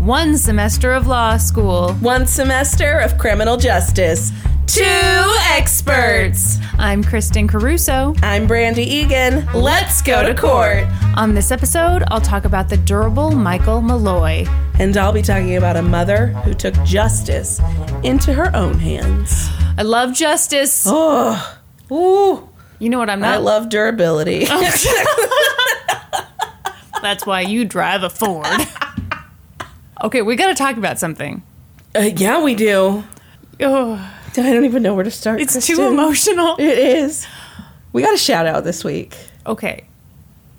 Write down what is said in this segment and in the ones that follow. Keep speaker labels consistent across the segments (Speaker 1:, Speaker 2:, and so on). Speaker 1: One semester of law school.
Speaker 2: One semester of criminal justice. Two experts.
Speaker 1: I'm Kristen Caruso.
Speaker 2: I'm Brandy Egan. Let's go to court.
Speaker 1: On this episode, I'll talk about the durable Michael Malloy.
Speaker 2: And I'll be talking about a mother who took justice into her own hands.
Speaker 1: I love justice.
Speaker 2: Oh, ooh.
Speaker 1: You know what I'm
Speaker 2: I
Speaker 1: not?
Speaker 2: love durability.
Speaker 1: Uh. That's why you drive a Ford. okay, we got to talk about something.
Speaker 2: Uh, yeah, we do.
Speaker 1: Oh,
Speaker 2: I don't even know where to start.
Speaker 1: it's
Speaker 2: Kristen.
Speaker 1: too emotional.
Speaker 2: It is. We got a shout out this week.
Speaker 1: Okay,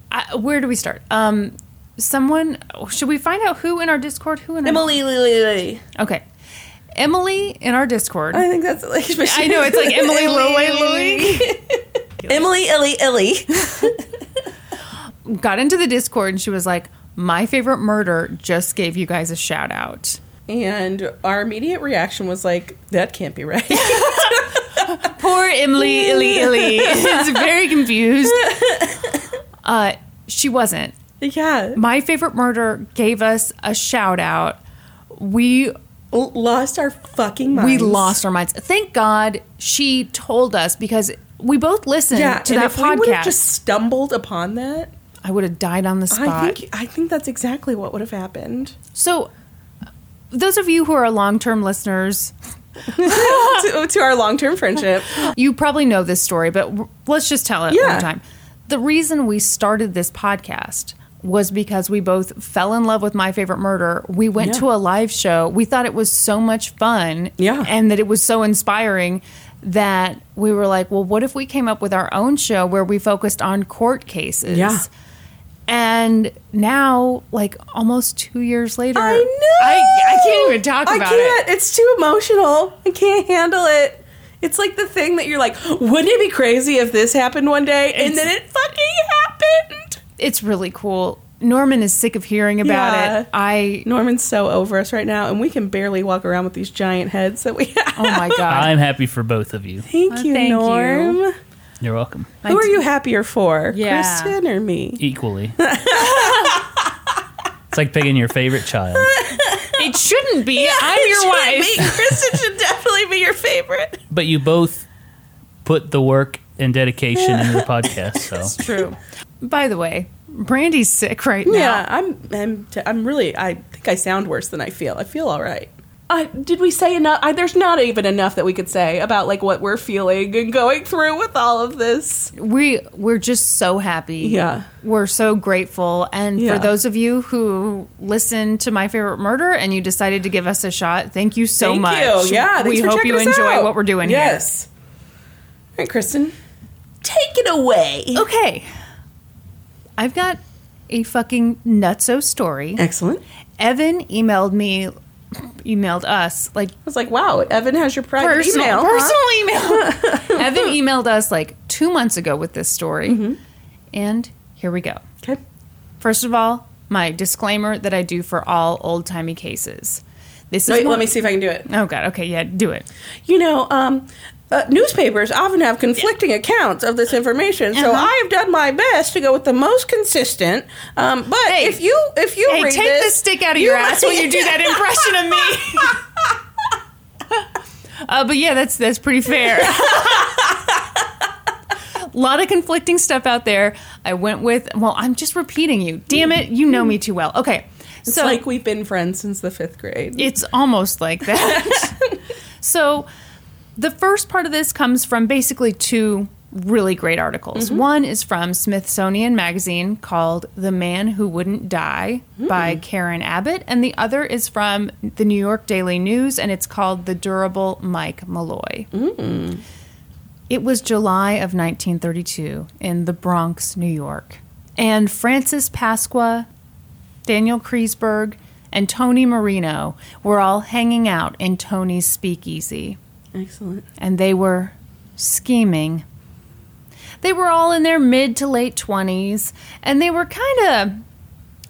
Speaker 1: I, where do we start? Um, someone should we find out who in our Discord? Who in our
Speaker 2: Emily Lily.
Speaker 1: Okay, Emily in our Discord.
Speaker 2: I think that's like
Speaker 1: I know it's like Emily Lily.
Speaker 2: Emily Illy Illy.
Speaker 1: got into the Discord and she was like, "My favorite murder just gave you guys a shout out."
Speaker 2: And our immediate reaction was like, that can't be right.
Speaker 1: Poor Emily, illy illy, is very confused. Uh, she wasn't.
Speaker 2: yeah.
Speaker 1: My favorite murder gave us a shout out. We
Speaker 2: L- lost our fucking minds.
Speaker 1: we lost our minds. Thank God she told us because we both listened
Speaker 2: yeah,
Speaker 1: to
Speaker 2: and
Speaker 1: that
Speaker 2: if we would
Speaker 1: podcast.
Speaker 2: have just stumbled upon that,
Speaker 1: I would have died on the spot.
Speaker 2: I think I think that's exactly what would have happened.
Speaker 1: so, those of you who are long term listeners,
Speaker 2: to, to our long term friendship.
Speaker 1: You probably know this story, but w- let's just tell it
Speaker 2: Yeah.
Speaker 1: one time. The reason we started this podcast was because we both fell in love with My Favorite Murder. We went
Speaker 2: Yeah.
Speaker 1: to a live show. We thought it was so much fun.
Speaker 2: Yeah.
Speaker 1: And that it was so inspiring that we were like, well, what if we came up with our own show where we focused on court cases?
Speaker 2: Yeah.
Speaker 1: And now, like almost two years later,
Speaker 2: I know.
Speaker 1: I, I can't even talk
Speaker 2: I
Speaker 1: about it.
Speaker 2: can't. It's too emotional. I can't handle it. It's like the thing that you're like, wouldn't it be crazy if this happened one day? and
Speaker 1: It's-
Speaker 2: then it fucking happened.
Speaker 1: it's really cool. Norman is sick of hearing about
Speaker 2: Yeah.
Speaker 1: it. I
Speaker 2: Norman's so over us right now, and we can barely walk around with these giant heads that we have.
Speaker 1: oh my god.
Speaker 3: I'm happy for both of you.
Speaker 2: Thank
Speaker 1: Oh,
Speaker 2: you,
Speaker 1: thank you.
Speaker 2: Norm.
Speaker 3: You're welcome.
Speaker 2: Who are you happier for,
Speaker 1: Yeah.
Speaker 2: Kristen or me?
Speaker 3: Equally. it's like picking your favorite child.
Speaker 1: It shouldn't be. I'm
Speaker 2: It
Speaker 1: your
Speaker 2: should
Speaker 1: wife.
Speaker 2: be- Kristen should definitely be your favorite.
Speaker 3: But you both put the work and dedication into the podcast. So
Speaker 1: True. By the way, Brandy's sick right now.
Speaker 2: Yeah, I'm. I'm. T- I'm really. I think I sound worse than I feel. I feel all right. I, Uh, did we say enough? I, there's not even enough that we could say about like what we're feeling and going through with all of this.
Speaker 1: We we're just so happy.
Speaker 2: Yeah.
Speaker 1: We're so grateful. And
Speaker 2: Yeah.
Speaker 1: for those of you who listened to My Favorite Murder and you decided to give us a shot, thank you so
Speaker 2: Thank
Speaker 1: much.
Speaker 2: you. Yeah, thanks
Speaker 1: we
Speaker 2: for
Speaker 1: hope
Speaker 2: checking
Speaker 1: you
Speaker 2: us
Speaker 1: enjoy
Speaker 2: out.
Speaker 1: what we're doing
Speaker 2: Yes. All right, Kristen, take it away.
Speaker 1: here. Okay. I've got a fucking nutso story.
Speaker 2: Excellent.
Speaker 1: Evan emailed me emailed us like
Speaker 2: I was like, wow, Evan has your private
Speaker 1: personal,
Speaker 2: email. huh?
Speaker 1: personal email. Evan emailed us like two months ago with this story.
Speaker 2: Mm-hmm.
Speaker 1: And here we go.
Speaker 2: Okay.
Speaker 1: First of all, my disclaimer that I do for all old timey cases. This is
Speaker 2: Wait,
Speaker 1: one-
Speaker 2: let me see if I can do it.
Speaker 1: Oh god, okay, yeah, do it.
Speaker 2: you know, um, uh, newspapers often have conflicting accounts of this information, so
Speaker 1: Uh-huh.
Speaker 2: I have done my best to go with the most consistent. Um, but
Speaker 1: Hey.
Speaker 2: if you if you
Speaker 1: Hey,
Speaker 2: read
Speaker 1: take
Speaker 2: this,
Speaker 1: the stick out of your ass when you do that impression of me. uh, but yeah, that's that's pretty fair. A lot of conflicting stuff out there. I went with well, I'm just repeating you. Damn it, you know me too well. Okay.
Speaker 2: It's
Speaker 1: So-
Speaker 2: like we've been friends since the fifth grade.
Speaker 1: It's almost like that. so, the first part of this comes from basically two really great articles. One is from Smithsonian Magazine called The Man Who Wouldn't Die by Karen Abbott, and the other is from the New York Daily News, and it's called The Durable Mike Malloy. It was July of 1932 in the Bronx, New York. And Francis Pasqua, Daniel Kreisberg, and Tony Marino were all hanging out in Tony's speakeasy.
Speaker 2: Excellent.
Speaker 1: And they were scheming. They were all in their mid to late 20s, and they were kind of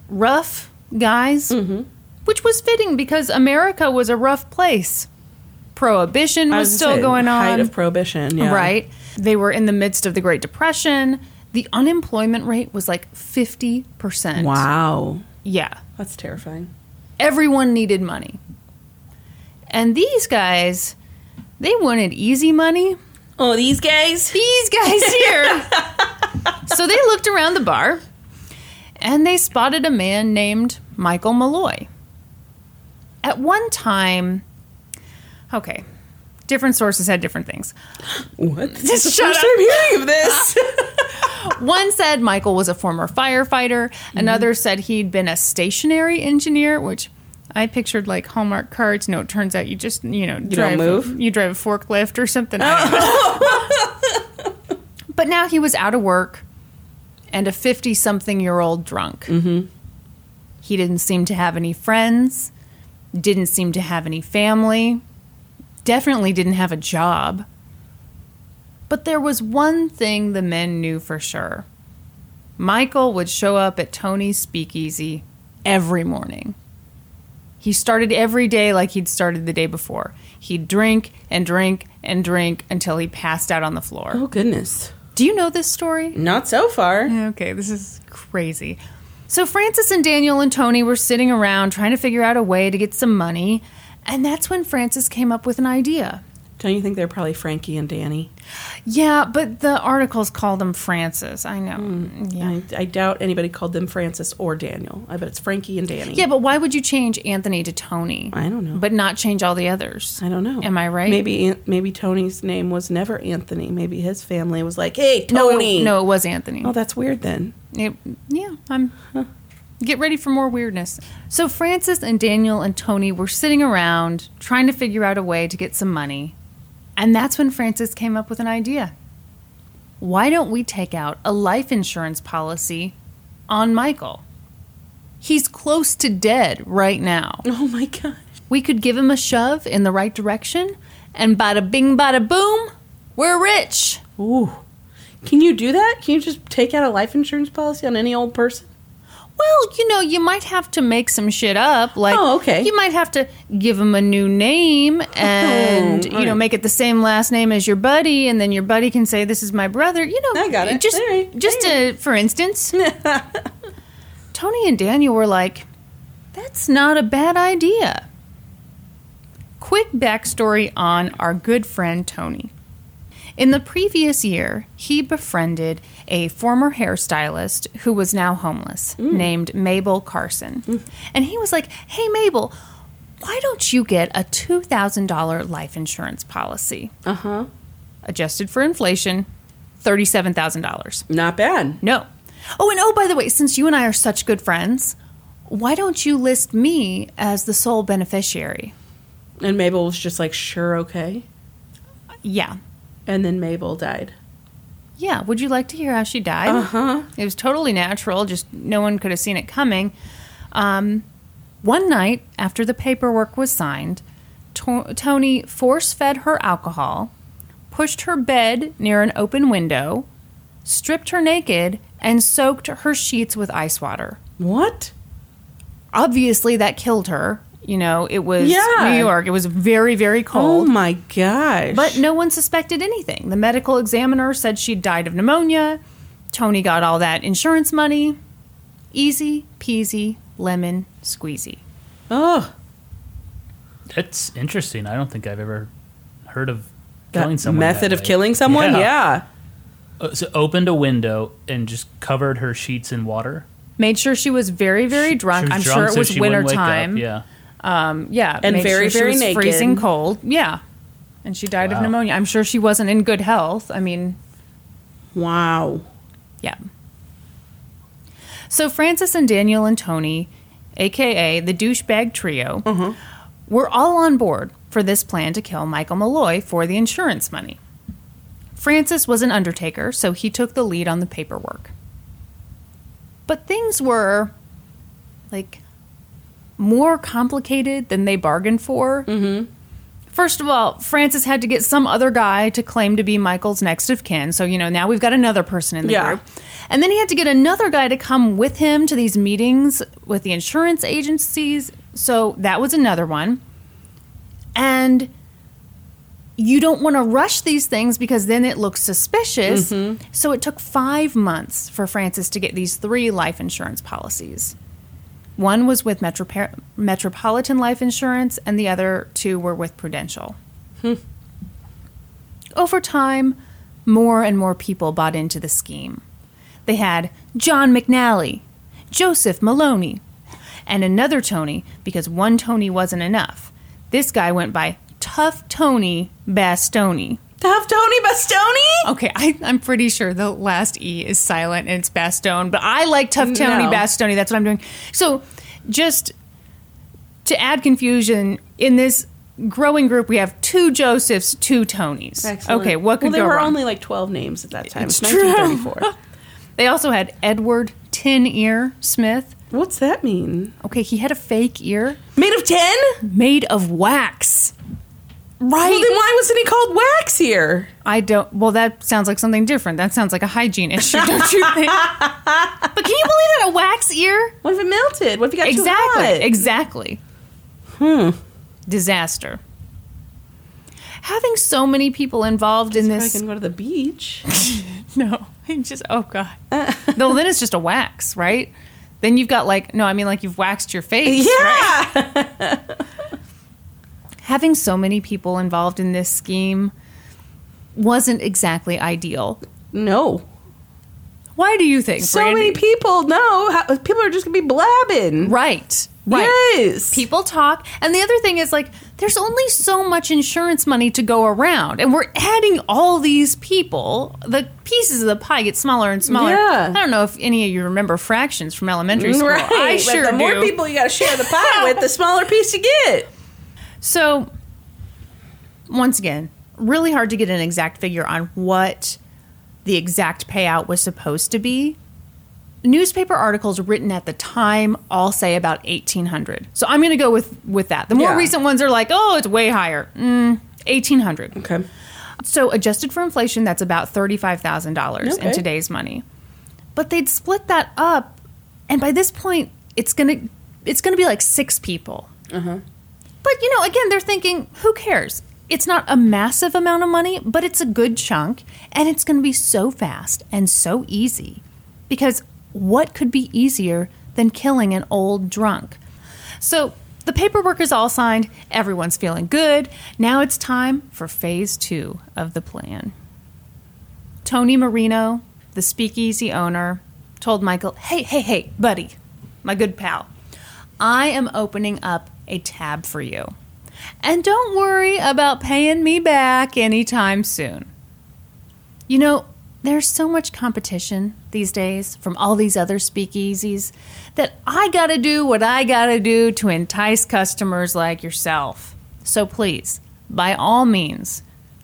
Speaker 1: rough guys,
Speaker 2: Mm-hmm.
Speaker 1: which was fitting because America was a rough place. Prohibition
Speaker 2: I
Speaker 1: was,
Speaker 2: gonna
Speaker 1: still
Speaker 2: say,
Speaker 1: going on.
Speaker 2: Height of prohibition, yeah.
Speaker 1: Right. They were in the midst of the Great Depression. The unemployment rate was like 50%.
Speaker 2: Wow,
Speaker 1: Yeah.
Speaker 2: that's terrifying.
Speaker 1: Everyone needed money. And these guys, they wanted easy money.
Speaker 2: Oh, these guys.
Speaker 1: These guys here. so they looked around the bar and they spotted a man named Michael Malloy. At one time, okay, different sources had different things.
Speaker 2: What? This is the
Speaker 1: Shut
Speaker 2: first
Speaker 1: up.
Speaker 2: time hearing of this.
Speaker 1: One said Michael was a former firefighter. Another said he'd been a stationary engineer, which I pictured like Hallmark cards. No, it turns out you just you know drive
Speaker 2: move?
Speaker 1: you drive a forklift or something. I don't know. but now he was out of work and a fifty-something-year-old drunk. He didn't seem to have any friends. Didn't seem to have any family. Definitely didn't have a job. But there was one thing the men knew for sure Michael would show up at Tony's speakeasy every morning. He started every day like he'd started the day before. He'd drink and drink and drink until he passed out on the floor.
Speaker 2: oh goodness.
Speaker 1: Do you know this story?
Speaker 2: Not so far.
Speaker 1: Okay, this is crazy. So Francis and Daniel and Tony were sitting around trying to figure out a way to get some money, and that's when Francis came up with an idea.
Speaker 2: Don't you think they're probably Frankie and Danny?
Speaker 1: Yeah, but the articles called him Francis. I know. yeah.
Speaker 2: I, I doubt anybody called them Francis or Daniel. I bet it's Frankie and Danny.
Speaker 1: Yeah, but why would you change Anthony to Tony?
Speaker 2: I don't know.
Speaker 1: But not change all the others.
Speaker 2: I don't know.
Speaker 1: Am I right?
Speaker 2: Maybe An- maybe Tony's name was never Anthony. Maybe his family was like, "Hey,
Speaker 1: No,
Speaker 2: Tony."
Speaker 1: it, no, it was Anthony.
Speaker 2: Oh, that's weird then.
Speaker 1: It- yeah, I'm. Get ready for more weirdness. So Francis and Daniel and Tony were sitting around trying to figure out a way to get some money, and that's when Francis came up with an idea. Why don't we take out a life insurance policy on Michael? He's close to dead right now.
Speaker 2: Oh my god.
Speaker 1: We could give him a shove in the right direction, and bada bing, bada boom, we're rich.
Speaker 2: Ooh. Can you do that? Can you just take out a life insurance policy on any old person?
Speaker 1: Well, you know, you might have to make some shit up. Like,
Speaker 2: Oh, okay.
Speaker 1: You might have to give him a new name and,
Speaker 2: Oh,
Speaker 1: you know,
Speaker 2: alright.
Speaker 1: make it the same last name as your buddy, and then your buddy can say, This is my brother. You know,
Speaker 2: I got it.
Speaker 1: Just,
Speaker 2: Alright.
Speaker 1: just uh for instance, Tony and Daniel were like, That's not a bad idea. Quick backstory on our good friend Tony. In the previous year, he befriended a former hairstylist who was now homeless
Speaker 2: Mm.
Speaker 1: named Mabel Carson. And he was like, Hey, Mabel, why don't you get a $2,000 life insurance policy?
Speaker 2: Oh.
Speaker 1: Uh huh. Adjusted for inflation, $37,000.
Speaker 2: Not bad.
Speaker 1: No. Oh, and oh, by the way, since you and I are such good friends, why don't you list me as the sole beneficiary?
Speaker 2: And Mabel was just like, "Sure, okay."
Speaker 1: Yeah.
Speaker 2: And then Mabel died.
Speaker 1: Yeah. Would you like to hear how she died? Uh huh. It was totally natural, just no one could have seen it coming. Um, one night, after the paperwork was signed, to- Tony force fed her alcohol, pushed her bed near an open window, stripped her naked, and soaked her sheets with ice water.
Speaker 2: What?
Speaker 1: obviously that killed her. You know, it was
Speaker 2: Yeah.
Speaker 1: New York. It was very, very
Speaker 2: Oh
Speaker 1: cold.
Speaker 2: my gosh.
Speaker 1: but no one suspected anything. The medical examiner said she died of pneumonia. Tony got all that insurance money. Easy peasy lemon squeezy.
Speaker 2: Oh,
Speaker 3: That's interesting. I don't think I've ever heard of killing
Speaker 2: that
Speaker 3: someone.
Speaker 2: method
Speaker 3: that
Speaker 2: of
Speaker 3: way.
Speaker 2: killing someone? Yeah.
Speaker 3: Uh, So opened a window and just covered her sheets in water.
Speaker 1: Made sure she was very, very drunk.
Speaker 3: She
Speaker 1: I'm
Speaker 3: drunk,
Speaker 1: sure it
Speaker 3: so
Speaker 1: was
Speaker 3: she wouldn't
Speaker 1: winter
Speaker 3: wake up,
Speaker 1: time.
Speaker 3: Yeah.
Speaker 1: Um, yeah,
Speaker 2: And
Speaker 1: made
Speaker 2: very,
Speaker 1: she
Speaker 2: very
Speaker 1: was
Speaker 2: naked.
Speaker 1: freezing cold. Yeah, and she died
Speaker 3: Wow.
Speaker 1: of pneumonia. I'm sure she wasn't in good health. I mean,
Speaker 2: Wow.
Speaker 1: yeah. So Francis and Daniel and Tony, aka the douchebag trio, were all on board for this plan to kill Michael Malloy for the insurance money. Francis was an undertaker, so he took the lead on the paperwork. But things were like more complicated than they bargained for. Mm-hmm. First of all, Francis had to get some other guy to claim to be Michael's next of kin. So, you know, now we've got another person in the
Speaker 2: Yeah.
Speaker 1: group. And then he had to get another guy to come with him to these meetings with the insurance agencies. So that was another one. And you don't want to rush these things because then it looks suspicious. So it took five months for Francis to get these three life insurance policies. One was with Metropa- Metropolitan Life Insurance, and the other two were with Prudential. Over time, more and more people bought into the scheme. They had John McNally, Joseph Maloney, and another Tony because one Tony wasn't enough. This guy went by Tough Tony Bastoni.
Speaker 2: To have Tony Bastoni?
Speaker 1: Okay, I, I'm pretty sure the last E is silent and it's Bastone, but I like Tough Tony
Speaker 2: No.
Speaker 1: Bastoni. That's what I'm doing. So, just to add confusion, in this growing group, we have two Josephs, two Tonys. Okay, what could
Speaker 2: well, there
Speaker 1: go
Speaker 2: were
Speaker 1: wrong?
Speaker 2: only like 12 names at that time.
Speaker 1: It's
Speaker 2: It's,
Speaker 1: true.
Speaker 2: 1934.
Speaker 1: they also had Edward Tin Ear Smith.
Speaker 2: What's that mean?
Speaker 1: Okay, he had a fake ear
Speaker 2: Made of 10?
Speaker 1: made of wax. Right.
Speaker 2: Well, then why wasn't he called Wax here?
Speaker 1: I don't. Well, that sounds like something different. That sounds like a hygiene issue, don't you think? but can you believe that a wax ear?
Speaker 2: What if it melted? What if he got
Speaker 1: exactly.
Speaker 2: too hot?
Speaker 1: Exactly. Hmm. Disaster. Having so many people involved in
Speaker 2: I
Speaker 1: this.
Speaker 2: can go to the beach.
Speaker 1: No, it just oh god. no, then it's just a wax, right? Then you've got like no, I mean like you've waxed your face.
Speaker 2: yeah.
Speaker 1: Having so many people involved in this scheme wasn't exactly ideal.
Speaker 2: No.
Speaker 1: Why do you think?
Speaker 2: So
Speaker 1: Brandy?
Speaker 2: many people. No. How, people are just going to be blabbing.
Speaker 1: Right. Right.
Speaker 2: Yes.
Speaker 1: people talk and the other thing is like there's only so much insurance money to go around and we're adding all these people the pieces of the pie get smaller and smaller
Speaker 2: Yeah. Mm,
Speaker 1: i don't know if any of you remember fractions from elementary school
Speaker 2: Right.
Speaker 1: i
Speaker 2: Like,
Speaker 1: sure
Speaker 2: the
Speaker 1: do
Speaker 2: more people you got to share the pie with, the smaller piece you get.
Speaker 1: so once again really hard to get an exact figure on what the exact payout was supposed to be newspaper articles written at the time all say about 1800 so i'm going to go with with that the more
Speaker 2: Yeah.
Speaker 1: recent ones are like oh it's way higher mm, 1800
Speaker 2: Okay.
Speaker 1: so adjusted for inflation that's about $35000 in
Speaker 2: Okay.
Speaker 1: today's money but they'd split that up and by this point it's going to it's going to be like six people but you know again they're thinking who cares it's not a massive amount of money but it's a good chunk and it's going to be so fast and so easy because what could be easier than killing an old drunk so the paperwork is all signed, everyone's feeling good. Now it's time for phase two of the plan. Tony Marino, the speakeasy owner, told Michael, Hey, hey, hey, buddy, my good pal, I am opening up a tab for you. And don't worry about paying me back anytime soon. You know, there's so much competition these days from all these other speakeasies that I gotta do what I gotta do to entice customers like yourself. So please, by all means,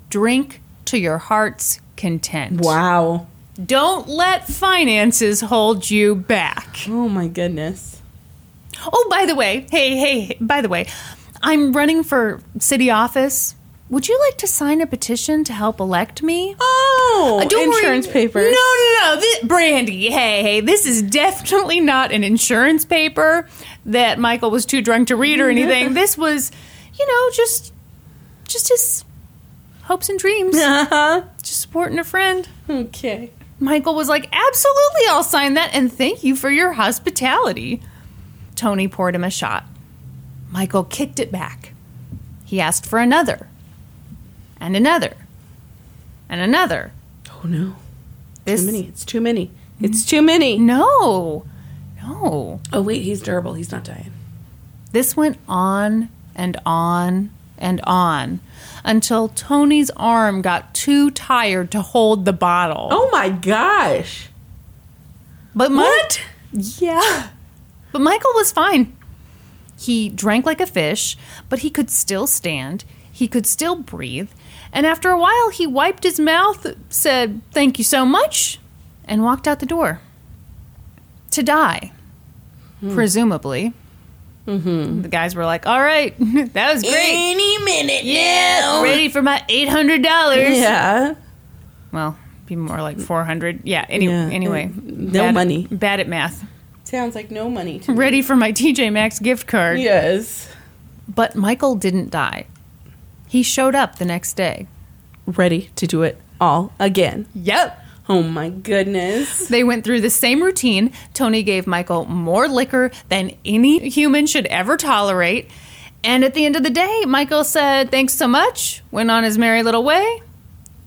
Speaker 1: drink to your heart's content.
Speaker 2: Wow.
Speaker 1: Don't let finances hold you back.
Speaker 2: Oh my goodness.
Speaker 1: Oh, by the way, hey, hey, hey, by the way, I'm running for city office. Would you like to sign a petition to help elect me?
Speaker 2: Oh,
Speaker 1: Uh, don't worry.
Speaker 2: insurance papers.
Speaker 1: No, no, no. This, Brandy, hey, hey, this is definitely not an insurance paper that Michael was too drunk to read or
Speaker 2: Mm-hmm.
Speaker 1: anything. this was, you know, just just his hopes and dreams.
Speaker 2: Uh-huh.
Speaker 1: Just supporting a friend.
Speaker 2: Okay.
Speaker 1: Michael was like, Absolutely, I'll sign that and thank you for your hospitality. Tony poured him a shot. Michael kicked it back. He asked for another, and another, and another.
Speaker 2: Oh no.
Speaker 1: This,
Speaker 2: Too many. It's too many. It's too many.
Speaker 1: No. No.
Speaker 2: Oh wait, he's durable. He's not dying.
Speaker 1: This went on and on and on until Tony's arm got too tired to hold the bottle.
Speaker 2: Oh my gosh.
Speaker 1: but my,
Speaker 2: What? Yeah.
Speaker 1: But Michael was fine. He drank like a fish, but he could still stand. He could still breathe. And after a while, he wiped his mouth, said, Thank you so much, and walked out the door to die,
Speaker 2: Hmm.
Speaker 1: presumably.
Speaker 2: Mm-hmm.
Speaker 1: The guys were like, All right, that was great.
Speaker 2: Any minute now.
Speaker 1: Ready for my $800.
Speaker 2: Yeah.
Speaker 1: Well, be more like 400 Yeah, any,
Speaker 2: Yeah.
Speaker 1: anyway.
Speaker 2: No
Speaker 1: Bad-
Speaker 2: money.
Speaker 1: Bad at math.
Speaker 2: Sounds like no money to me.
Speaker 1: Ready for my TJ Maxx gift card.
Speaker 2: Yes.
Speaker 1: But Michael didn't die. He showed up the next day.
Speaker 2: Ready to do it all again.
Speaker 1: Yep.
Speaker 2: Oh my goodness.
Speaker 1: They went through the same routine. Tony gave Michael more liquor than any human should ever tolerate. And at the end of the day, Michael said, Thanks so much, went on his merry little way.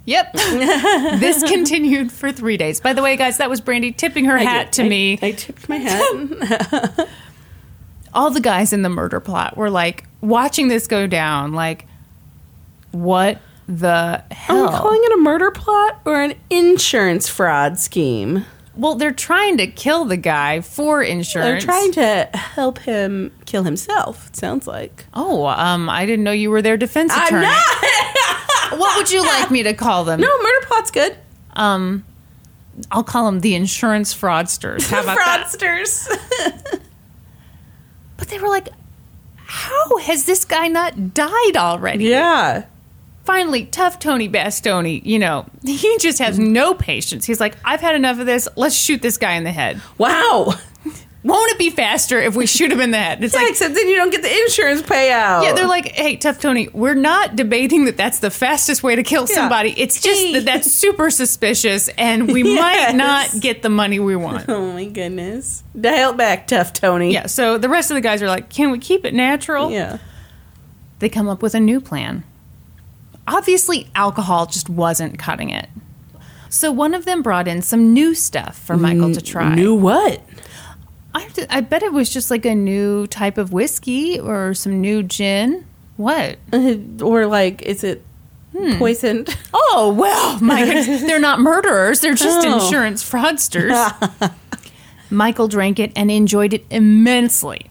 Speaker 1: Yep. this continued for three days. By the way, guys, that was Brandy tipping her hat to
Speaker 2: I-
Speaker 1: me.
Speaker 2: I tipped my hat.
Speaker 1: all the guys in the murder plot were like watching this go down, like, what the
Speaker 2: Are
Speaker 1: hell?
Speaker 2: we calling it a murder plot or an insurance fraud scheme?
Speaker 1: Well, they're trying to kill the guy for
Speaker 2: They're
Speaker 1: insurance.
Speaker 2: trying to help him kill himself, it sounds like.
Speaker 1: Oh, um, I didn't know you were their defense attorney. what would you like me to call them?
Speaker 2: No, murder plot's good.
Speaker 1: Um, I'll call them the insurance fraudsters. How about that?
Speaker 2: Fraudsters.
Speaker 1: But they were like, how has this guy not died already?
Speaker 2: Yeah.
Speaker 1: Finally, tough Tony Bastoni, you know, he just has no patience. He's like, I've had enough of this. Let's shoot this guy in the head.
Speaker 2: Wow.
Speaker 1: Won't it be faster if we shoot him in the head? It's like,
Speaker 2: Except then you don't get the insurance payout.
Speaker 1: Yeah, they're like, hey, tough Tony, we're not debating that that's the fastest way to kill
Speaker 2: Yeah.
Speaker 1: somebody. It's just
Speaker 2: Hey.
Speaker 1: that that's super suspicious and we
Speaker 2: Yes.
Speaker 1: might not get the money we want.
Speaker 2: Oh my goodness. Dial it back, tough Tony.
Speaker 1: yeah, so the rest of the guys are like, can we keep it natural?
Speaker 2: Yeah.
Speaker 1: They come up with a new plan. Obviously, alcohol just wasn't cutting it. So one of them brought in some new stuff for Michael to try.
Speaker 2: Knew what?
Speaker 1: I, have to- I bet it was just like a new type of whiskey or some new gin. What?
Speaker 2: Or like, is it Hmm. poisoned?
Speaker 1: Oh, well, my goodness. They're not murderers, they're just
Speaker 2: Oh.
Speaker 1: insurance fraudsters. Michael drank it and enjoyed it immensely.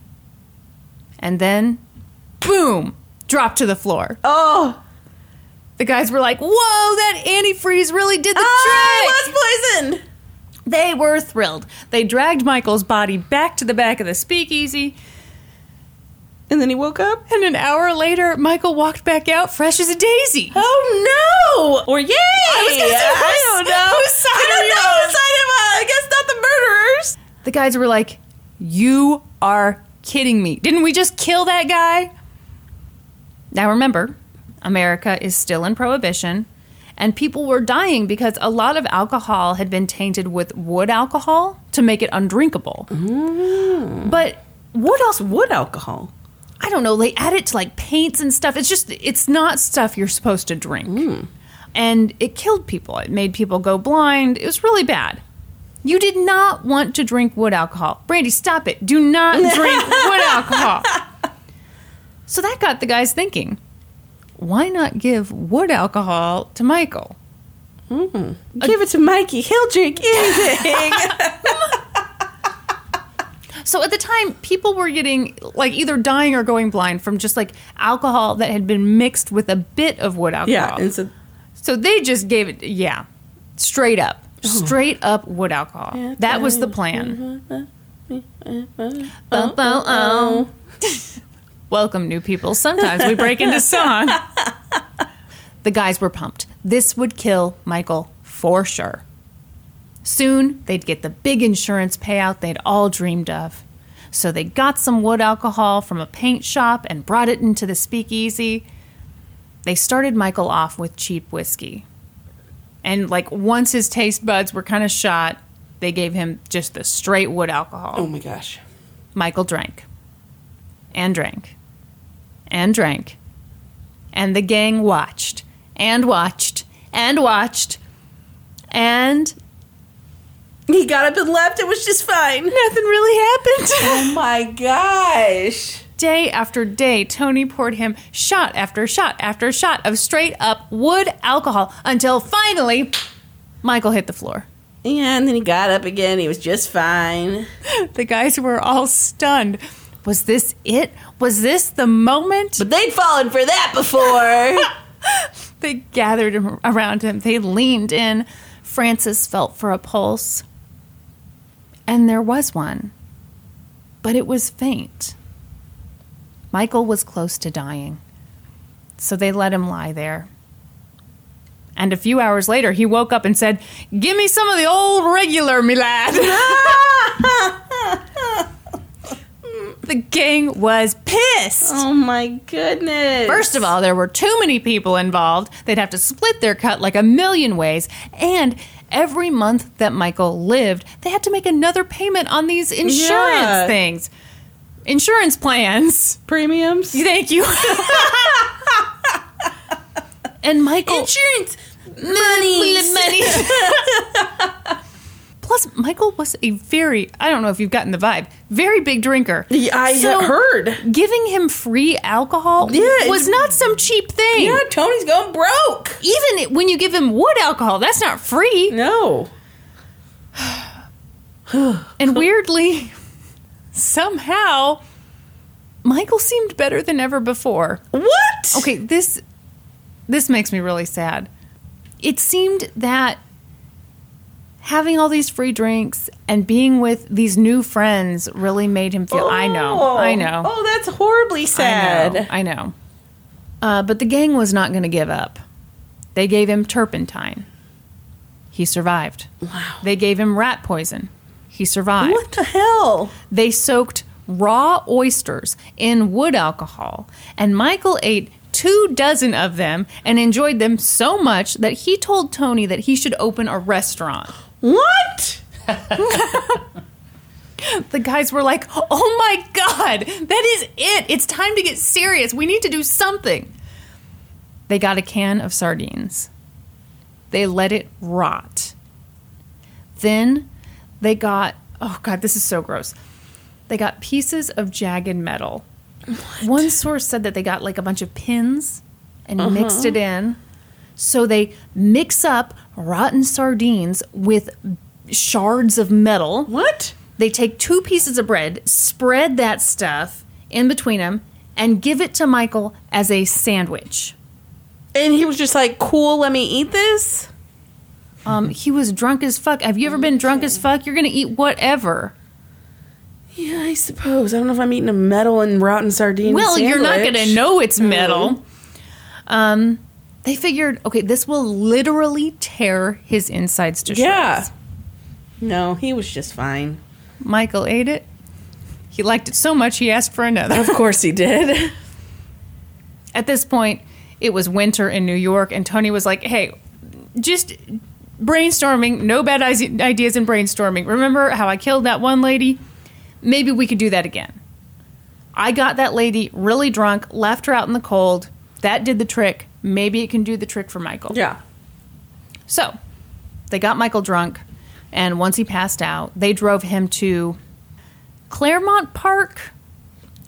Speaker 1: And then, boom, dropped to the floor.
Speaker 2: Oh,
Speaker 1: The guys were like, whoa, that antifreeze really did the
Speaker 2: Oh, I
Speaker 1: trick.
Speaker 2: was poisoned.
Speaker 1: They were thrilled. They dragged Michael's body back to the back of the speakeasy.
Speaker 2: And then he woke up.
Speaker 1: And an hour later, Michael walked back out fresh as a daisy.
Speaker 2: Oh no! Or yay! I
Speaker 1: was gonna say, whose-
Speaker 2: don't know.
Speaker 1: whose side
Speaker 2: I
Speaker 1: are
Speaker 2: don't
Speaker 1: you
Speaker 2: know
Speaker 1: on?
Speaker 2: whose side am I. I guess not the murderers.
Speaker 1: The guys were like, You are kidding me. Didn't we just kill that guy? Now remember, America is still in prohibition, and people were dying because a lot of alcohol had been tainted with wood alcohol to make it undrinkable.
Speaker 2: Mm.
Speaker 1: But what else?
Speaker 2: Wood alcohol.
Speaker 1: I don't know. They add it to like paints and stuff. It's just, it's not stuff you're supposed to drink.
Speaker 2: Hmm.
Speaker 1: And it killed people. It made people go blind. It was really bad. You did not want to drink wood alcohol. Brandy, stop it. Do not drink wood alcohol. So that got the guys thinking why not give wood alcohol to Michael?
Speaker 2: Give it to Mikey. He'll drink anything.
Speaker 1: So at the time, people were getting like either dying or going blind from just like alcohol that had been mixed with a bit of wood alcohol.
Speaker 2: yeah. And so
Speaker 1: So they just gave it, yeah, straight up, straight up wood alcohol. that was the plan. Bum, bum, oh. Welcome, new people. Sometimes we break into song. The guys were pumped. This would kill Michael for sure. Soon, they'd get the big insurance payout they'd all dreamed of. So they got some wood alcohol from a paint shop and brought it into the speakeasy they started Michael off with cheap whiskey. And like once his taste buds were kind of shot, they gave him just the straight wood alcohol.
Speaker 2: Oh my gosh.
Speaker 1: Michael drank and drank and drank. And the gang watched and watched and watched. And
Speaker 4: He got up and left. It was just fine.
Speaker 1: Nothing really happened.
Speaker 4: Oh my gosh.
Speaker 1: Day after day, Tony poured him shot after shot after shot of straight up wood alcohol until finally Michael hit the floor.
Speaker 4: Yeah, and then he got up again. He was just fine.
Speaker 1: The guys were all stunned. Was this it? Was this the moment?
Speaker 4: But they'd fallen for that before.
Speaker 1: They gathered him- around him. They leaned in. Francis felt for a pulse. And there was one, but it was faint. Michael was close to dying, so they let him lie there. And a few hours later, he woke up and said, Give me some of the old regular, me lad. the gang was pissed.
Speaker 4: oh my goodness.
Speaker 1: First of all, there were too many people involved. They'd have to split their cut like a million ways. And every month that Michael lived, they had to make another payment on these insurance
Speaker 2: Yeah.
Speaker 1: things. Insurance plans.
Speaker 2: Premiums.
Speaker 1: Thank you. and Michael
Speaker 4: insurance money.
Speaker 1: money. Plus, Michael was a very, I don't know if you've gotten the vibe, very big drinker.
Speaker 2: I
Speaker 1: So-
Speaker 2: heard.
Speaker 1: Giving him free alcohol
Speaker 4: Yeah, it's-
Speaker 1: was not some cheap thing.
Speaker 4: Yeah, Tony's going broke.
Speaker 1: even it- when you give him wood alcohol, that's not free.
Speaker 2: No.
Speaker 1: And weirdly, somehow, Michael seemed better than ever before.
Speaker 4: What?
Speaker 1: Okay, this this makes me really sad. It seemed that having all these free drinks and being with these new friends really made him feel. I know, I know.
Speaker 2: Oh, that's horribly sad.
Speaker 1: I know. I know. Uh, but the gang was not going to give up. They gave him turpentine. He survived. Wow. They gave him rat poison. He survived.
Speaker 4: What the hell?
Speaker 1: They soaked raw oysters in wood alcohol, and Michael ate two dozen of them and enjoyed them so much that he told Tony that he should open a restaurant.
Speaker 2: What?
Speaker 1: The guys were like, oh my God, that is it. It's time to get serious. We need to do something. They got a can of sardines. They let it rot. Then they got, oh God, this is so gross. They got pieces of jagged metal. One source said that they got like a bunch of pins and mixed it in. So they mix up rotten sardines with shards of metal.
Speaker 2: What?
Speaker 1: They take two pieces of bread, spread that stuff in between them, and give it to Michael as a sandwich.
Speaker 2: And he was just like, cool, let me eat this?
Speaker 1: Um, he was drunk as fuck. Have you ever been drunk as fuck? You're gonna eat whatever.
Speaker 2: Yeah, I suppose. I don't know if I'm eating a metal and rotten sardine.
Speaker 1: Well, you're not
Speaker 2: sandwich.
Speaker 1: gonna know it's metal. Um, they figured, okay, this will literally tear his insides to shreds.
Speaker 2: Yeah. No, he was just fine.
Speaker 1: Michael ate it. He liked it so much he asked for another.
Speaker 2: Of course he did.
Speaker 1: at this point, it was winter in New York, and Tony was like, "Hey, just brainstorming. No bad ise- ideas in brainstorming. Remember how I killed that one lady? Maybe we could do that again." I got that lady really drunk, left her out in the cold. That did the trick. Maybe it can do the trick for Michael.
Speaker 2: yeah.
Speaker 1: So they got Michael drunk, and once he passed out, they drove him to Claremont Park.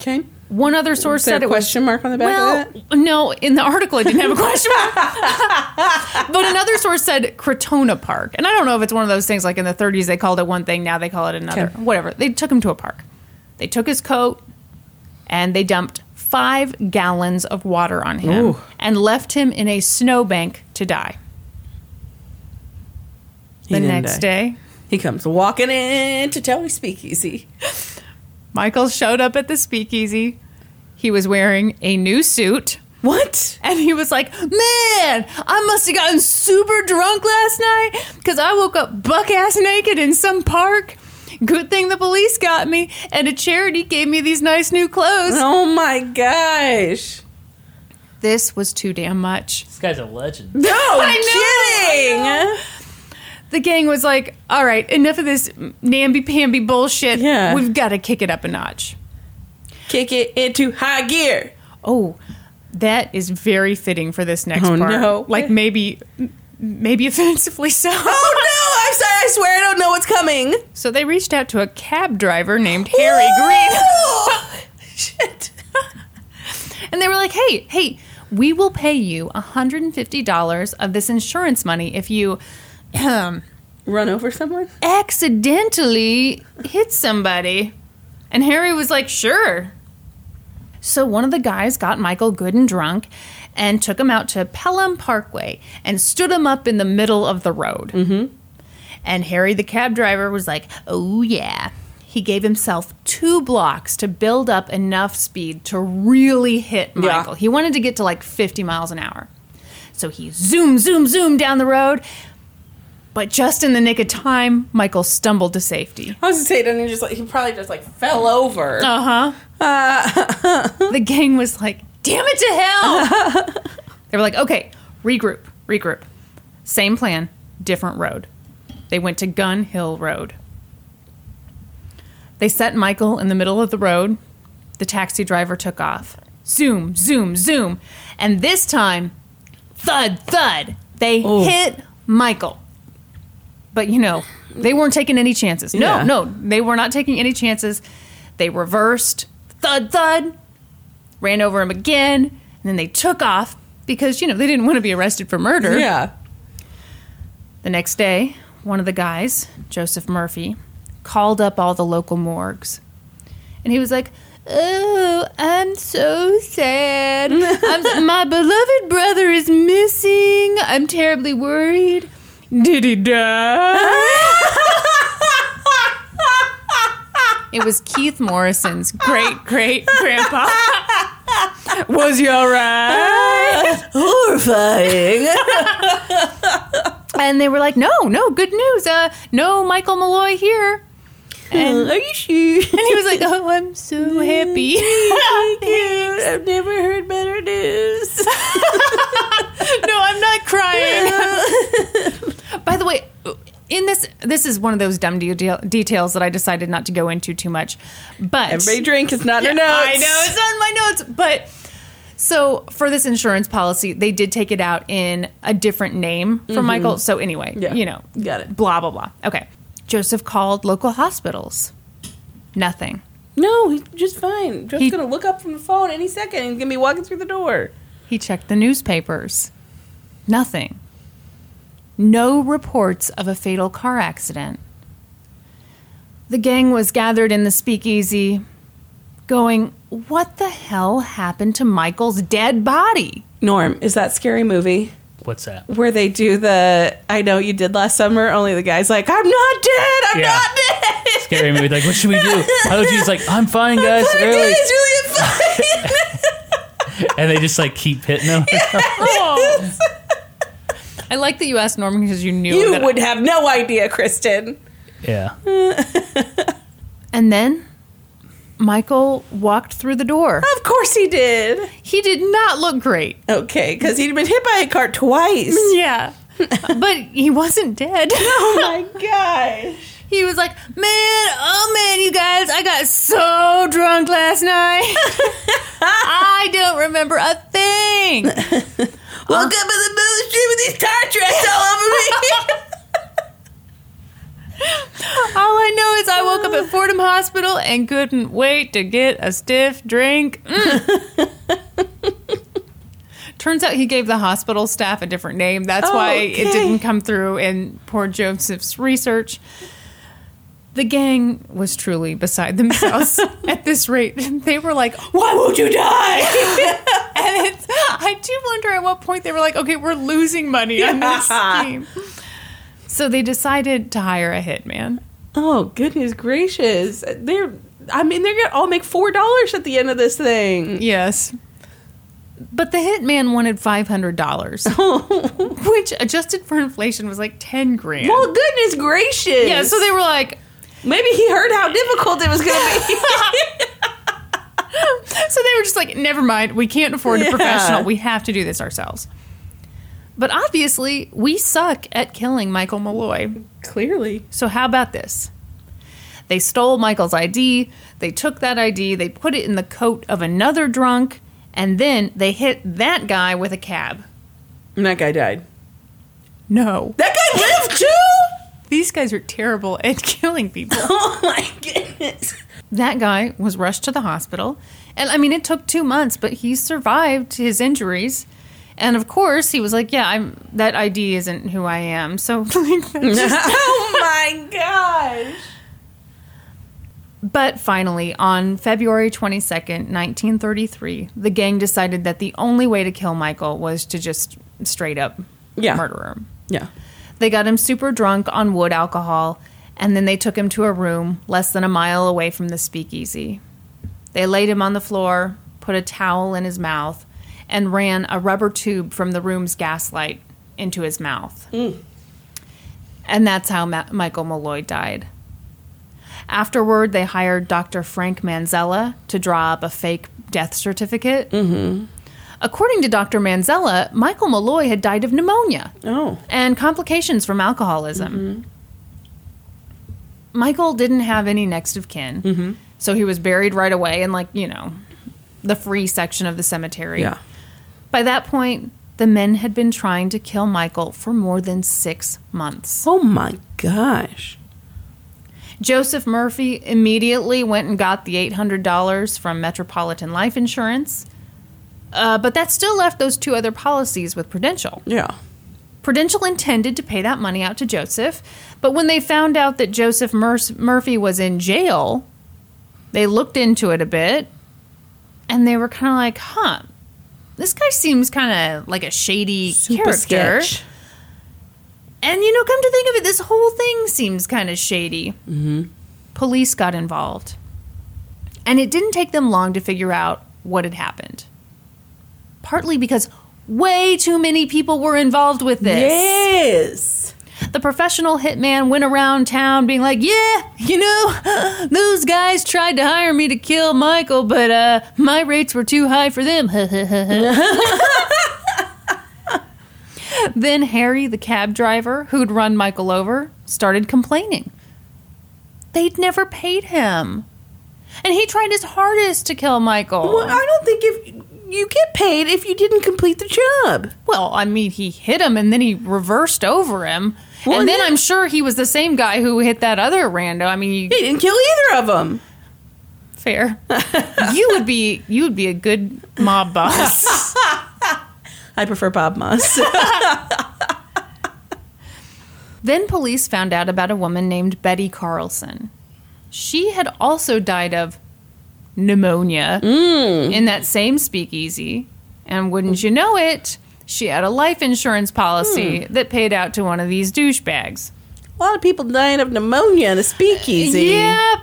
Speaker 2: Okay.
Speaker 1: One other source
Speaker 2: Is there
Speaker 1: said
Speaker 2: a
Speaker 1: it was
Speaker 2: question mark on the back
Speaker 1: well,
Speaker 2: of that?
Speaker 1: no, in the article it didn't have a question mark. but another source said Crotona Park. And I don't know if it's one of those things like in the 30s they called it one thing, now they call it another.
Speaker 2: Okay.
Speaker 1: Whatever. They took him to a park. They took his coat and they dumped five gallons of water on him
Speaker 2: Ooh.
Speaker 1: and left him in a snowbank to die. The
Speaker 2: didn't
Speaker 1: next
Speaker 2: die.
Speaker 1: day,
Speaker 2: He comes walking in to Tony Speakeasy.
Speaker 1: Michael showed up at the speakeasy. He was wearing a new suit.
Speaker 2: What?
Speaker 1: And he was like, Man, I must have gotten super drunk last night because I woke up buck ass naked in some park. Good thing the police got me, and a charity gave me these nice new clothes.
Speaker 2: Oh my gosh.
Speaker 1: This was too damn much.
Speaker 3: This guy's a legend.
Speaker 2: No
Speaker 1: I
Speaker 2: kidding.
Speaker 1: The gang was like, All right, enough of this namby pamby bullshit.
Speaker 2: Yeah.
Speaker 1: We've got to kick it up a notch.
Speaker 2: Kick it into high gear.
Speaker 1: Oh, that is very fitting for this next
Speaker 2: Oh,
Speaker 1: part.
Speaker 2: no.
Speaker 1: Like maybe, maybe offensively so.
Speaker 2: Oh no, I'm sorry. I
Speaker 4: I swear I don't know what's coming.
Speaker 1: So they reached out to a cab driver named Harry Green.
Speaker 4: Shit.
Speaker 1: And they were like, hey, hey, we will pay you $150 of this insurance money if you
Speaker 2: Run over someone?
Speaker 1: accidentally hit somebody. And Harry was like, sure. So one of the guys got Michael good and drunk and took him out to Pelham Parkway and stood him up in the middle of the road. Mm-hmm. And Harry, the cab driver, was like, oh, yeah. He gave himself two blocks to build up enough speed to really hit Michael. He wanted to get to like 50 miles an hour. So he zoom, zoom, zoom down the road. But just in the nick of time, Michael stumbled to safety.
Speaker 4: I was gonna say, didn't he just like he probably just like fell over.
Speaker 2: Oh.
Speaker 1: The gang was like, damn it to hell! they were like, okay, regroup, regroup. Same plan, different road. They went to Gun Hill Road. They set Michael in the middle of the road. The taxi driver took off. Zoom, zoom, zoom. And this time, thud, thud, they hit Michael. But you know, they weren't taking any chances. No,
Speaker 2: Yeah.
Speaker 1: no, they were not taking any chances. They reversed, thud, thud, ran over him again, and then they took off because, you know, they didn't want to be arrested for murder.
Speaker 2: Yeah.
Speaker 1: The next day, one of the guys, Joseph Murphy, called up all the local morgues. And he was like, Oh, I'm so sad. I'm s- my beloved brother is missing. I'm terribly worried. Did he die? it was Keith Morrison's great great grandpa. was he all right?
Speaker 4: Horrifying.
Speaker 1: And they were like, No, no, good news. Uh, no Michael Malloy here.
Speaker 4: and are you sure?
Speaker 1: And he was like, "Oh, I'm so happy."
Speaker 4: I've never heard better news.
Speaker 1: no, I'm not crying. By the way, in this, this is one of those dumb de- details that I decided not to go into too much. But
Speaker 2: Every drink is not enough.
Speaker 1: I know it's on my notes, but so for this insurance policy, they did take it out in a different name for Michael. So anyway,
Speaker 2: Yeah.
Speaker 1: you know,
Speaker 2: Got it.
Speaker 1: Blah blah blah. Okay, Joseph called local hospitals. Nothing.
Speaker 2: No, he's just fine. Joe's
Speaker 1: He-
Speaker 2: gonna look up from the phone any second and he's gonna be walking through the door.
Speaker 1: He checked the newspapers. Nothing. No reports of a fatal car accident. The gang was gathered in the speakeasy, going, What the hell happened to Michael's dead body?
Speaker 2: Norm, is that scary movie
Speaker 3: What's that?
Speaker 2: where they do the I know you did last summer, only the guy's like, I'm not dead, I'm
Speaker 3: Yeah.
Speaker 2: not dead.
Speaker 3: Scary movie. Like, what should we do? How would you just like, I'm fine, guys. early.
Speaker 4: It's really fun.
Speaker 3: And they just like keep hitting them.
Speaker 1: I like that you asked Norman because you knew
Speaker 2: You
Speaker 1: that I-
Speaker 2: would have no idea, Kristen.
Speaker 3: yeah.
Speaker 1: and then Michael walked through the door.
Speaker 2: Of course he did.
Speaker 1: He did not look great.
Speaker 2: Okay, because he'd been hit by a car twice.
Speaker 1: Yeah. but he wasn't dead.
Speaker 2: oh my gosh.
Speaker 1: He was like, man, oh man, you guys, I got so drunk last night. I don't remember a thing.
Speaker 4: Woke up in the middle of the street with these tire tracks all over me.
Speaker 1: All I know is I woke up at Fordham Hospital and couldn't wait to get a stiff drink. Mm. Turns out he gave the hospital staff a different name. That's why it
Speaker 2: Okay.
Speaker 1: didn't come through in poor Joseph's research. The gang was truly beside themselves at this rate. They were like,
Speaker 2: Why won't you die?
Speaker 1: And it's, I do wonder at what point they were like, okay, we're losing money on this
Speaker 2: Yeah.
Speaker 1: scheme. So they decided to hire a hitman.
Speaker 2: oh goodness gracious. They're I mean they're gonna all make four dollars at the end of this thing.
Speaker 1: Yes. But the hitman wanted $500, which adjusted for inflation was like 10 grand.
Speaker 2: Well, goodness gracious.
Speaker 1: yeah, so they were like,
Speaker 2: Maybe he heard how difficult it was going to be.
Speaker 1: so they were just like, never mind, we can't afford a
Speaker 2: Yeah.
Speaker 1: professional. We have to do this ourselves. But obviously, we suck at killing Michael Malloy.
Speaker 2: Clearly.
Speaker 1: So, how about this? They stole Michael's ID, they took that ID, they put it in the coat of another drunk, and then they hit that guy with a cab.
Speaker 2: And that guy died.
Speaker 1: No.
Speaker 2: That guy lived too?
Speaker 1: These guys are terrible at killing people.
Speaker 4: Oh my goodness.
Speaker 1: That guy was rushed to the hospital. And I mean, it took two months, but he survived his injuries. And of course, he was like, Yeah, I'm that ID isn't who I am. So, like, that's just-
Speaker 4: oh my gosh.
Speaker 1: but finally, on February 22nd, 1933, the gang decided that the only way to kill Michael was to just straight up
Speaker 2: Yeah.
Speaker 1: murder him.
Speaker 2: Yeah.
Speaker 1: They got him super drunk on wood alcohol, and then they took him to a room less than a mile away from the speakeasy. They laid him on the floor, put a towel in his mouth, and ran a rubber tube from the room's gaslight into his mouth. And that's how Ma- Michael Malloy died. Afterward, they hired Dr. Frank Manzella to draw up a fake death certificate. Mm-hmm. According to Dr. Manzella, Michael Malloy had died of pneumonia
Speaker 2: Oh. Mm-hmm.
Speaker 1: and complications from alcoholism. Michael didn't have any next of kin,
Speaker 2: Mm-hmm.
Speaker 1: so he was buried right away in, like, you know, the free section of the cemetery.
Speaker 2: Yeah.
Speaker 1: By that point, the men had been trying to kill Michael for more than six months.
Speaker 2: Oh my gosh.
Speaker 1: Joseph Murphy immediately went and got the $800 from Metropolitan Life Insurance, uh, but that still left those two other policies with Prudential.
Speaker 2: Yeah.
Speaker 1: Prudential intended to pay that money out to Joseph, but when they found out that Joseph Mur- Murphy was in jail, they looked into it a bit and they were kind of like, huh, this guy seems kind of like a shady
Speaker 2: Super
Speaker 1: character.
Speaker 2: sketch.
Speaker 1: And you know, come to think of it, this whole thing seems kind of shady. Mm-hmm. Police got involved. And it didn't take them long to figure out what had happened. Partly because way too many people were involved with this
Speaker 2: Yes.
Speaker 1: the professional hitman went around town being like, "Yeah, you know, those guys tried to hire me to kill Michael, but uh, my rates were too high for them." then Harry, the cab driver who'd run Michael over, started complaining. They'd never paid him. And he tried his hardest to kill Michael.
Speaker 2: Well, I don't think if you get paid if you didn't complete the job.
Speaker 1: Well, I mean, he hit him and then he reversed over him.
Speaker 2: Well,
Speaker 1: and then
Speaker 2: yeah.
Speaker 1: I'm sure he was the same guy who hit that other rando. I mean, you,
Speaker 2: He didn't kill either of them.
Speaker 1: fair. you would be you would be a good mob boss.
Speaker 2: I prefer Bob Moss.
Speaker 1: then police found out about a woman named Betty Carlson. She had also died of pneumonia in that same speakeasy, and wouldn't you know it, she had a life insurance policy that paid out to one of these douchebags.
Speaker 2: a lot of people dying of pneumonia in a speakeasy.
Speaker 1: Yep.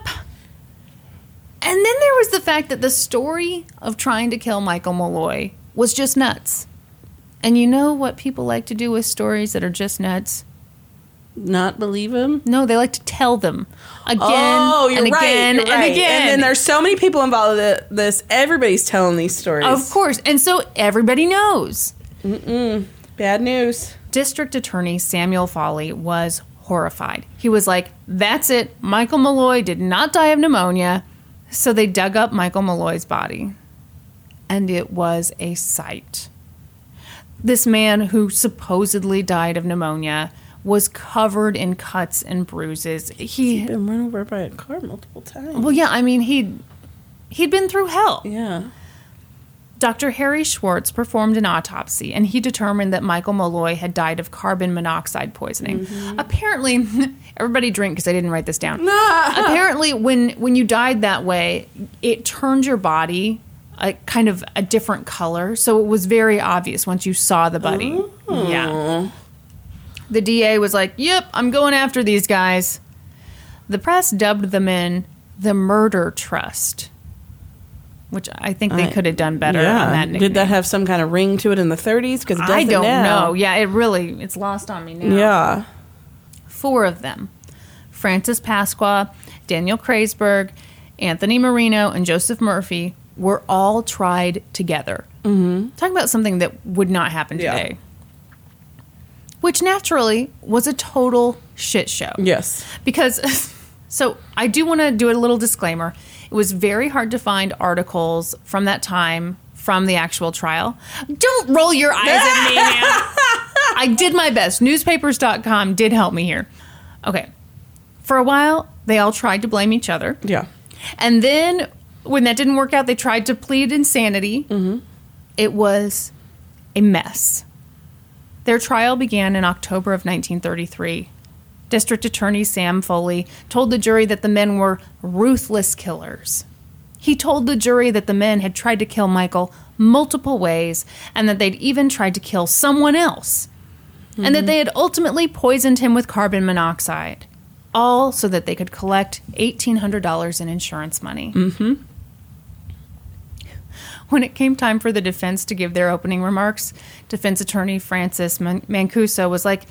Speaker 1: And then there was the fact that the story of trying to kill Michael Malloy was just nuts. And you know what people like to do with stories that are just nuts?
Speaker 2: Not believe him.
Speaker 1: No, they like to tell them again
Speaker 2: oh, you're
Speaker 1: and
Speaker 2: right.
Speaker 1: again
Speaker 2: you're
Speaker 1: and
Speaker 2: right.
Speaker 1: again.
Speaker 2: And then there's so many people involved with this. Everybody's telling these stories.
Speaker 1: of course, and so everybody knows.
Speaker 2: Bad news.
Speaker 1: District Attorney Samuel Foley was horrified. He was like, That's it. Michael Malloy did not die of pneumonia. So they dug up Michael Malloy's body. And it was a sight. This man who supposedly died of pneumonia was covered in cuts and bruises. He,
Speaker 2: Been run over by a car multiple times.
Speaker 1: well, yeah, I mean, he'd, he'd been through hell.
Speaker 2: yeah.
Speaker 1: Dr. Harry Schwartz performed an autopsy and he determined that Michael Malloy had died of carbon monoxide poisoning.
Speaker 2: Mm-hmm.
Speaker 1: Apparently, everybody drink because I didn't write this down. Apparently, when, when you died that way, it turned your body a kind of a different color. So it was very obvious once you saw the body.
Speaker 2: Oh.
Speaker 1: Yeah. The DA was like, yep, I'm going after these guys. The press dubbed the men the Murder Trust. Which I think they
Speaker 2: I-
Speaker 1: could have done better on that nickname.
Speaker 2: Did that have some kind of ring to it in the 30s? Because
Speaker 1: I don't know. Yeah, it really it's lost on me now.
Speaker 2: Yeah.
Speaker 1: Four of them. Francis Pasqua, Daniel Kreisberg, Anthony Marino, and Joseph Murphy were all tried together. Mm-hmm. Talking about something that would not happen
Speaker 2: Yeah.
Speaker 1: today. Which naturally was a total shit show
Speaker 2: Yes.
Speaker 1: because so I do want to do a little disclaimer. It was very hard to find articles from that time from the actual trial. Don't roll your eyes at me now. I did my best. Newspapers.com did help me here. Okay. For a while, they all tried to blame each other.
Speaker 2: Yeah.
Speaker 1: And then when that didn't work out, they tried to plead insanity. It was a mess. Their trial began in October of 1933. District Attorney Sam Foley told the jury that the men were ruthless killers. He told the jury that the men had tried to kill Michael multiple ways and that they'd even tried to kill someone else, and that they had ultimately poisoned him with carbon monoxide, all so that they could collect $1,800 in insurance money. When it came time for the defense to give their opening remarks, defense attorney Francis Man- Mancuso was like,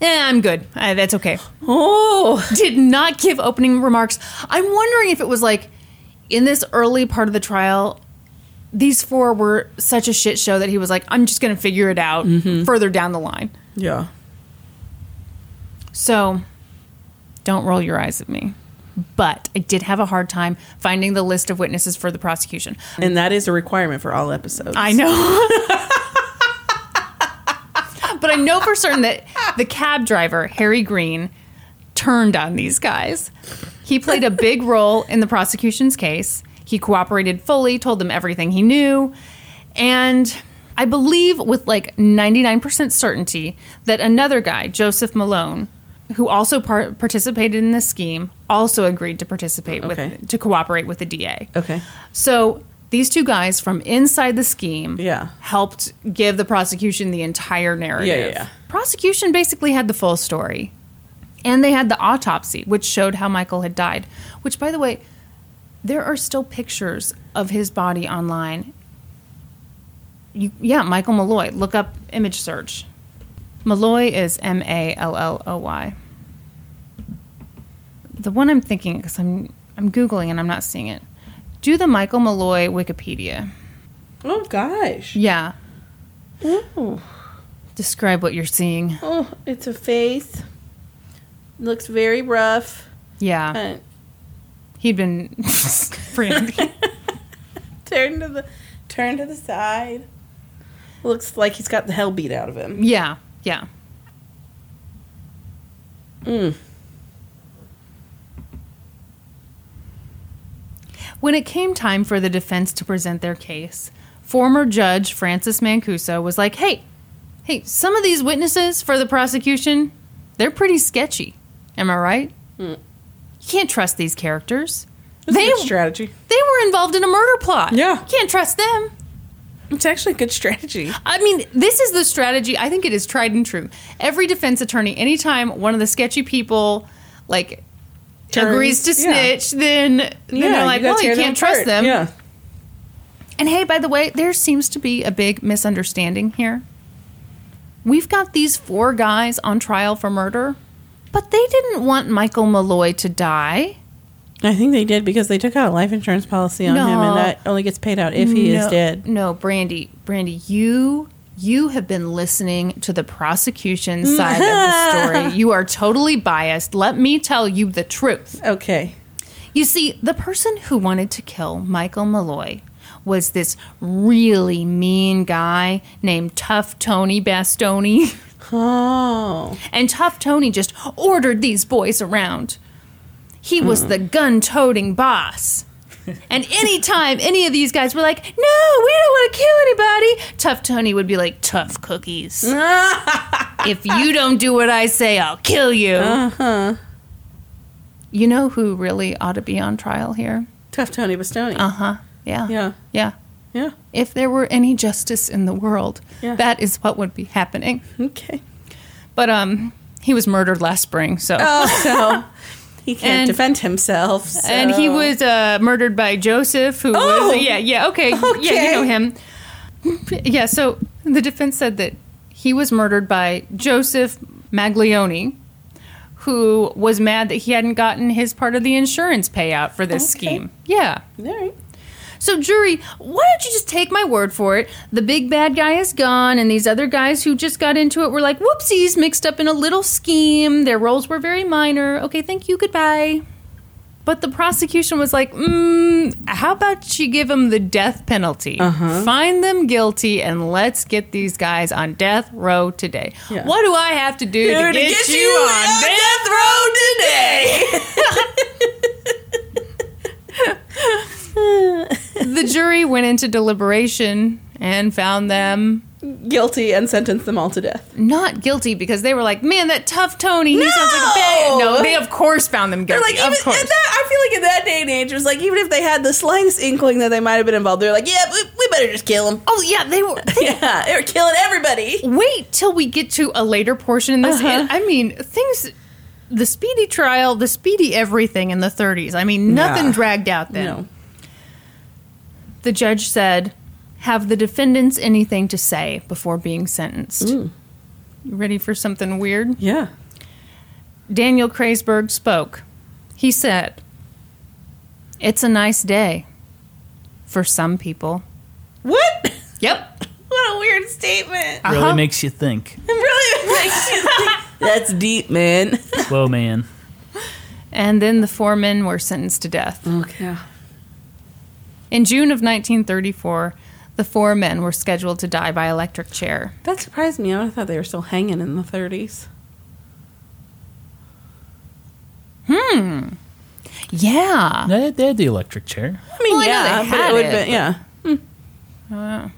Speaker 1: eh, I'm good. Uh, that's okay.
Speaker 4: Oh,
Speaker 1: Did not give opening remarks. I'm wondering if it was like in this early part of the trial, these four were such a shit show that he was like, I'm just going to figure it out further down the line.
Speaker 2: Yeah.
Speaker 1: So don't roll your eyes at me. But I did have a hard time finding the list of witnesses for the prosecution.
Speaker 2: And that is a requirement for all episodes.
Speaker 1: I know. but I know for certain that the cab driver, Harry Green, turned on these guys. He played a big role in the prosecution's case. He cooperated fully, told them everything he knew, and I believe with like 99% certainty that another guy, Joseph Malone, who also par- participated in this scheme, also agreed to participate
Speaker 2: Okay.
Speaker 1: with to cooperate with the DA.
Speaker 2: Okay.
Speaker 1: So these two guys from inside the scheme
Speaker 2: Yeah.
Speaker 1: helped give the prosecution the entire narrative.
Speaker 2: Yeah, yeah, yeah.
Speaker 1: Prosecution basically had the full story. And they had the autopsy, which showed how Michael had died. Which, by the way, there are still pictures of his body online. You, yeah, Michael Malloy. Look up image search. Malloy is M A L L O Y. The one I'm thinking, because I'm I'm googling and I'm not seeing it. Do the Michael Malloy Wikipedia?
Speaker 2: Oh gosh.
Speaker 1: Yeah. Describe what you're seeing.
Speaker 2: Oh, it's a face. Looks very rough.
Speaker 1: Yeah,
Speaker 2: Uh,
Speaker 1: he'd been freaking.
Speaker 2: turn to the turn to the side. Looks like he's got the hell beat out of him.
Speaker 1: Yeah, yeah. When it came time for the defense to present their case, former judge Francis Mancuso was like, "Hey, hey, some of these witnesses for the prosecution, they're pretty sketchy. Am I right? You can't trust these characters.
Speaker 2: That's a
Speaker 1: They-
Speaker 2: good strategy.
Speaker 1: They were involved in a murder plot.
Speaker 2: Yeah.
Speaker 1: You can't trust them."
Speaker 2: It's actually a good strategy.
Speaker 1: I mean, this is the strategy. I think it is tried and true. Every defense attorney, anytime one of the sketchy people like
Speaker 2: Turns-
Speaker 1: agrees to
Speaker 2: yeah.
Speaker 1: snitch, then, then they're like,
Speaker 2: gotta
Speaker 1: well, you
Speaker 2: tear them
Speaker 1: can't trust
Speaker 2: apart.
Speaker 1: them.
Speaker 2: Yeah.
Speaker 1: And hey, by the way, there seems to be a big misunderstanding here. We've got these four guys on trial for murder, but they didn't want Michael Malloy to die.
Speaker 2: I think they did because they took out a life insurance policy on him,
Speaker 1: No.
Speaker 2: and that only gets paid out if he
Speaker 1: no,
Speaker 2: is dead.
Speaker 1: No, Brandy, Brandy, you you have been listening to the prosecution side of the story. You are totally biased. Let me tell you the truth.
Speaker 2: Okay.
Speaker 1: You see, the person who wanted to kill Michael Malloy was this really mean guy named Tough Tony Bastoni.
Speaker 2: Oh.
Speaker 1: And Tough Tony just ordered these boys around. He was the gun toting boss. and anytime any of these guys were like, no, we don't want to kill anybody, Tough Tony would be like, tough cookies. if you don't do what I say, I'll kill you.
Speaker 2: Uh-huh.
Speaker 1: You know who really ought to be on trial here?
Speaker 2: Tough Tony Bastoni.
Speaker 1: Uh huh. Yeah.
Speaker 2: Uh-huh. Yeah.
Speaker 1: Yeah.
Speaker 2: Yeah.
Speaker 1: If there were any justice in the world,
Speaker 2: Yeah.
Speaker 1: that is what would be happening.
Speaker 2: Okay.
Speaker 1: But um, he was murdered last spring, so.
Speaker 2: so he can't
Speaker 1: Oh. And-
Speaker 2: defend himself. so-
Speaker 1: And he was uh, murdered by Joseph, who
Speaker 2: Oh!
Speaker 1: was yeah, yeah, okay, yeah, you
Speaker 2: Okay.
Speaker 1: know him. yeah, so the defense said that he was murdered by Joseph Maglione, who was mad that he hadn't gotten his part of the insurance payout for this
Speaker 2: Okay.
Speaker 1: scheme. Yeah.
Speaker 2: All right.
Speaker 1: So, jury, why don't you just take my word for it? The big bad guy is gone, and these other guys who just got into it were like, whoopsies, mixed up in a little scheme. Their roles were very minor. Okay, thank you, goodbye. But the prosecution was like, mm, how about you give them the death penalty? Find them guilty and let's get these guys on death row today.
Speaker 2: Yeah.
Speaker 1: What do I have to do to get, you, on death
Speaker 4: death row today.
Speaker 1: The jury went into deliberation and found them
Speaker 2: Guilty and sentenced them all to death.
Speaker 1: not guilty because they were like, man, that tough Tony, he sounds like a bad. No, they of course found them guilty.
Speaker 2: Like even
Speaker 1: of
Speaker 2: at
Speaker 1: course.
Speaker 2: that, I feel like in that day and age, it was like even if they had the slightest inkling that they might have been involved, they're like, yeah, we, we better just kill him.
Speaker 1: oh, yeah, they were. they-
Speaker 2: Yeah, they were killing everybody.
Speaker 1: wait till we get to a later portion in this.
Speaker 2: Uh-huh.
Speaker 1: And, I mean, things. The speedy trial, the speedy everything in the 30s. I mean, nothing
Speaker 2: Yeah.
Speaker 1: dragged out then. The judge said, Have the defendants anything to say before being sentenced?
Speaker 2: Mm.
Speaker 1: You ready for something weird?
Speaker 2: Yeah.
Speaker 1: Daniel Kreisberg spoke. He said, It's a nice day for some people.
Speaker 2: What?
Speaker 1: Yep.
Speaker 2: What a weird statement.
Speaker 3: Really
Speaker 1: Uh-huh.
Speaker 3: makes you think.
Speaker 2: It really makes you think. That's deep, man.
Speaker 3: Whoa, man.
Speaker 1: And then the four men were sentenced to death.
Speaker 2: Okay.
Speaker 1: In June of 1934, the four men were scheduled to die by electric chair.
Speaker 2: That surprised me. I would've thought they were still hanging in the 30s.
Speaker 1: Yeah.
Speaker 3: They had, they had the electric chair.
Speaker 2: I mean,
Speaker 1: Well, I know
Speaker 2: yeah,
Speaker 1: they
Speaker 2: but
Speaker 1: had
Speaker 2: it would
Speaker 1: it,
Speaker 2: have been, yeah.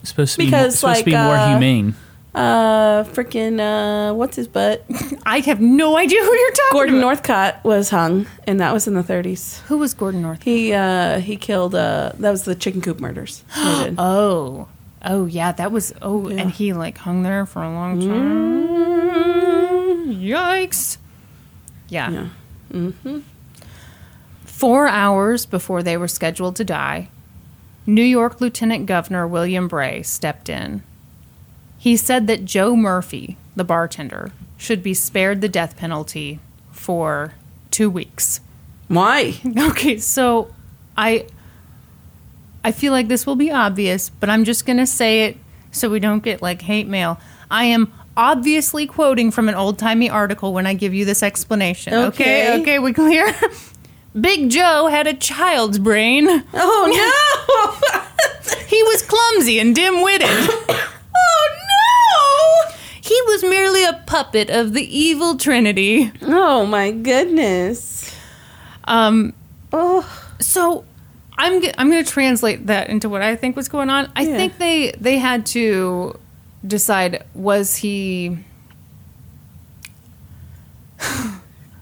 Speaker 3: It's supposed to be more,
Speaker 2: Because,
Speaker 3: it's supposed to be
Speaker 2: like,
Speaker 3: more
Speaker 2: uh,
Speaker 3: humane.
Speaker 2: Uh, freaking, uh, what's his butt?
Speaker 1: I have no idea who you're talking
Speaker 2: Gordon
Speaker 1: about.
Speaker 2: Northcott was hung, and that was in the 30s.
Speaker 1: Who was Gordon North?
Speaker 2: He, uh, he killed, uh, that was the chicken coop murders. They did.
Speaker 1: Oh. Oh, yeah. That was. Oh, and he like hung there for a long time. Mm, Yikes. Yeah.
Speaker 2: Yeah.
Speaker 1: Four hours before they were scheduled to die, New York Lieutenant Governor William Bray stepped in. He said that Joe Murphy, the bartender, should be spared the death penalty for two weeks.
Speaker 2: Why?
Speaker 1: Okay, so I I feel like this will be obvious, but I'm just going to say it so we don't get like hate mail. I am obviously quoting from an old-timey article when I give you this explanation. Okay, okay,
Speaker 2: Okay.
Speaker 1: we clear? Big Joe had a child's brain.
Speaker 2: Oh, no!
Speaker 1: He was clumsy and dim-witted.
Speaker 2: oh,
Speaker 1: He was merely a puppet of the evil trinity.
Speaker 2: no! Oh, my goodness.
Speaker 1: Um
Speaker 2: Oh,
Speaker 1: so I'm g- I'm going to translate that into what I think was going on. I
Speaker 2: Yeah.
Speaker 1: think they they had to decide was he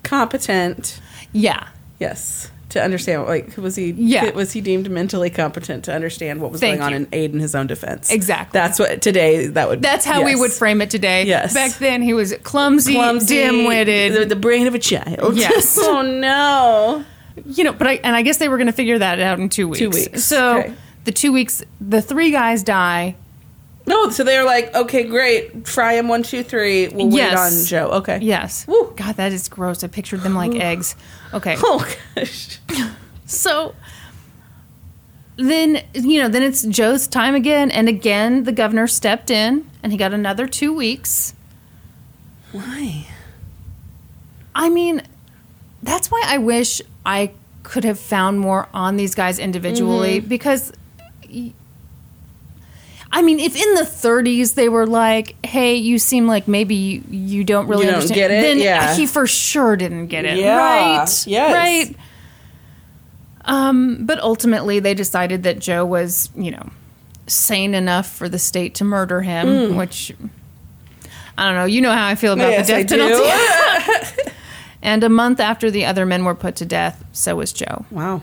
Speaker 2: competent.
Speaker 1: yeah
Speaker 2: Yes, to understand. Like, was he?
Speaker 1: Yeah.
Speaker 2: was he deemed mentally competent to understand what was
Speaker 1: Thank
Speaker 2: going
Speaker 1: you.
Speaker 2: on and aid in his own defense?
Speaker 1: Exactly.
Speaker 2: That's what today that would.
Speaker 1: that's how we
Speaker 2: yes.
Speaker 1: would frame it today.
Speaker 2: Yes.
Speaker 1: back then he was clumsy,
Speaker 2: Clumsy, the,
Speaker 1: dim-witted.
Speaker 2: the brain of a child.
Speaker 1: Yes.
Speaker 2: oh no.
Speaker 1: you know, but I and I guess they were going to figure that out in two weeks.
Speaker 2: weeks,
Speaker 1: So
Speaker 2: okay.
Speaker 1: the two weeks, the three guys die.
Speaker 2: No. So they were like, okay, great. Fry him one, two, three. We'll
Speaker 1: Yes.
Speaker 2: wait on Joe. Okay.
Speaker 1: Yes.
Speaker 2: Woo.
Speaker 1: God, that is gross. I pictured them like eggs. Okay.
Speaker 2: Oh gosh.
Speaker 1: So then, you know, then it's Joe's time again. And again, the governor stepped in and he got another two weeks.
Speaker 2: Why?
Speaker 1: I mean, that's why I wish I could have found more on these guys individually
Speaker 2: Mm-hmm.
Speaker 1: because. y- I mean, if in the 30s they were like, "Hey, you seem like maybe you, you don't really
Speaker 2: You don't
Speaker 1: understand,"
Speaker 2: get it?
Speaker 1: then
Speaker 2: Yeah.
Speaker 1: he for sure didn't get it,
Speaker 2: Yeah.
Speaker 1: right?
Speaker 2: Yes.
Speaker 1: Right. Um, but ultimately, they decided that Joe was, you know, sane enough for the state to murder him, which I don't know. You know how I feel about
Speaker 2: Mm. Yes,
Speaker 1: the
Speaker 2: I
Speaker 1: death penalty. And a month after the other men were put to death, so was Joe.
Speaker 2: Wow.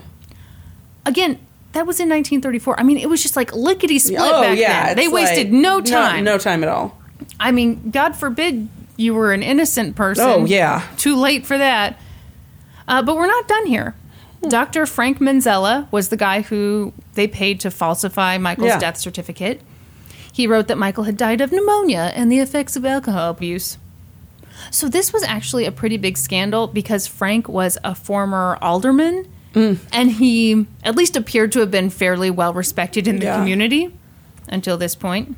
Speaker 1: Again, that was in 1934. I mean, it was just like lickety split
Speaker 2: oh
Speaker 1: back
Speaker 2: yeah.
Speaker 1: then. They
Speaker 2: it's
Speaker 1: wasted
Speaker 2: like-
Speaker 1: no time.
Speaker 2: No, time at all.
Speaker 1: I mean, God forbid you were an innocent person.
Speaker 2: Oh, yeah.
Speaker 1: Too late for that. Uh, but we're not done here. Dr. Frank Manzella was the guy who they paid to falsify Michael's
Speaker 2: Yeah.
Speaker 1: death certificate. He wrote that Michael had died of pneumonia and the effects of alcohol abuse. So this was actually a pretty big scandal because Frank was a former alderman
Speaker 2: Mm.
Speaker 1: and he at least appeared to have been fairly well respected in the
Speaker 2: Yeah.
Speaker 1: community until this point.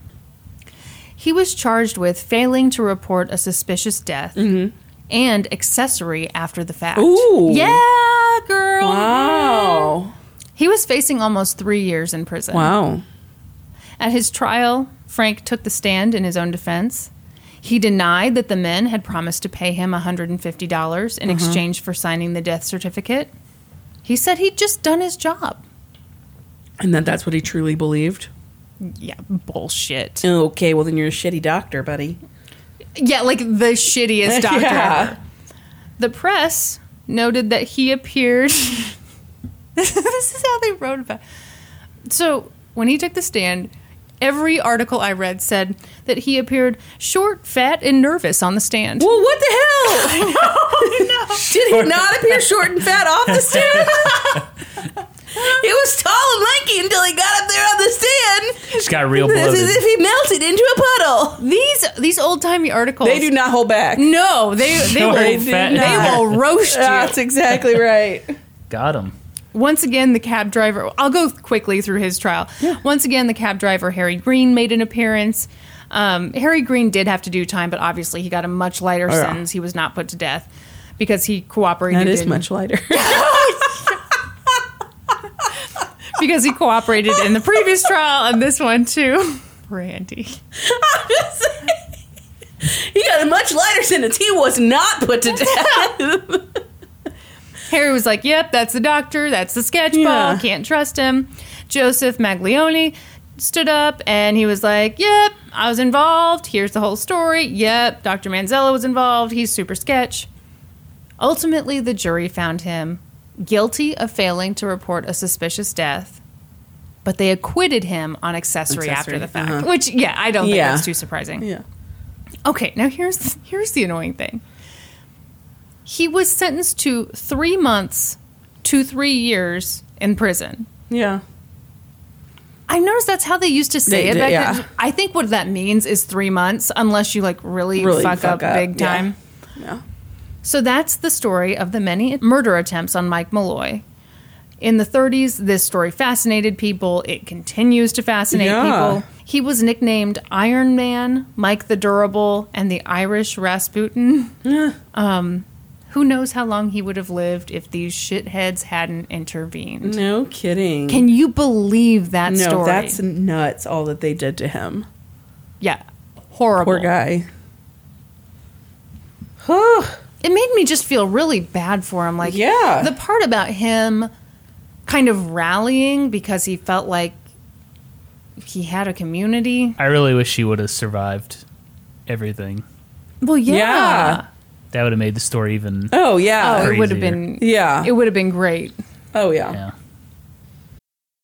Speaker 1: He was charged with failing to report a suspicious death and accessory after the fact.
Speaker 2: Mm-hmm. Ooh.
Speaker 1: Yeah, Hot girl.
Speaker 2: Wow.
Speaker 1: He was facing almost three years in prison.
Speaker 2: Wow.
Speaker 1: At his trial, Frank took the stand in his own defense. He denied that the men had promised to pay him $150 in
Speaker 2: Uh-huh.
Speaker 1: exchange for signing the death certificate. He said he'd just done his job.
Speaker 2: And that that's what he truly believed.
Speaker 1: Yeah, bullshit.
Speaker 2: Okay, well then you're a shitty doctor, buddy.
Speaker 1: Yeah, like the shittiest doctor. ever. The press noted that he appeared. this is how they wrote about. So when he took the stand, every article I read said that he appeared short, fat, and nervous on the stand.
Speaker 2: Well, what the hell? Did he not appear short and fat off the stand?
Speaker 4: He was tall and lanky until he got up there on the stand.
Speaker 3: Just got real
Speaker 4: It's as if
Speaker 3: bloated.
Speaker 4: he melted into a puddle.
Speaker 1: These these old timey articles.
Speaker 2: They do not hold back.
Speaker 1: No, they they will
Speaker 3: Short,
Speaker 1: they
Speaker 3: fat, and
Speaker 1: will roast you.
Speaker 2: That's exactly right.
Speaker 3: Got him.
Speaker 1: Once again, the cab driver. I'll go quickly through his trial. Once again, the cab driver Harry Green made an appearance. Um, Harry Green did have to do time, but obviously he got a much lighter
Speaker 2: Oh, yeah.
Speaker 1: sentence. He was not put to death because he cooperated.
Speaker 2: That is
Speaker 1: in-
Speaker 2: much lighter.
Speaker 1: because he cooperated in the previous trial and this one too. Randy.
Speaker 4: He got a much lighter sentence. He was not put to death.
Speaker 1: Harry was like, "Yep, that's the doctor. That's the sketch
Speaker 2: Yeah.
Speaker 1: ball. Can't trust him." Joseph Maglione stood up and he was like, "Yep, I was involved. Here's the whole story. Yep, Dr. Manzella was involved. He's super sketch." Ultimately, the jury found him guilty of failing to report a suspicious death, but they acquitted him on accessory,
Speaker 2: Accessory,
Speaker 1: after the fact.
Speaker 2: uh-huh.
Speaker 1: Which, yeah, I don't think
Speaker 2: Yeah.
Speaker 1: that's too surprising.
Speaker 2: yeah.
Speaker 1: Okay, now here's here's the annoying thing. He was sentenced to three months to three years in prison.
Speaker 2: Yeah.
Speaker 1: I noticed that's how they used to say
Speaker 2: They
Speaker 1: it
Speaker 2: did,
Speaker 1: back
Speaker 2: yeah.
Speaker 1: then. I think what that means is three months, unless you like really,
Speaker 2: Really
Speaker 1: fuck,
Speaker 2: fuck
Speaker 1: up,
Speaker 2: up,
Speaker 1: big
Speaker 2: yeah.
Speaker 1: time.
Speaker 2: Yeah.
Speaker 1: So that's the story of the many murder attempts on Mike Malloy. In the 30s, this story fascinated people. It continues to fascinate
Speaker 2: Yeah.
Speaker 1: people. He was nicknamed Iron Man, Mike the Durable, and the Irish Rasputin. Um, who knows how long he would have lived if these shitheads hadn't intervened?
Speaker 2: No kidding.
Speaker 1: Can you believe that
Speaker 2: Mm. no,
Speaker 1: story?
Speaker 2: that's nuts. All that they did to him.
Speaker 1: yeah, horrible.
Speaker 2: Poor guy. Huh.
Speaker 1: it made me just feel really bad for him. Like,
Speaker 2: Yeah.
Speaker 1: the part about him kind of rallying because he felt like he had a community.
Speaker 3: I really wish she would have survived everything.
Speaker 1: Well, yeah,
Speaker 2: Yeah.
Speaker 3: That would have made the story even.
Speaker 2: Oh yeah.
Speaker 1: Oh, it would have
Speaker 3: Crazier.
Speaker 1: been,
Speaker 2: Yeah.
Speaker 1: it would have been great.
Speaker 2: oh yeah.
Speaker 3: Yeah.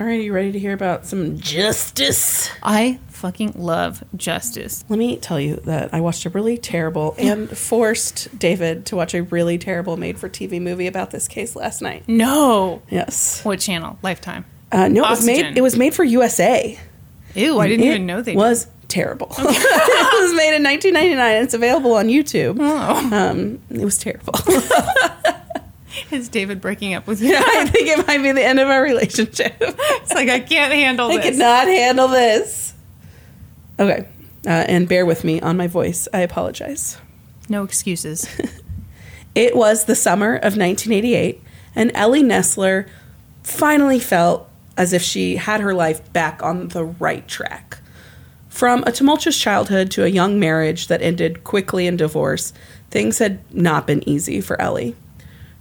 Speaker 2: All right, you ready to hear about some justice?
Speaker 1: I fucking love justice.
Speaker 2: Let me tell you that I watched a really terrible and forced David to watch a really terrible made-for-TV movie about this case last night.
Speaker 1: No,
Speaker 2: Yes.
Speaker 1: what channel? Lifetime.
Speaker 2: Uh, no, it was
Speaker 1: Oxygen.
Speaker 2: made. It was made for USA.
Speaker 1: Ew, I didn't
Speaker 2: It
Speaker 1: even know they. did.
Speaker 2: was terrible. it was made in 1999. It's available on YouTube.
Speaker 1: Oh.
Speaker 2: Um, it was terrible.
Speaker 1: Is David breaking up with you?
Speaker 2: I think it might be the end of our relationship.
Speaker 1: It's like I can't handle
Speaker 2: I
Speaker 1: this.
Speaker 2: could not handle this. Okay, uh, and bear with me on my voice. I apologize.
Speaker 1: No excuses.
Speaker 2: It was the summer of 1988, and Ellie Nessler finally felt as if she had her life back on the right track. From a tumultuous childhood to a young marriage that ended quickly in divorce, things had not been easy for Ellie.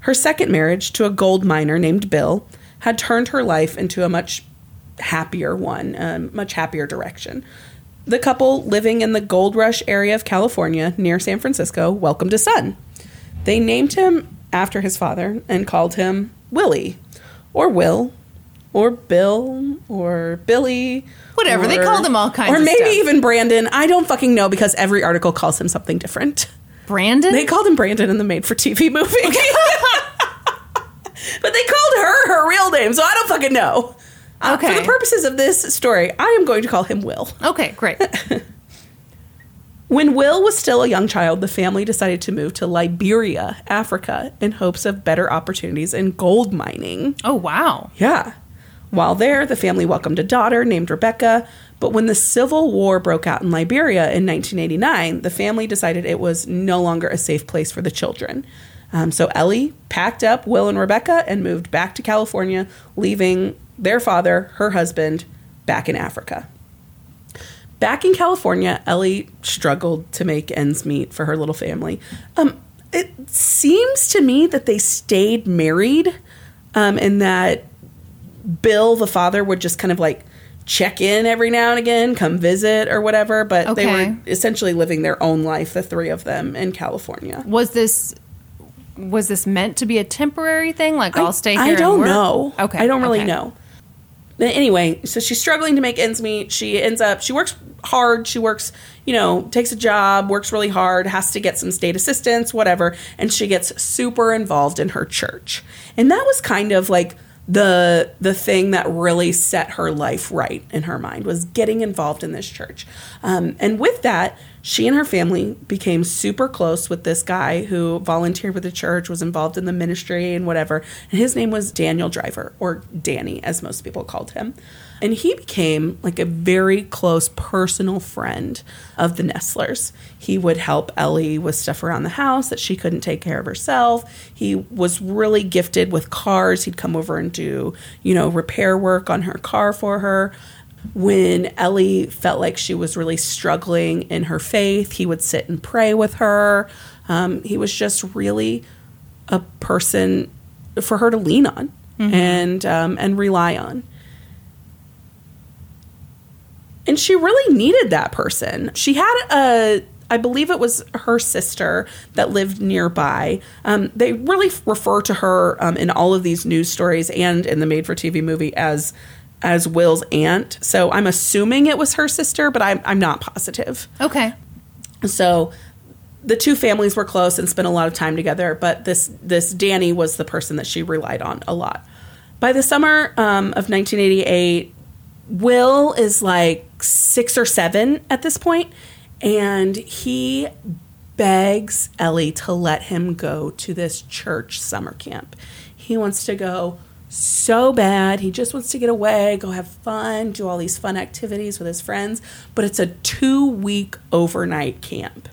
Speaker 2: Her second marriage to a gold miner named Bill had turned her life into a much happier one, a much happier direction. The couple living in the gold rush area of California near San Francisco welcomed a son. They named him after his father and called him Willie, or Will, or Bill, or Billy.
Speaker 1: Whatever. They called him all kinds
Speaker 2: Or
Speaker 1: of
Speaker 2: maybe
Speaker 1: stuff.
Speaker 2: even Brandon. I don't fucking know because every article calls him something different.
Speaker 1: Brandon?
Speaker 2: They called him Brandon in the made for TV movie. but they called her her real name, so I don't fucking know. Uh,
Speaker 1: Okay.
Speaker 2: For the purposes of this story, I am going to call him Will.
Speaker 1: okay, great.
Speaker 2: When Will was still a young child, the family decided to move to Liberia, Africa, in hopes of better opportunities in gold mining.
Speaker 1: Oh, wow.
Speaker 2: Yeah. While there, the family welcomed a daughter named Rebecca. But when the Civil War broke out in Liberia in 1989, the family decided it was no longer a safe place for the children. Um, so Ellie packed up Will and Rebecca and moved back to California, leaving their father, her husband, back in Africa. Back in California, Ellie struggled to make ends meet for her little family. Um, it seems to me that they stayed married, um, and that Bill, the father, would just kind of like check in every now and again, come visit or whatever. But they
Speaker 1: Okay.
Speaker 2: were essentially living their own life, the three of them in California.
Speaker 1: Was this was this meant to be a temporary thing? Like I, will stay here.
Speaker 2: I
Speaker 1: and
Speaker 2: don't
Speaker 1: work?
Speaker 2: know.
Speaker 1: Okay.
Speaker 2: I don't really
Speaker 1: okay.
Speaker 2: know. But anyway, so she's struggling to make ends meet. She ends up she works hard. She works, you know, takes a job, works really hard, has to get some state assistance, whatever, and she gets super involved in her church. And that was kind of like the the thing that really set her life right in her mind was getting involved in this church. Um, and with that, she and her family became super close with this guy who volunteered with the church, was involved in the ministry and whatever. And his name was Daniel Driver, or Danny, as most people called him. And he became like a very close personal friend of the Nestlers. He would help Ellie with stuff around the house that she couldn't take care of herself. He was really gifted with cars. He'd come over and do, you know, repair work on her car for her when Ellie felt like she was really struggling in her faith, he would sit and pray with her. Um, he was just really a person for her to lean on and um, and rely on. And she really needed that person. She had a, I believe it was her sister that lived nearby. Um, they really f- refer to her um, in all of these news stories and in the made-for-TV movie as as Will's aunt. So I'm assuming it was her sister, but I'm I'm not positive.
Speaker 1: Okay.
Speaker 2: So the two families were close and spent a lot of time together, but this this Danny was the person that she relied on a lot. By the summer um, of 1988, Will is like six or seven at this point, and he begs Ellie to let him go to this church summer camp. He wants to go so bad. He just wants to get away, go have fun, do all these fun activities with his friends, but it's a two week overnight camp.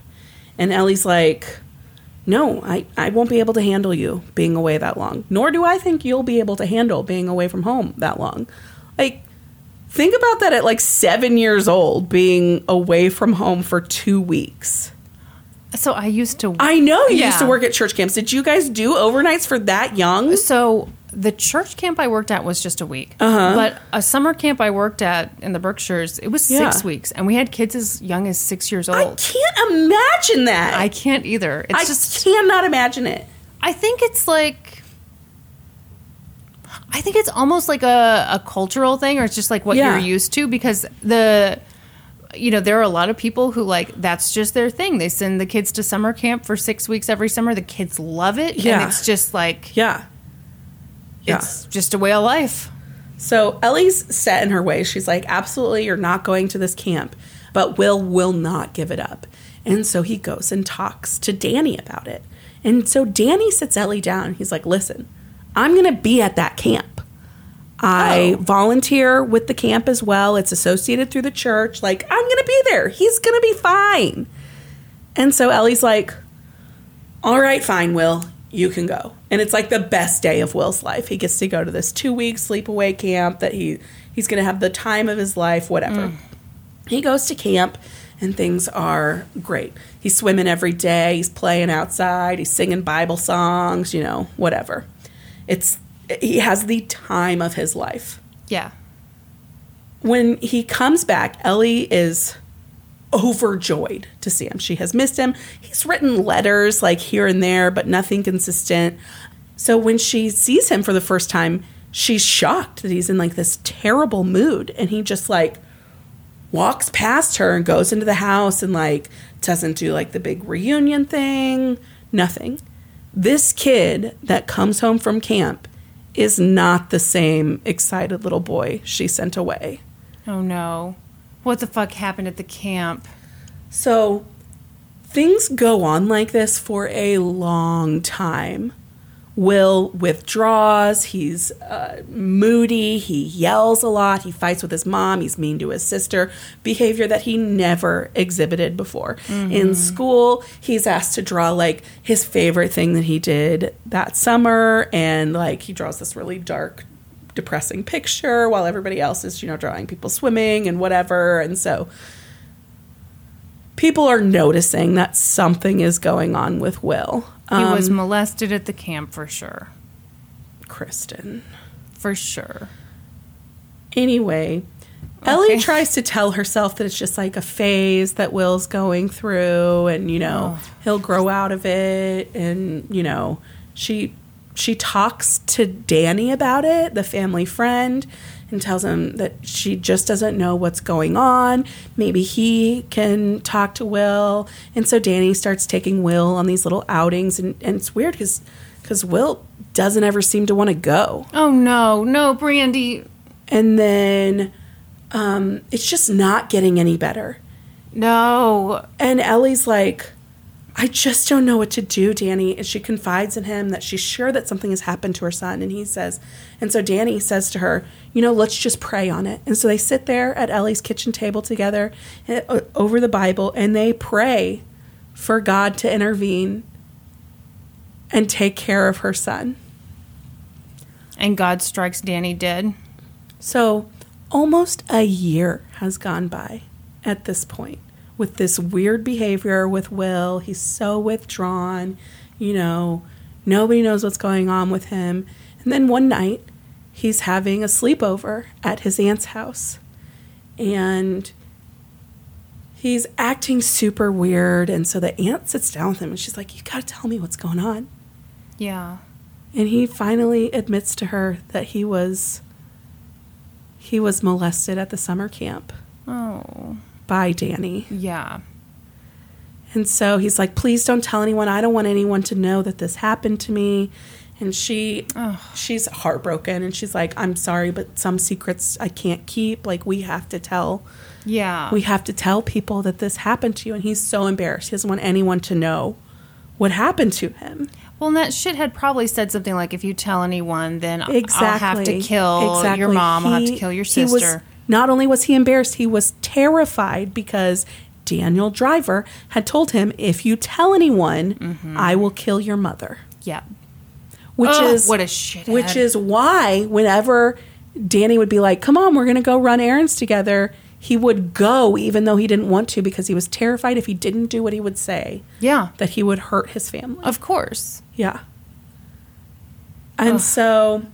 Speaker 2: And Ellie's like, no, I, I won't be able to handle you being away that long. Nor do I think you'll be able to handle being away from home that long. Like, think about that at like seven years old, being away from home for two weeks.
Speaker 1: So I used to
Speaker 2: I know you
Speaker 1: Yeah.
Speaker 2: used to work at church camps. Did you guys do overnights for that young?
Speaker 1: So the church camp I worked at was just a week,
Speaker 2: Uh-huh.
Speaker 1: but a summer camp I worked at in the Berkshires it was
Speaker 2: Yeah.
Speaker 1: six weeks, and we had kids as young as six years
Speaker 2: I
Speaker 1: old.
Speaker 2: can't imagine that.
Speaker 1: I,
Speaker 2: I,
Speaker 1: can't either. It's just
Speaker 2: cannot imagine it.
Speaker 1: I think it's like. I think it's almost like a, a cultural thing, or it's just like what
Speaker 2: Yeah.
Speaker 1: you're used to because the, you know, there are a lot of people who like that's just their thing. They send the kids to summer camp for six weeks every summer. The kids love it.
Speaker 2: Yeah.
Speaker 1: And it's just like,
Speaker 2: Yeah. Yeah.
Speaker 1: it's just a way of life.
Speaker 2: So Ellie's set in her way. She's like, absolutely, you're not going to this camp. But Will will not give it up. And so he goes and talks to Danny about it. And so Danny sits Ellie down. He's like, listen, I'm going to be at that camp. I volunteer with the camp as well. It's associated through the church. Like, I'm going to be there. He's going to be fine. And so Ellie's like, all right, fine, Will, you can go. And it's like the best day of Will's life. He gets to go to this two week sleepaway camp that he he's gonna have the time of his life, whatever. He goes to camp and things are great. He's swimming every day, he's playing outside, he's singing Bible songs, you know, whatever. It's he has the time of his life.
Speaker 1: Yeah.
Speaker 2: When he comes back, Ellie is overjoyed to see him. She has missed him. He's written letters like here and there, but nothing consistent. So when she sees him for the first time, she's shocked that he's in like this terrible mood and he just like walks past her and goes into the house and like doesn't do like the big reunion thing, nothing. This kid that comes home from camp is not the same excited little boy she sent away.
Speaker 1: Oh no. What the fuck happened at the camp?
Speaker 2: So things go on like this for a long time. Will withdraws. He's uh, moody. He yells a lot. He fights with his mom. He's mean to his sister. Behavior that he never exhibited before. In school, he's asked to draw like his favorite thing that he did that summer. And like he draws this really dark depressing picture while everybody else is, you know, drawing people swimming and whatever. And so people are noticing that something is going on with Will.
Speaker 1: He
Speaker 2: Um,
Speaker 1: was molested at the camp for sure.
Speaker 2: Kristen.
Speaker 1: For sure.
Speaker 2: Anyway, Ellie
Speaker 1: Okay.
Speaker 2: tries to tell herself that it's just like a phase that Will's going through and you know, he'll grow out of it and you know, she she talks to Danny about it, the family friend, and tells him that she just doesn't know what's going on. Maybe he can talk to Will. And so Danny starts taking Will on these little outings and, and it's weird cuz cuz Will doesn't ever seem to want to go
Speaker 1: Oh no, no, Brandy.
Speaker 2: and then um, it's just not getting any better.
Speaker 1: No.
Speaker 2: And Ellie's like, I just don't know what to do, Danny. And she confides in him that she's sure that something has happened to her son. And he says, and so Danny says to her, you know, let's just pray on it. And so they sit there at Ellie's kitchen table together eh, o- over the Bible and they pray for God to intervene and take care of her son.
Speaker 1: And God strikes Danny dead.
Speaker 2: So, almost a year has gone by at this point with this weird behavior with Will. He's so withdrawn, you know, nobody knows what's going on with him. And then one night, he's having a sleepover at his aunt's house. And he's acting super weird. And so the aunt sits down with him and she's like, You gotta tell me what's going on.
Speaker 1: Yeah.
Speaker 2: And he finally admits to her that he was he was molested at the summer camp
Speaker 1: Oh.
Speaker 2: by Danny.
Speaker 1: Yeah.
Speaker 2: And so he's like, "Please don't tell anyone. I don't want anyone to know that this happened to me." And she she's heartbroken and she's like, "I'm sorry, but some secrets I can't keep. Like we have to tell
Speaker 1: Yeah.
Speaker 2: we have to tell people that this happened to you." And he's so embarrassed. He doesn't want anyone to know what happened to him.
Speaker 1: well, and that shithead probably said something like, if you tell anyone, then I-
Speaker 2: Exactly.
Speaker 1: I'll have to kill
Speaker 2: Exactly.
Speaker 1: your mom. I'll have to
Speaker 2: He-
Speaker 1: kill your
Speaker 2: he was-
Speaker 1: sister.
Speaker 2: not only was he embarrassed, he was terrified because Daniel Driver had told him, "If you tell anyone, I will kill your mother."
Speaker 1: yeah.
Speaker 2: Which
Speaker 1: Mm-hmm. Ugh,
Speaker 2: is
Speaker 1: what a shithead.
Speaker 2: Which is why whenever Danny would be like, "Come on, we're going to go run errands together," he would go even though he didn't want to because he was terrified if he didn't do what he would say
Speaker 1: Yeah.
Speaker 2: that he would hurt his family.
Speaker 1: Of course.
Speaker 2: Yeah. And so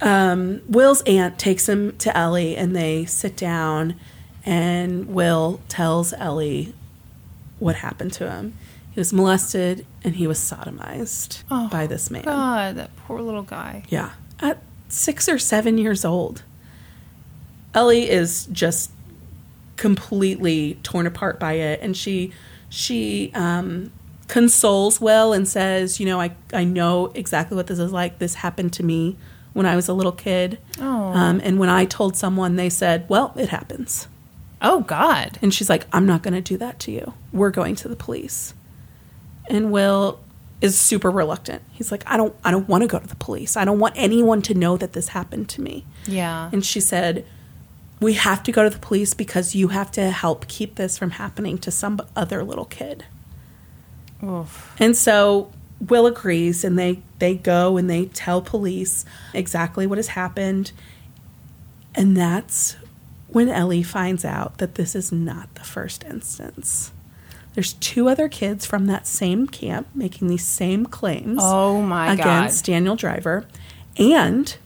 Speaker 2: um, Will's aunt takes him to Ellie and they sit down, and Will tells Ellie what happened to him. He was molested and he was sodomized by this man.
Speaker 1: God, Ah, that poor little guy.
Speaker 2: Yeah. At six or seven years old, Ellie is just completely torn apart by it. And she, she, um, consoles Will and says, you know, I, I know exactly what this is like. This happened to me when I was a little kid. Um, and when I told someone, they said, well, it happens.
Speaker 1: Oh, God.
Speaker 2: And she's like, I'm not going to do that to you. We're going to the police. And Will is super reluctant. He's like, I don't I don't want to go to the police. I don't want anyone to know that this happened to me.
Speaker 1: Yeah.
Speaker 2: And she said, "We have to go to the police because you have to help keep this from happening to some other little kid."
Speaker 1: Oof.
Speaker 2: And so Will agrees and they they go and they tell police exactly what has happened. And that's when Ellie finds out that this is not the first instance. There's two other kids from that same camp making these same claims.
Speaker 1: Oh my God.
Speaker 2: Against Daniel Driver, and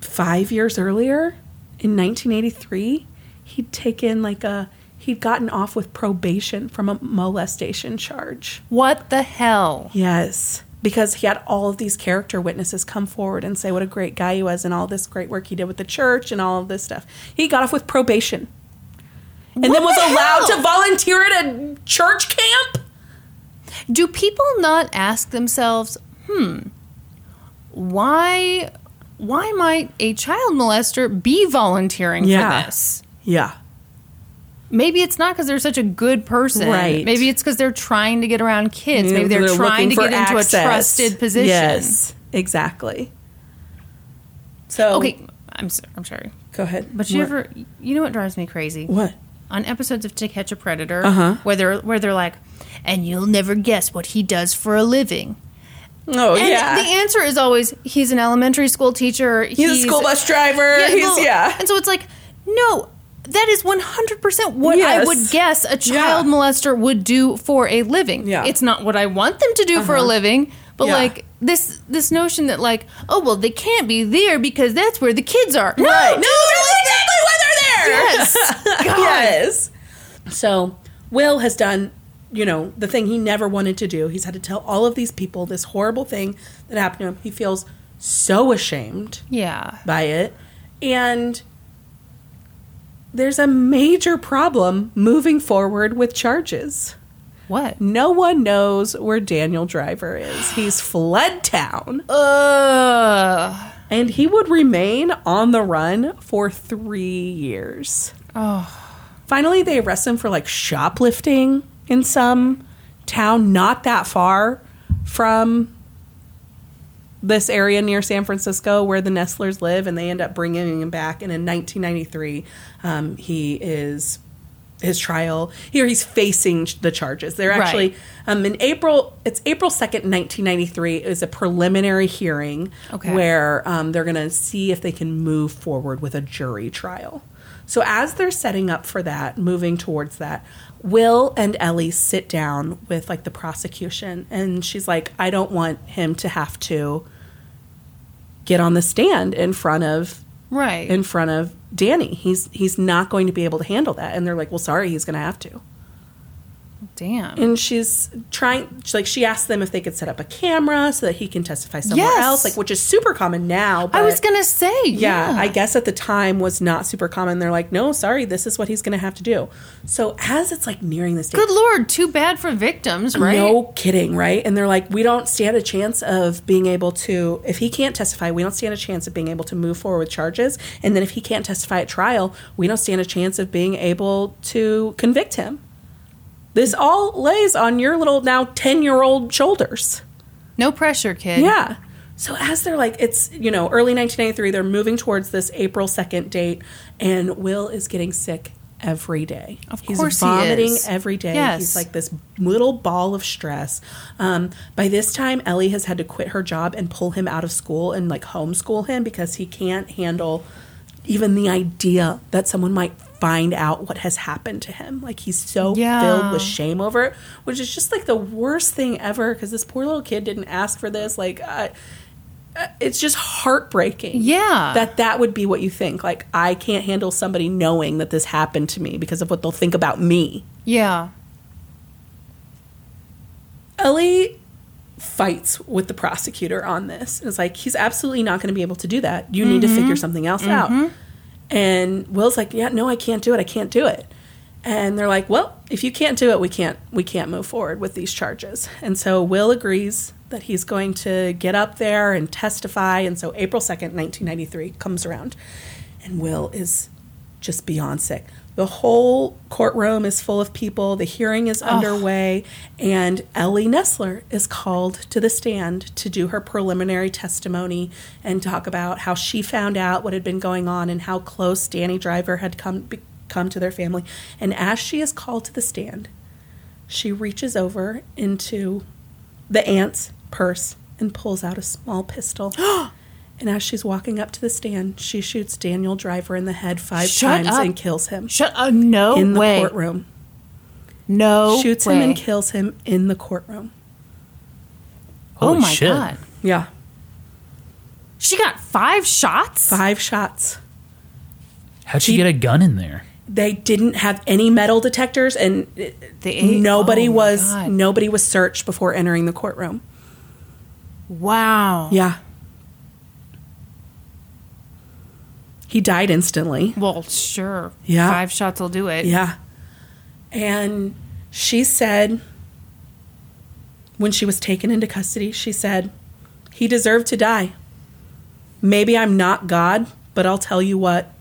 Speaker 2: five years earlier, in 1983, he'd taken like a he'd gotten off with probation from a molestation charge.
Speaker 1: What the hell?
Speaker 2: Yes. Because he had all of these character witnesses come forward and say what a great guy he was and all this great work he did with the church and all of this stuff. He got off with probation. And then was allowed to volunteer at a church camp?
Speaker 1: Do people not ask themselves, hmm, why why might a child molester be volunteering
Speaker 2: Yeah.
Speaker 1: for this?
Speaker 2: Yeah.
Speaker 1: Maybe it's not because they're such a good person.
Speaker 2: Right. Mm,
Speaker 1: Maybe it's because they're trying to get around kids. Maybe they're, trying to
Speaker 2: looking
Speaker 1: get into
Speaker 2: for
Speaker 1: a
Speaker 2: access.
Speaker 1: trusted position.
Speaker 2: Yes, exactly. So
Speaker 1: Okay, I'm s- I'm sorry,
Speaker 2: go ahead.
Speaker 1: but you
Speaker 2: What-
Speaker 1: ever you know what drives me crazy?
Speaker 2: what? Uh-huh.
Speaker 1: on episodes of To Catch a Predator, where they're where they're like, and you'll never guess what he does for a living.
Speaker 2: Oh
Speaker 1: And
Speaker 2: yeah,
Speaker 1: the answer is always he's an elementary school teacher. He's,
Speaker 2: he's, a school bus driver. he's
Speaker 1: well,
Speaker 2: yeah.
Speaker 1: And so it's like, no, that is one hundred percent what I
Speaker 2: Yes.
Speaker 1: would guess a child
Speaker 2: Yeah.
Speaker 1: molester would do for a living.
Speaker 2: Yeah. Uh-huh.
Speaker 1: it's not what I want them to do for a living, but
Speaker 2: Yeah.
Speaker 1: like. This this notion that like oh well they can't be there because that's where the kids are no
Speaker 2: No, exactly why they're there.
Speaker 1: yes
Speaker 2: yes. So Will has done, you know, the thing he never wanted to do. He's had to tell all of these people this horrible thing that happened to him. He feels so ashamed.
Speaker 1: yeah
Speaker 2: by it. And there's a major problem moving forward with charges.
Speaker 1: what
Speaker 2: No one knows where Daniel Driver is. He's fled town Uh.
Speaker 1: Ugh.
Speaker 2: and he would remain on the run for three years. Finally, they arrest him for like shoplifting in some town not that far from this area near San Francisco where the Nestlers live, and they end up bringing him back. And in 1993, um, he is his trial here. He's facing ch- the charges. They're
Speaker 1: Right.
Speaker 2: actually um, in April. It's April 2nd, 1993. Is a preliminary hearing
Speaker 1: Okay.
Speaker 2: where um, they're going to see if they can move forward with a jury trial. So, as they're setting up for that, moving towards that, Will and Ellie sit down with like the prosecution, and she's like, I don't want him to have to get on the stand in front of
Speaker 1: Right.
Speaker 2: in front of Danny. He's he's not going to be able to handle that. And they're like, Well, sorry, he's gonna have to.
Speaker 1: Damn.
Speaker 2: And she's trying she- like she asked them if they could set up a camera so that he can testify somewhere
Speaker 1: Yes.
Speaker 2: else, like which is super common now. But
Speaker 1: I was gonna say.
Speaker 2: yeah,
Speaker 1: Yeah.
Speaker 2: I guess at the time was not super common. They're like, no, sorry, this is what he's going to have to do. So as it's like nearing this date,
Speaker 1: Good lord. Too bad for victims, right?
Speaker 2: no kidding, right? And they're like, we don't stand a chance of being able to, if he can't testify, we don't stand a chance of being able to move forward with charges. And then if he can't testify at trial, we don't stand a chance of being able to convict him. This all lays on your little now 10 year old shoulders.
Speaker 1: No pressure, kid.
Speaker 2: Yeah. So as they're like, it's, you know, early 1993, they're moving towards this April 2nd date, and Will is getting sick every day.
Speaker 1: Of
Speaker 2: He's
Speaker 1: course he
Speaker 2: vomiting
Speaker 1: is.
Speaker 2: every day.
Speaker 1: Yes.
Speaker 2: He's like this little ball of stress. Um, by this time, Ellie has had to quit her job and pull him out of school and like homeschool him because he can't handle even the idea that someone might find out what has happened to him. Like he's so
Speaker 1: Yeah.
Speaker 2: filled with shame over it, which is just like the worst thing ever because this poor little kid didn't ask for this. Like, uh, uh, it's just heartbreaking.
Speaker 1: Yeah.
Speaker 2: That that would be what you think. Like, I can't handle somebody knowing that this happened to me because of what they'll think about me.
Speaker 1: Yeah.
Speaker 2: Ellie fights with the prosecutor on this. It's like he's absolutely not going to be able to do that. You need to figure something else out. And Will's like, "Yeah, no, I can't do it. I can't do it." And they're like, "Well, if you can't do it, we can't we can't move forward with these charges." And so Will agrees that he's going to get up there and testify. And so April 2nd, 1993 comes around and Will is just beyond sick. The whole courtroom is full of people. The hearing is underway, and Ellie Nessler is called to the stand to do her preliminary testimony and talk about how she found out what had been going on and how close Danny Driver had come be, come to their family. And as she is called to the stand, she reaches over into the aunt's purse and pulls out a small pistol And as she's walking up to the stand, she shoots Daniel Driver in the head five
Speaker 1: Shut
Speaker 2: times
Speaker 1: up.
Speaker 2: and kills him
Speaker 1: Shut up. No
Speaker 2: in the
Speaker 1: way.
Speaker 2: courtroom.
Speaker 1: No.
Speaker 2: Shoots
Speaker 1: way.
Speaker 2: him and kills him in the courtroom.
Speaker 1: Oh
Speaker 3: Holy
Speaker 1: my
Speaker 3: shit.
Speaker 1: God.
Speaker 2: Yeah.
Speaker 1: She got five shots?
Speaker 2: Five shots.
Speaker 3: How'd she get a gun in there?
Speaker 2: They didn't have any metal detectors and it-
Speaker 1: They-
Speaker 2: nobody
Speaker 1: Eh, oh my
Speaker 2: was
Speaker 1: God.
Speaker 2: nobody was searched before entering the courtroom.
Speaker 1: Wow.
Speaker 2: Yeah. He died instantly.
Speaker 1: Well, sure.
Speaker 2: Yeah.
Speaker 1: Five shots will do it.
Speaker 2: Yeah. And she said, when she was taken into custody, she said, he deserved to die. Maybe I'm not God, but I'll tell you what,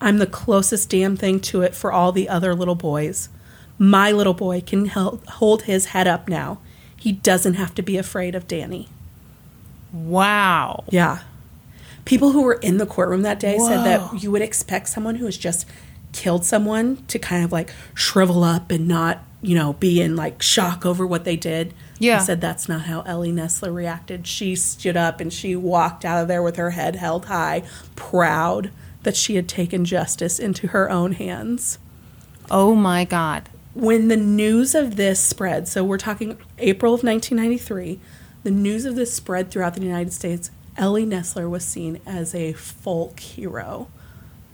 Speaker 2: I'm the closest damn thing to it for all the other little boys. My little boy can hel- hold his head up now. He doesn't have to be afraid of Danny.
Speaker 1: Wow.
Speaker 2: Yeah. People who were in the courtroom that day said that you would expect someone who has just killed someone to kind of like shrivel up and not, you know, be in like shock over what they did.
Speaker 1: Yeah.
Speaker 2: They said that's not how Ellie Nessler reacted. She stood up and she walked out of there with her head held high, proud that she had taken justice into her own hands
Speaker 1: Oh my God.
Speaker 2: when the news of this spread, so we're talking April of 1993, the news of this spread throughout the United States, Ellie Nessler was seen as a folk hero.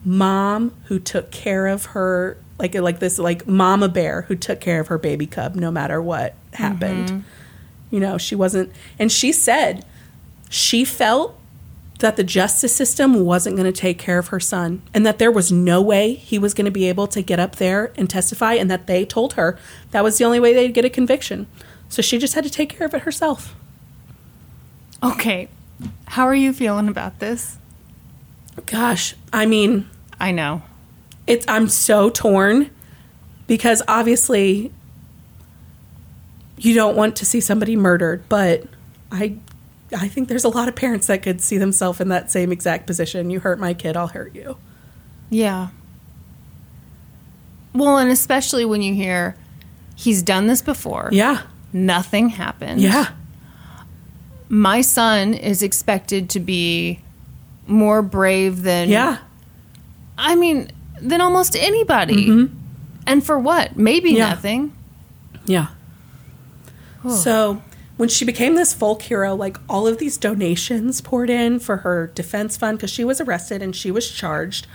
Speaker 2: Mom who took care of her like like this like mama bear who took care of her baby cub no matter what happened. You know, she wasn't and she said she felt that the justice system wasn't going to take care of her son and that there was no way he was going to be able to get up there and testify and that they told her that was the only way they'd get a conviction. So she just had to take care of it herself.
Speaker 1: Okay. How are you feeling about this?
Speaker 2: Gosh, I mean,
Speaker 1: I know.
Speaker 2: it's I'm so torn because obviously you don't want to see somebody murdered, but I I think there's a lot of parents that could see themselves in that same exact position. You hurt my kid, I'll hurt you.
Speaker 1: Yeah. Well, and especially when you hear he's done this before.
Speaker 2: Yeah.
Speaker 1: Nothing happened.
Speaker 2: Yeah.
Speaker 1: My son is expected to be more brave than
Speaker 2: Yeah.
Speaker 1: I mean, than almost anybody. And for what? Maybe
Speaker 2: Mm-hmm. Yeah.
Speaker 1: nothing.
Speaker 2: Yeah. So when she became this folk hero, like all of these donations poured in for her defense fund because she was arrested and she was charged.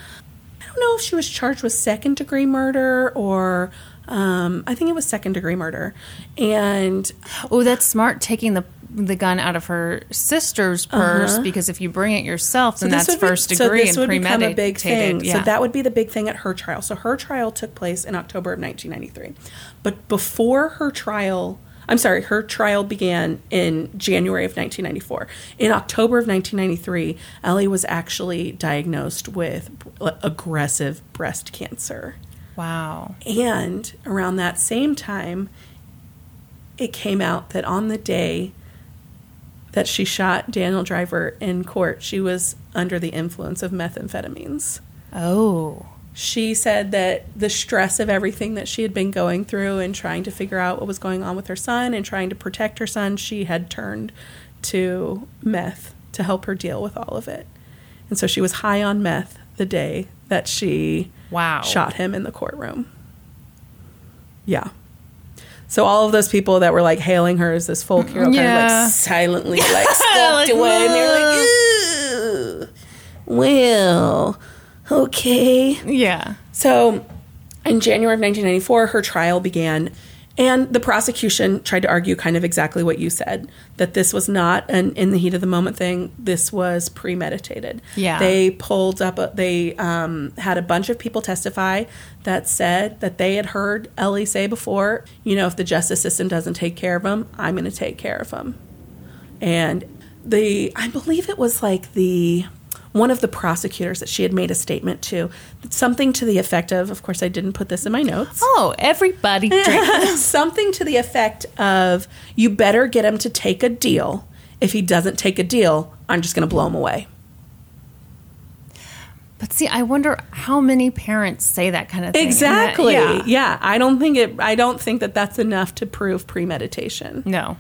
Speaker 2: I don't know if she was charged with second degree murder or um, I think it was second degree murder. And
Speaker 1: Oh, that's smart taking the the gun out of her sister's purse because if you bring it yourself, then
Speaker 2: Uh-huh. this
Speaker 1: that's
Speaker 2: would be-
Speaker 1: first degree
Speaker 2: this
Speaker 1: and
Speaker 2: would become
Speaker 1: premeditated.
Speaker 2: a big thing.
Speaker 1: Yeah.
Speaker 2: So that would be the big thing at her trial. So her trial took place in October of 1993, but before her trial, I'm sorry, her trial began in January of 1994. In October of 1993, Ellie was actually diagnosed with aggressive breast cancer.
Speaker 1: wow.
Speaker 2: And around that same time, it came out that on the day that she shot Daniel Driver in court, she was under the influence of methamphetamines.
Speaker 1: Oh.
Speaker 2: She said that the stress of everything that she had been going through and trying to figure out what was going on with her son and trying to protect her son, she had turned to meth to help her deal with all of it. And so she was high on meth the day that she
Speaker 1: Wow.
Speaker 2: shot him in the courtroom. Yeah. So all of those people that were like hailing her as this folk hero kind of
Speaker 1: Yeah.
Speaker 2: like silently like skulked
Speaker 1: Like,
Speaker 2: away and they're like, Ew. well, okay.
Speaker 1: Yeah.
Speaker 2: So, in January of 1994, her trial began, and the prosecution tried to argue kind of exactly what you said that this was not an in the heat of the moment thing. This was premeditated.
Speaker 1: Yeah.
Speaker 2: They pulled up, a, they um, had a bunch of people testify that said that they had heard Ellie say before, you know, if the justice system doesn't take care of him, I'm going to take care of him and the I believe it was like the one of the prosecutors that she had made a statement to something to the effect of of course I didn't put this in my notes
Speaker 1: Oh, everybody drink.
Speaker 2: something to the effect of you better get him to take a deal if he doesn't take a deal I'm just going to blow him away
Speaker 1: but see, I wonder how many parents say that kind of thing. and that-
Speaker 2: exactly
Speaker 1: yeah.
Speaker 2: yeah I don't think it I don't think that that's enough to prove premeditation
Speaker 1: No.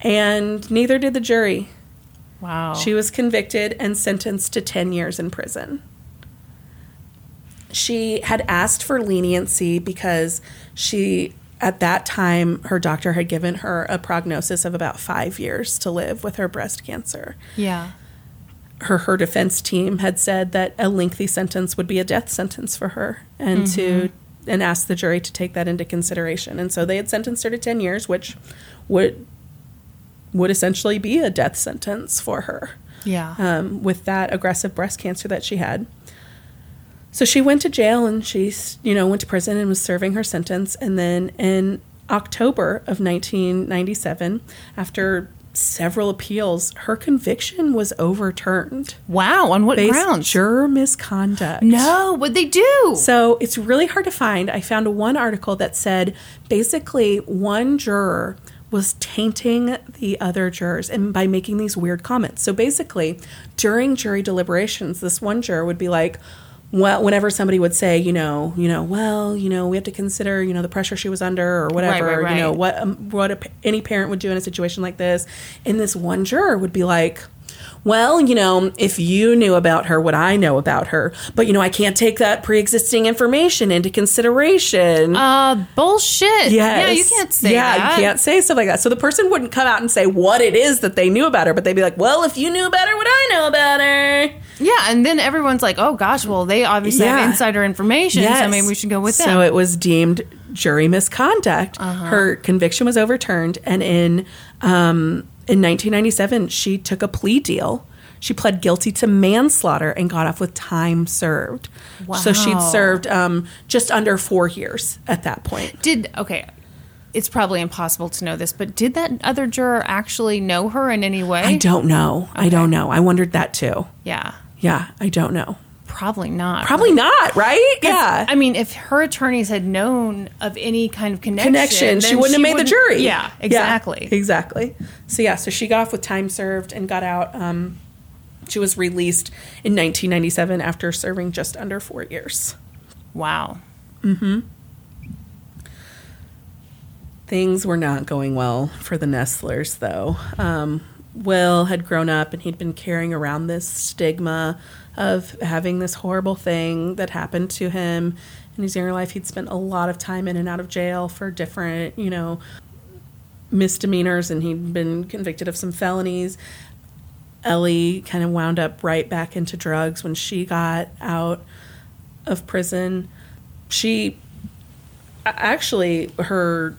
Speaker 2: and neither did the jury
Speaker 1: Wow.
Speaker 2: She was convicted and sentenced to 10 years in prison. She had asked for leniency because she, at that time, her doctor had given her a prognosis of about five years to live with her breast cancer.
Speaker 1: yeah.
Speaker 2: Her, her defense team had said that a lengthy sentence would be a death sentence for her and to and asked the jury to take that into consideration. And so they had sentenced her to 10 years, which would would essentially be a death sentence for her
Speaker 1: Yeah.
Speaker 2: um, with that aggressive breast cancer that she had. So she went to jail and she, s- you know, went to prison and was serving her sentence. And then in October of 1997, after several appeals, her conviction was overturned
Speaker 1: wow. On what
Speaker 2: based
Speaker 1: grounds?
Speaker 2: juror misconduct.
Speaker 1: No. What they do?
Speaker 2: So it's really hard to find. I found one article that said basically one juror was tainting the other jurors and by making these weird comments. So basically, during jury deliberations, this one juror would be like, well, whenever somebody would say, you know, you know, well, you know, we have to consider, you know, the pressure she was under or whatever,
Speaker 1: right,
Speaker 2: you know,
Speaker 1: right.
Speaker 2: what um, what a, pa- any parent would do in a situation like this. And this one juror would be like, well, you know, if you knew about her, what I know about her, but you know, I can't take that pre existing information into consideration.
Speaker 1: uh, bullshit.
Speaker 2: Yes.
Speaker 1: Yeah. You can't say
Speaker 2: Yeah,
Speaker 1: that.
Speaker 2: you can't say stuff like that. So the person wouldn't come out and say what it is that they knew about her, but they'd be like, well, if you knew about her, what I know about her.
Speaker 1: Yeah. And then everyone's like, oh gosh, well they obviously
Speaker 2: Yeah.
Speaker 1: have insider information, so maybe we should go with Uh-huh.
Speaker 2: so
Speaker 1: them.
Speaker 2: So it was deemed jury misconduct. Her conviction was overturned, and in um, in 1997, she took a plea deal. She pled guilty to manslaughter and got off with time served. So she'd
Speaker 1: Wow.
Speaker 2: served um, just under four years at that point.
Speaker 1: Did okay. It's probably impossible to know this, but did that other juror actually know her in any way?
Speaker 2: I don't know. I don't know. I wondered that too.
Speaker 1: Yeah,
Speaker 2: Yeah, I don't know.
Speaker 1: probably not.
Speaker 2: Probably not, right? Yeah.
Speaker 1: I mean, if her attorneys had known of any kind of connection,
Speaker 2: connection, she
Speaker 1: then
Speaker 2: wouldn't have made the
Speaker 1: wouldn't-
Speaker 2: jury.
Speaker 1: Yeah, exactly.
Speaker 2: exactly. So yeah, so she got off with time served and got out. Um, she was released in 1997 after serving just under four years.
Speaker 1: Wow.
Speaker 2: Things were not going well for the Nestlers, though. Um, Will had grown up and he'd been carrying around this stigma of having this horrible thing that happened to him in his younger life. He'd spent a lot of time in and out of jail for different, you know, misdemeanors and he'd been convicted of some felonies. Ellie kind of wound up right back into drugs when she got out of prison. She a- actually her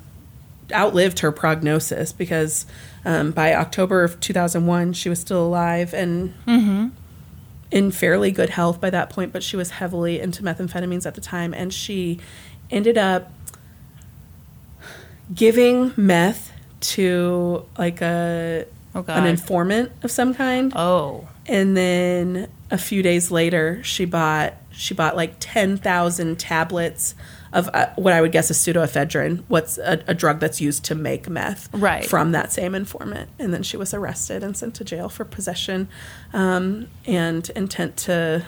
Speaker 2: outlived her prognosis because um, by October of 2001 she was still alive and in fairly good health by that point, but she was heavily into methamphetamines at the time, and she ended up giving meth to like a
Speaker 1: Oh,
Speaker 2: an
Speaker 1: God.
Speaker 2: informant of some kind
Speaker 1: Oh,
Speaker 2: and then a few days later she bought she bought like 10,000 tablets of uh, what I would guess is pseudoephedrine, what's a, a drug that's used to make meth,
Speaker 1: Right.
Speaker 2: From that same informant, and then she was arrested and sent to jail for possession um, and intent to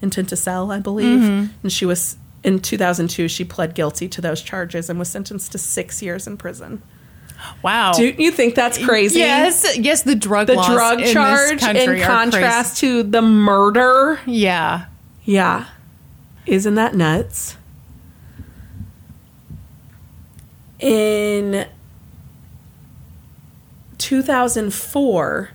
Speaker 2: intent to sell, I believe.
Speaker 1: Mm-hmm.
Speaker 2: And she was in 2002. She pled guilty to those charges and was sentenced to six years in prison.
Speaker 1: wow.
Speaker 2: Do you think that's crazy?
Speaker 1: Oh. Yes, yes. The drug
Speaker 2: the
Speaker 1: laws
Speaker 2: drug
Speaker 1: in this
Speaker 2: charge
Speaker 1: country
Speaker 2: in
Speaker 1: are
Speaker 2: contrast to the murder.
Speaker 1: crazy. Yeah.
Speaker 2: Yeah. Isn't that nuts? In 2004,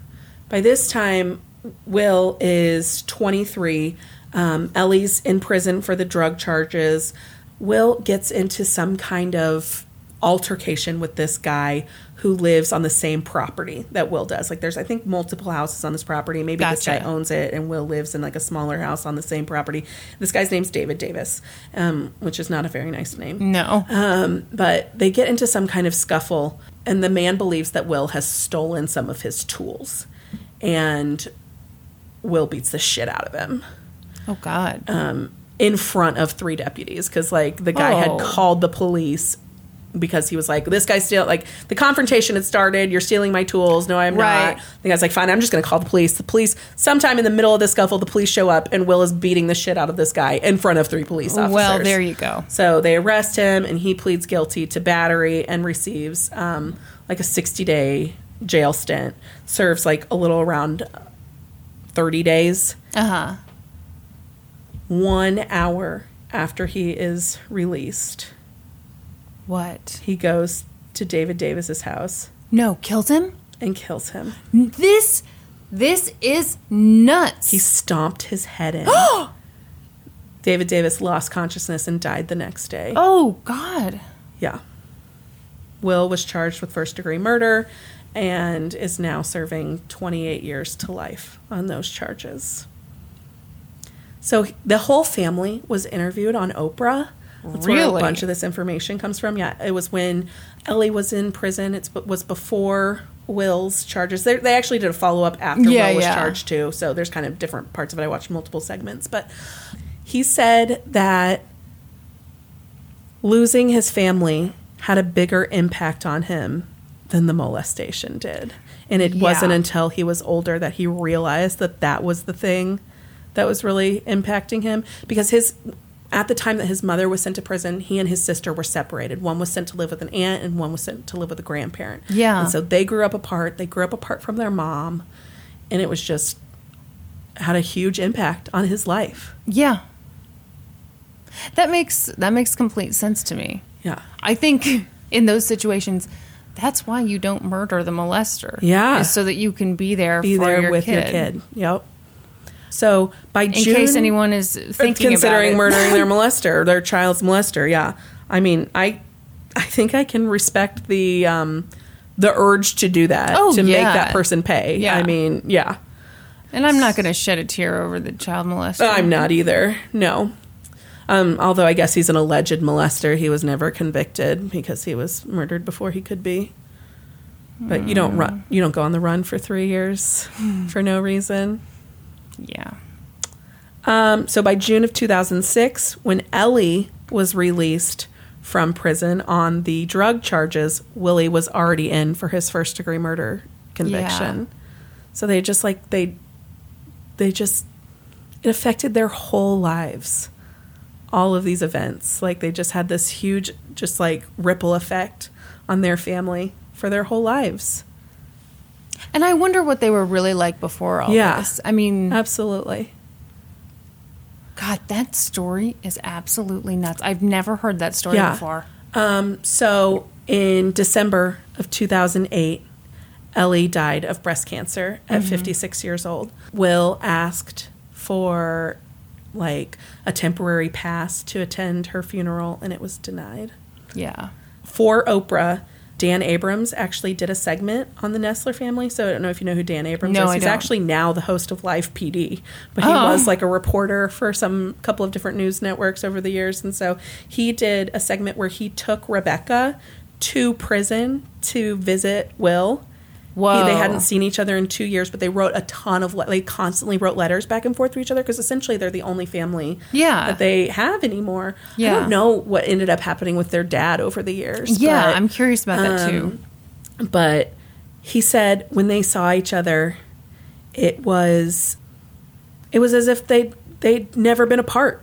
Speaker 2: by this time, Will is 23. Um, Ellie's in prison for the drug charges. Will gets into some kind of altercation with this guy who lives on the same property that Will does. Like, there's, I think, multiple houses on this property. Maybe this guy
Speaker 1: Gotcha.
Speaker 2: owns owns it, and Will lives in like a smaller house on the same property. This guy's name's David Davis, um, which is not a very nice name.
Speaker 1: No.
Speaker 2: Um, but they get into some kind of scuffle, and the man believes that Will has stolen some of his tools, and Will beats the shit out of him
Speaker 1: oh God.
Speaker 2: uh, in front of three deputies because like the guy
Speaker 1: Oh.
Speaker 2: had called the police because he was like this guy's still like the confrontation had started you're stealing my tools no i'm
Speaker 1: Right.
Speaker 2: not the guy's like fine i'm just going to call the police the police sometime in the middle of the scuffle the police show up and will is beating the shit out of this guy in front of three police officers
Speaker 1: well, there you go.
Speaker 2: so they arrest him and he pleads guilty to battery and receives um, like a 60 day jail stint, serves like a little around 30 days.
Speaker 1: Uh huh.
Speaker 2: One hour after he is released,
Speaker 1: What?
Speaker 2: he goes to David Davis's house
Speaker 1: No, killed him?
Speaker 2: and kills him.
Speaker 1: This this is nuts.
Speaker 2: He stomped his head in. David Davis lost consciousness and died the next day.
Speaker 1: oh god.
Speaker 2: Yeah. Will was charged with first degree murder and is now serving 28 years to life on those charges. So h- the whole family was interviewed on Oprah. That's where
Speaker 1: Really?
Speaker 2: a bunch of this information comes from. Yeah, it was when Ellie was in prison. It was before Will's charges. They, they actually did a follow up after
Speaker 1: Yeah,
Speaker 2: Will was
Speaker 1: yeah.
Speaker 2: charged too. So there's kind of different parts of it. I watched multiple segments, but he said that losing his family had a bigger impact on him than the molestation did. And it wasn't
Speaker 1: Yeah.
Speaker 2: until he was older that he realized that that was the thing that was really impacting him because his at the time that his mother was sent to prison, he and his sister were separated. One was sent to live with an aunt and one was sent to live with a grandparent.
Speaker 1: Yeah.
Speaker 2: And so they grew up apart. They grew up apart from their mom and it was just had a huge impact on his life.
Speaker 1: Yeah. That makes that makes complete sense to me.
Speaker 2: Yeah.
Speaker 1: I think in those situations that's why you don't murder the molester.
Speaker 2: Yeah.
Speaker 1: is So that you can be there
Speaker 2: be
Speaker 1: for
Speaker 2: there
Speaker 1: your
Speaker 2: with
Speaker 1: kid.
Speaker 2: your kid. Yep. So by
Speaker 1: In
Speaker 2: June,
Speaker 1: case anyone is thinking about
Speaker 2: considering
Speaker 1: it.
Speaker 2: murdering their molester, their child's molester. Yeah, I mean, I, I think I can respect the, um, the urge to do that
Speaker 1: Oh,
Speaker 2: to make
Speaker 1: yeah.
Speaker 2: that person pay.
Speaker 1: Yeah.
Speaker 2: I mean, yeah,
Speaker 1: And I'm not going to shed a tear over the child molester.
Speaker 2: I'm not either. No. Um, although I guess he's an alleged molester, he was never convicted because he was murdered before he could be. But you
Speaker 1: Hmm.
Speaker 2: don't run, you don't go on the run for three years for no reason.
Speaker 1: Yeah.
Speaker 2: Um, so by June of 2006, when Ellie was released from prison on the drug charges, Willie was already in for his first degree murder conviction. So they just like they they just it affected their whole lives. All of these events, like they just had this huge just like ripple effect on their family for their whole lives.
Speaker 1: And I wonder what they were really like before all
Speaker 2: Yeah. Uh,
Speaker 1: this. I mean,
Speaker 2: Absolutely.
Speaker 1: God, that story is absolutely nuts. I've never heard that story
Speaker 2: Yeah.
Speaker 1: before.
Speaker 2: Um, so in December of 2008, Ellie died of breast cancer at 56 years old. Will asked for like a temporary pass to attend her funeral and it was denied.
Speaker 1: Yeah.
Speaker 2: For Oprah, Dan Abrams actually did a segment on the Nestler family. So I don't know if you know who Dan Abrams
Speaker 1: No,
Speaker 2: is.
Speaker 1: I
Speaker 2: He's
Speaker 1: don't.
Speaker 2: actually now the host of Live PD, but he
Speaker 1: Oh.
Speaker 2: was like a reporter for some couple of different news networks over the years. And so he did a segment where he took Rebecca to prison to visit Will.
Speaker 1: Whoa.
Speaker 2: He- they hadn't seen each other in two years, but they wrote a ton of le- they constantly wrote letters back and forth to each other because essentially they're the only family
Speaker 1: Yeah.
Speaker 2: that they have anymore. I
Speaker 1: Yeah.
Speaker 2: don't know what ended up happening with their dad over the years.
Speaker 1: Yeah,
Speaker 2: but-
Speaker 1: I'm curious about that too.
Speaker 2: Um, but he said when they saw each other it was it was as if they they'd never been apart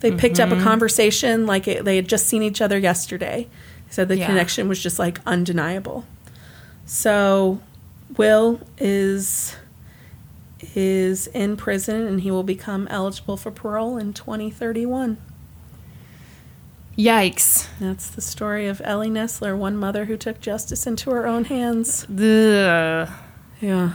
Speaker 2: they picked up a conversation like it, they had just seen each other yesterday he said the
Speaker 1: Yeah.
Speaker 2: connection was just like undeniable so will is is in prison and he will become eligible for parole in 2031
Speaker 1: Yikes.
Speaker 2: that's the story of ellie nessler one mother who took justice into her own hands
Speaker 1: The
Speaker 2: yeah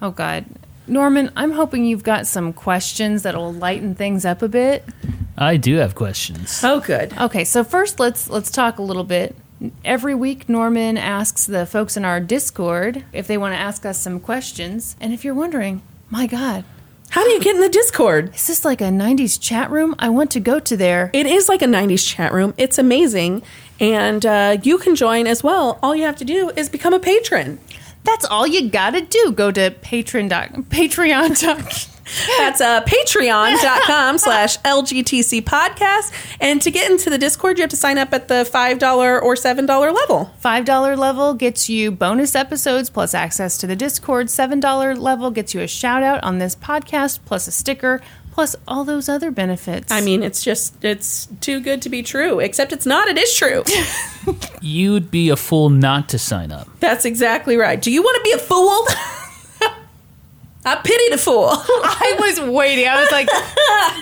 Speaker 1: Oh, God. Norman, I'm hoping you've got some questions that'll lighten things up a bit.
Speaker 3: I do have questions.
Speaker 2: Oh, good.
Speaker 1: Okay, so first let's let's talk a little bit. Every week Norman asks the folks in our Discord if they want to ask us some questions. And if you're wondering, my god,
Speaker 2: How do you get in the Discord?
Speaker 1: is this like a 90s chat room? I want to go to there.
Speaker 2: It is like a 90s chat room. It's amazing. And uh, you can join as well. All you have to do is become a patron.
Speaker 1: That's all you got to do. Go to patron dot, patreon dot.
Speaker 2: That's uh, patreon.com slash LGTC podcast. And to get into the Discord, you have to sign up at the $5 or $7 level.
Speaker 1: $5 level gets you bonus episodes plus access to the Discord. $7 level gets you a shout out on this podcast plus a sticker plus all those other benefits.
Speaker 2: I mean, it's just, it's too good to be true, except it's not. It is true.
Speaker 3: You'd be a fool not to sign up.
Speaker 2: That's exactly right. Do you want to be a fool? I pity the fool.
Speaker 1: I was waiting. I was like,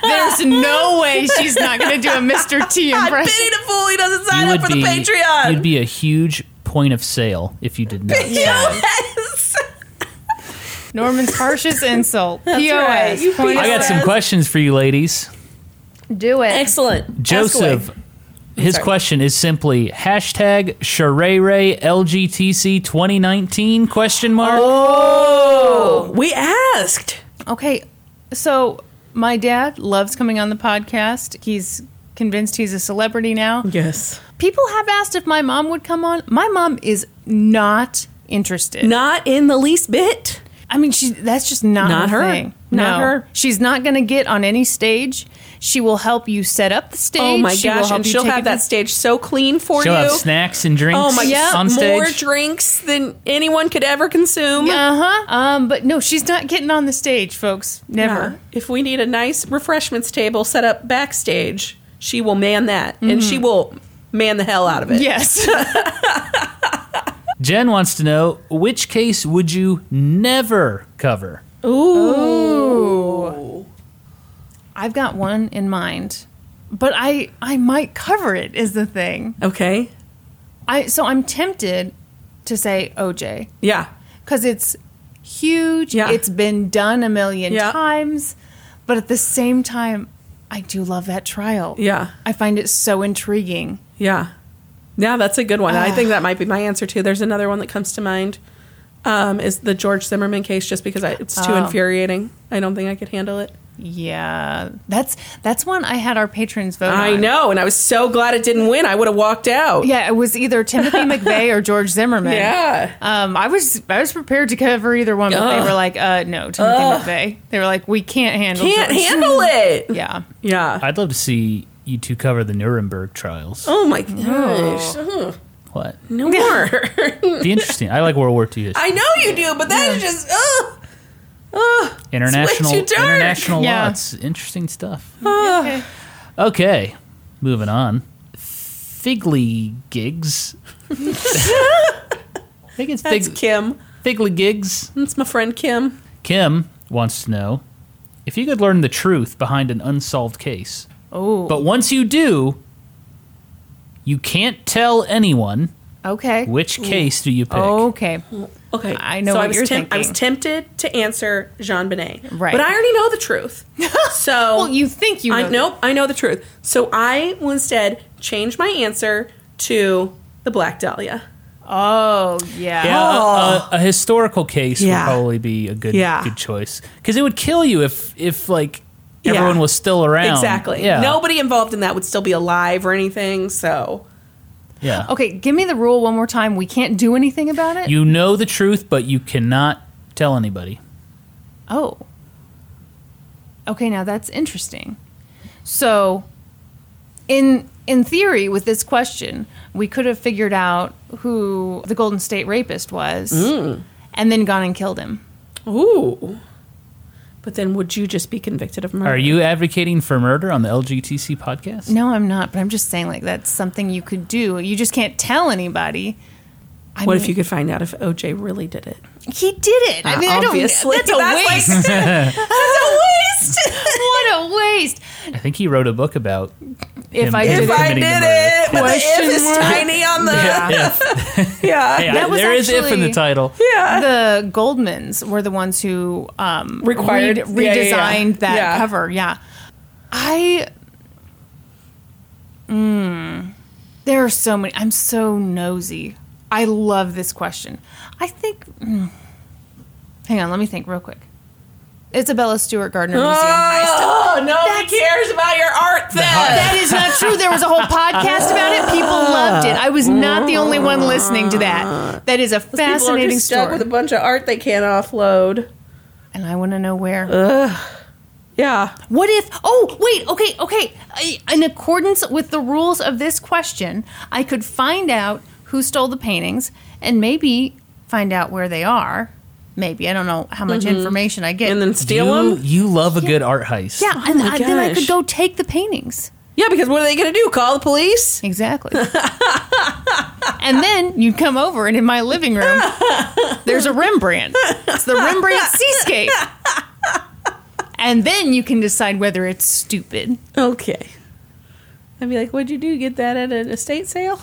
Speaker 1: there's no way she's not going to do a Mr. T
Speaker 2: I pity
Speaker 1: impression.
Speaker 2: the fool. He doesn't sign
Speaker 3: you
Speaker 2: up for the Patreon.
Speaker 3: You'd be a huge point of sale if you did not. sign up.
Speaker 2: Yes.
Speaker 1: Norman's harshest insult. POS.
Speaker 2: right. You
Speaker 1: Point
Speaker 3: I
Speaker 1: of
Speaker 3: got some
Speaker 2: Yes.
Speaker 3: questions for you laway.
Speaker 1: Do it.
Speaker 2: Excellent.
Speaker 3: Joseph, his
Speaker 2: sorry.
Speaker 3: question is simply hashtag Sharere LGTC 2019 question mark.
Speaker 2: Ask away. We asked.
Speaker 1: Okay, so my dad loves coming on the podcast. He's convinced he's a celebrity now.
Speaker 2: Yes.
Speaker 1: People have asked if my mom would come on. My mom is not interested.
Speaker 2: Not in the least bit.
Speaker 1: I mean, she that's just not,
Speaker 2: Not her.
Speaker 1: Thing.
Speaker 2: Not
Speaker 1: no.
Speaker 2: her.
Speaker 1: She's not going to get on any stage. She will help you set up the stage.
Speaker 2: Oh my
Speaker 1: She will
Speaker 2: gosh!
Speaker 1: help
Speaker 2: And
Speaker 1: you
Speaker 2: she'll
Speaker 1: take
Speaker 2: have
Speaker 1: it-
Speaker 2: that stage so clean for
Speaker 3: She'll
Speaker 2: you.
Speaker 3: have snacks and drinks
Speaker 2: oh my
Speaker 1: Yep.
Speaker 3: on stage.
Speaker 2: More drinks than anyone could ever consume.
Speaker 1: Uh huh. Um, but no, she's not getting on the stage, folks. Never.
Speaker 2: Yeah. If we need a nice refreshments table set up backstage, she will man that, and she will man the hell out of it.
Speaker 1: Mm-hmm. Yes.
Speaker 3: Jen wants to know which case would you never cover?
Speaker 1: I've got one in mind, but I I might cover it is the thing.
Speaker 2: Okay.
Speaker 1: I so I'm tempted to say OJ
Speaker 2: Yeah.
Speaker 1: because it's huge.
Speaker 2: Yeah.
Speaker 1: It's been done a million
Speaker 2: Yeah.
Speaker 1: times, but at the same time, I do love that trial.
Speaker 2: Yeah.
Speaker 1: I find it so intriguing.
Speaker 2: Yeah. Yeah, that's a good one. I
Speaker 1: Ah.
Speaker 2: think that might be my answer too. There's another one that comes to mind. Um, is the George Zimmerman case just because I, it's too
Speaker 1: Oh.
Speaker 2: infuriating. I don't think I could handle it.
Speaker 1: Yeah, that's that's one I had our patrons vote.
Speaker 2: I
Speaker 1: on.
Speaker 2: know, and I was so glad it didn't win. I would have walked out.
Speaker 1: Yeah, it was either Timothy McVeigh or George Zimmerman.
Speaker 2: Yeah.
Speaker 1: Um, I was I was prepared to cover either one, but they were like, uh, no, Timothy McVeigh. They were like, we can't handle
Speaker 2: Can't
Speaker 1: George.
Speaker 2: handle it.
Speaker 1: Yeah.
Speaker 2: Yeah.
Speaker 3: I'd love to see you two cover the Nuremberg trials.
Speaker 2: oh my gosh. Ugh,
Speaker 3: What?
Speaker 2: No more.
Speaker 3: Be interesting. I like World War II history.
Speaker 2: I know you do, but that's just ugh. Ugh.
Speaker 3: international
Speaker 2: too dark. Ah.
Speaker 3: international
Speaker 1: Yeah.
Speaker 3: lots. Interesting stuff.
Speaker 1: Okay.
Speaker 3: Okay, moving on. Figley gigs. I think it's
Speaker 2: That's
Speaker 3: fig,
Speaker 2: Kim.
Speaker 3: Figley gigs.
Speaker 2: That's my friend Kim.
Speaker 3: Kim wants to know if you could learn the truth behind an unsolved case.
Speaker 1: Oh.
Speaker 3: But once you do, you can't tell anyone.
Speaker 1: okay.
Speaker 3: Which case do you pick?
Speaker 2: Oh
Speaker 1: Okay.
Speaker 2: Okay,
Speaker 1: I know
Speaker 2: so I
Speaker 1: what
Speaker 2: was
Speaker 1: you're
Speaker 2: I was
Speaker 1: thinking.
Speaker 2: tempted to answer Jean Benet,
Speaker 1: Right.
Speaker 2: But I already know the truth. So
Speaker 1: Well, you think you
Speaker 2: I
Speaker 1: know-
Speaker 2: nope, I know the truth. So I will instead change my answer to the Black Dahlia.
Speaker 1: Oh yeah.
Speaker 3: Yeah, a,
Speaker 1: Oh.
Speaker 3: a, a historical case
Speaker 2: Yeah.
Speaker 3: would probably be a good
Speaker 2: Yeah.
Speaker 3: good choice because it would kill you if if like
Speaker 2: Yeah.
Speaker 3: everyone was still around.
Speaker 2: Exactly.
Speaker 3: Yeah.
Speaker 2: Nobody involved in that would still be alive or anything. So
Speaker 3: Yeah.
Speaker 1: Okay. Give me the rule one more time. We can't do anything about it.
Speaker 3: You know the truth, but you cannot tell anybody.
Speaker 1: oh. Okay. Now that's interesting. So, in in theory, with this question, we could have figured out who the Golden State Rapist was,
Speaker 3: Mm.
Speaker 1: and then gone and killed him.
Speaker 2: ooh. But then would you just be convicted of murder?
Speaker 3: Are you advocating for murder on the LGTC podcast?
Speaker 1: No, I'm not. But I'm just saying, like, that's something you could do. You just can't tell anybody. I
Speaker 2: What
Speaker 1: mean,
Speaker 2: if you could find out if OJ really did it?
Speaker 1: He did it. I
Speaker 2: Uh,
Speaker 1: mean, I don't. That's a
Speaker 2: obviously. That's like-
Speaker 1: waste.
Speaker 4: That's a waste.
Speaker 1: what a waste.
Speaker 3: I think he wrote a book about
Speaker 1: If
Speaker 3: him
Speaker 1: I did
Speaker 3: committing
Speaker 4: if I
Speaker 3: the
Speaker 4: did
Speaker 3: murder.
Speaker 4: it, but the
Speaker 1: Question
Speaker 4: if is
Speaker 1: mark.
Speaker 4: tiny on the.
Speaker 1: Yeah.
Speaker 2: Yeah.
Speaker 3: Yeah,
Speaker 1: Uh, That was
Speaker 3: there is if in the
Speaker 1: actually-
Speaker 3: title.
Speaker 1: the Goldmans were the ones who um,
Speaker 2: Required-
Speaker 1: re-
Speaker 2: yeah,
Speaker 1: redesigned
Speaker 2: yeah, yeah.
Speaker 1: that
Speaker 2: Yeah.
Speaker 1: cover. Yeah, I. Mm. there are so many. I'm so nosy. I love this question. I think. mm. hang on, let me think real quick. Isabella Stewart Gardner Museum Heist.
Speaker 2: Oh, nobody
Speaker 1: That's-
Speaker 2: cares about your art then.
Speaker 1: That is not true. There was a whole podcast about it. People loved it. I was not the only one listening to that. That is a
Speaker 2: People are
Speaker 1: fascinating
Speaker 2: just stuck
Speaker 1: story.
Speaker 2: with a bunch of art they can't offload.
Speaker 1: and I want to know where.
Speaker 2: Uh. Yeah.
Speaker 1: What if? Oh, wait. Okay, okay. I, in accordance with the rules of this question, I could find out who stole the paintings and maybe find out where they are. Maybe I don't know how much information I get.
Speaker 2: Mm-hmm. And then steal
Speaker 3: you,
Speaker 2: them?
Speaker 3: you love a good art heist.
Speaker 1: yeah, and
Speaker 2: my
Speaker 1: I, then I
Speaker 2: gosh.
Speaker 1: could go take the paintings.
Speaker 2: Yeah, because what are they going to do? Call the police?
Speaker 1: Exactly. and then you'd come over, and in my living room, there's a Rembrandt. It's the Rembrandt seascape. And then you can decide whether it's stupid.
Speaker 2: Okay. I'd be like, what'd you do? Get that at an estate sale?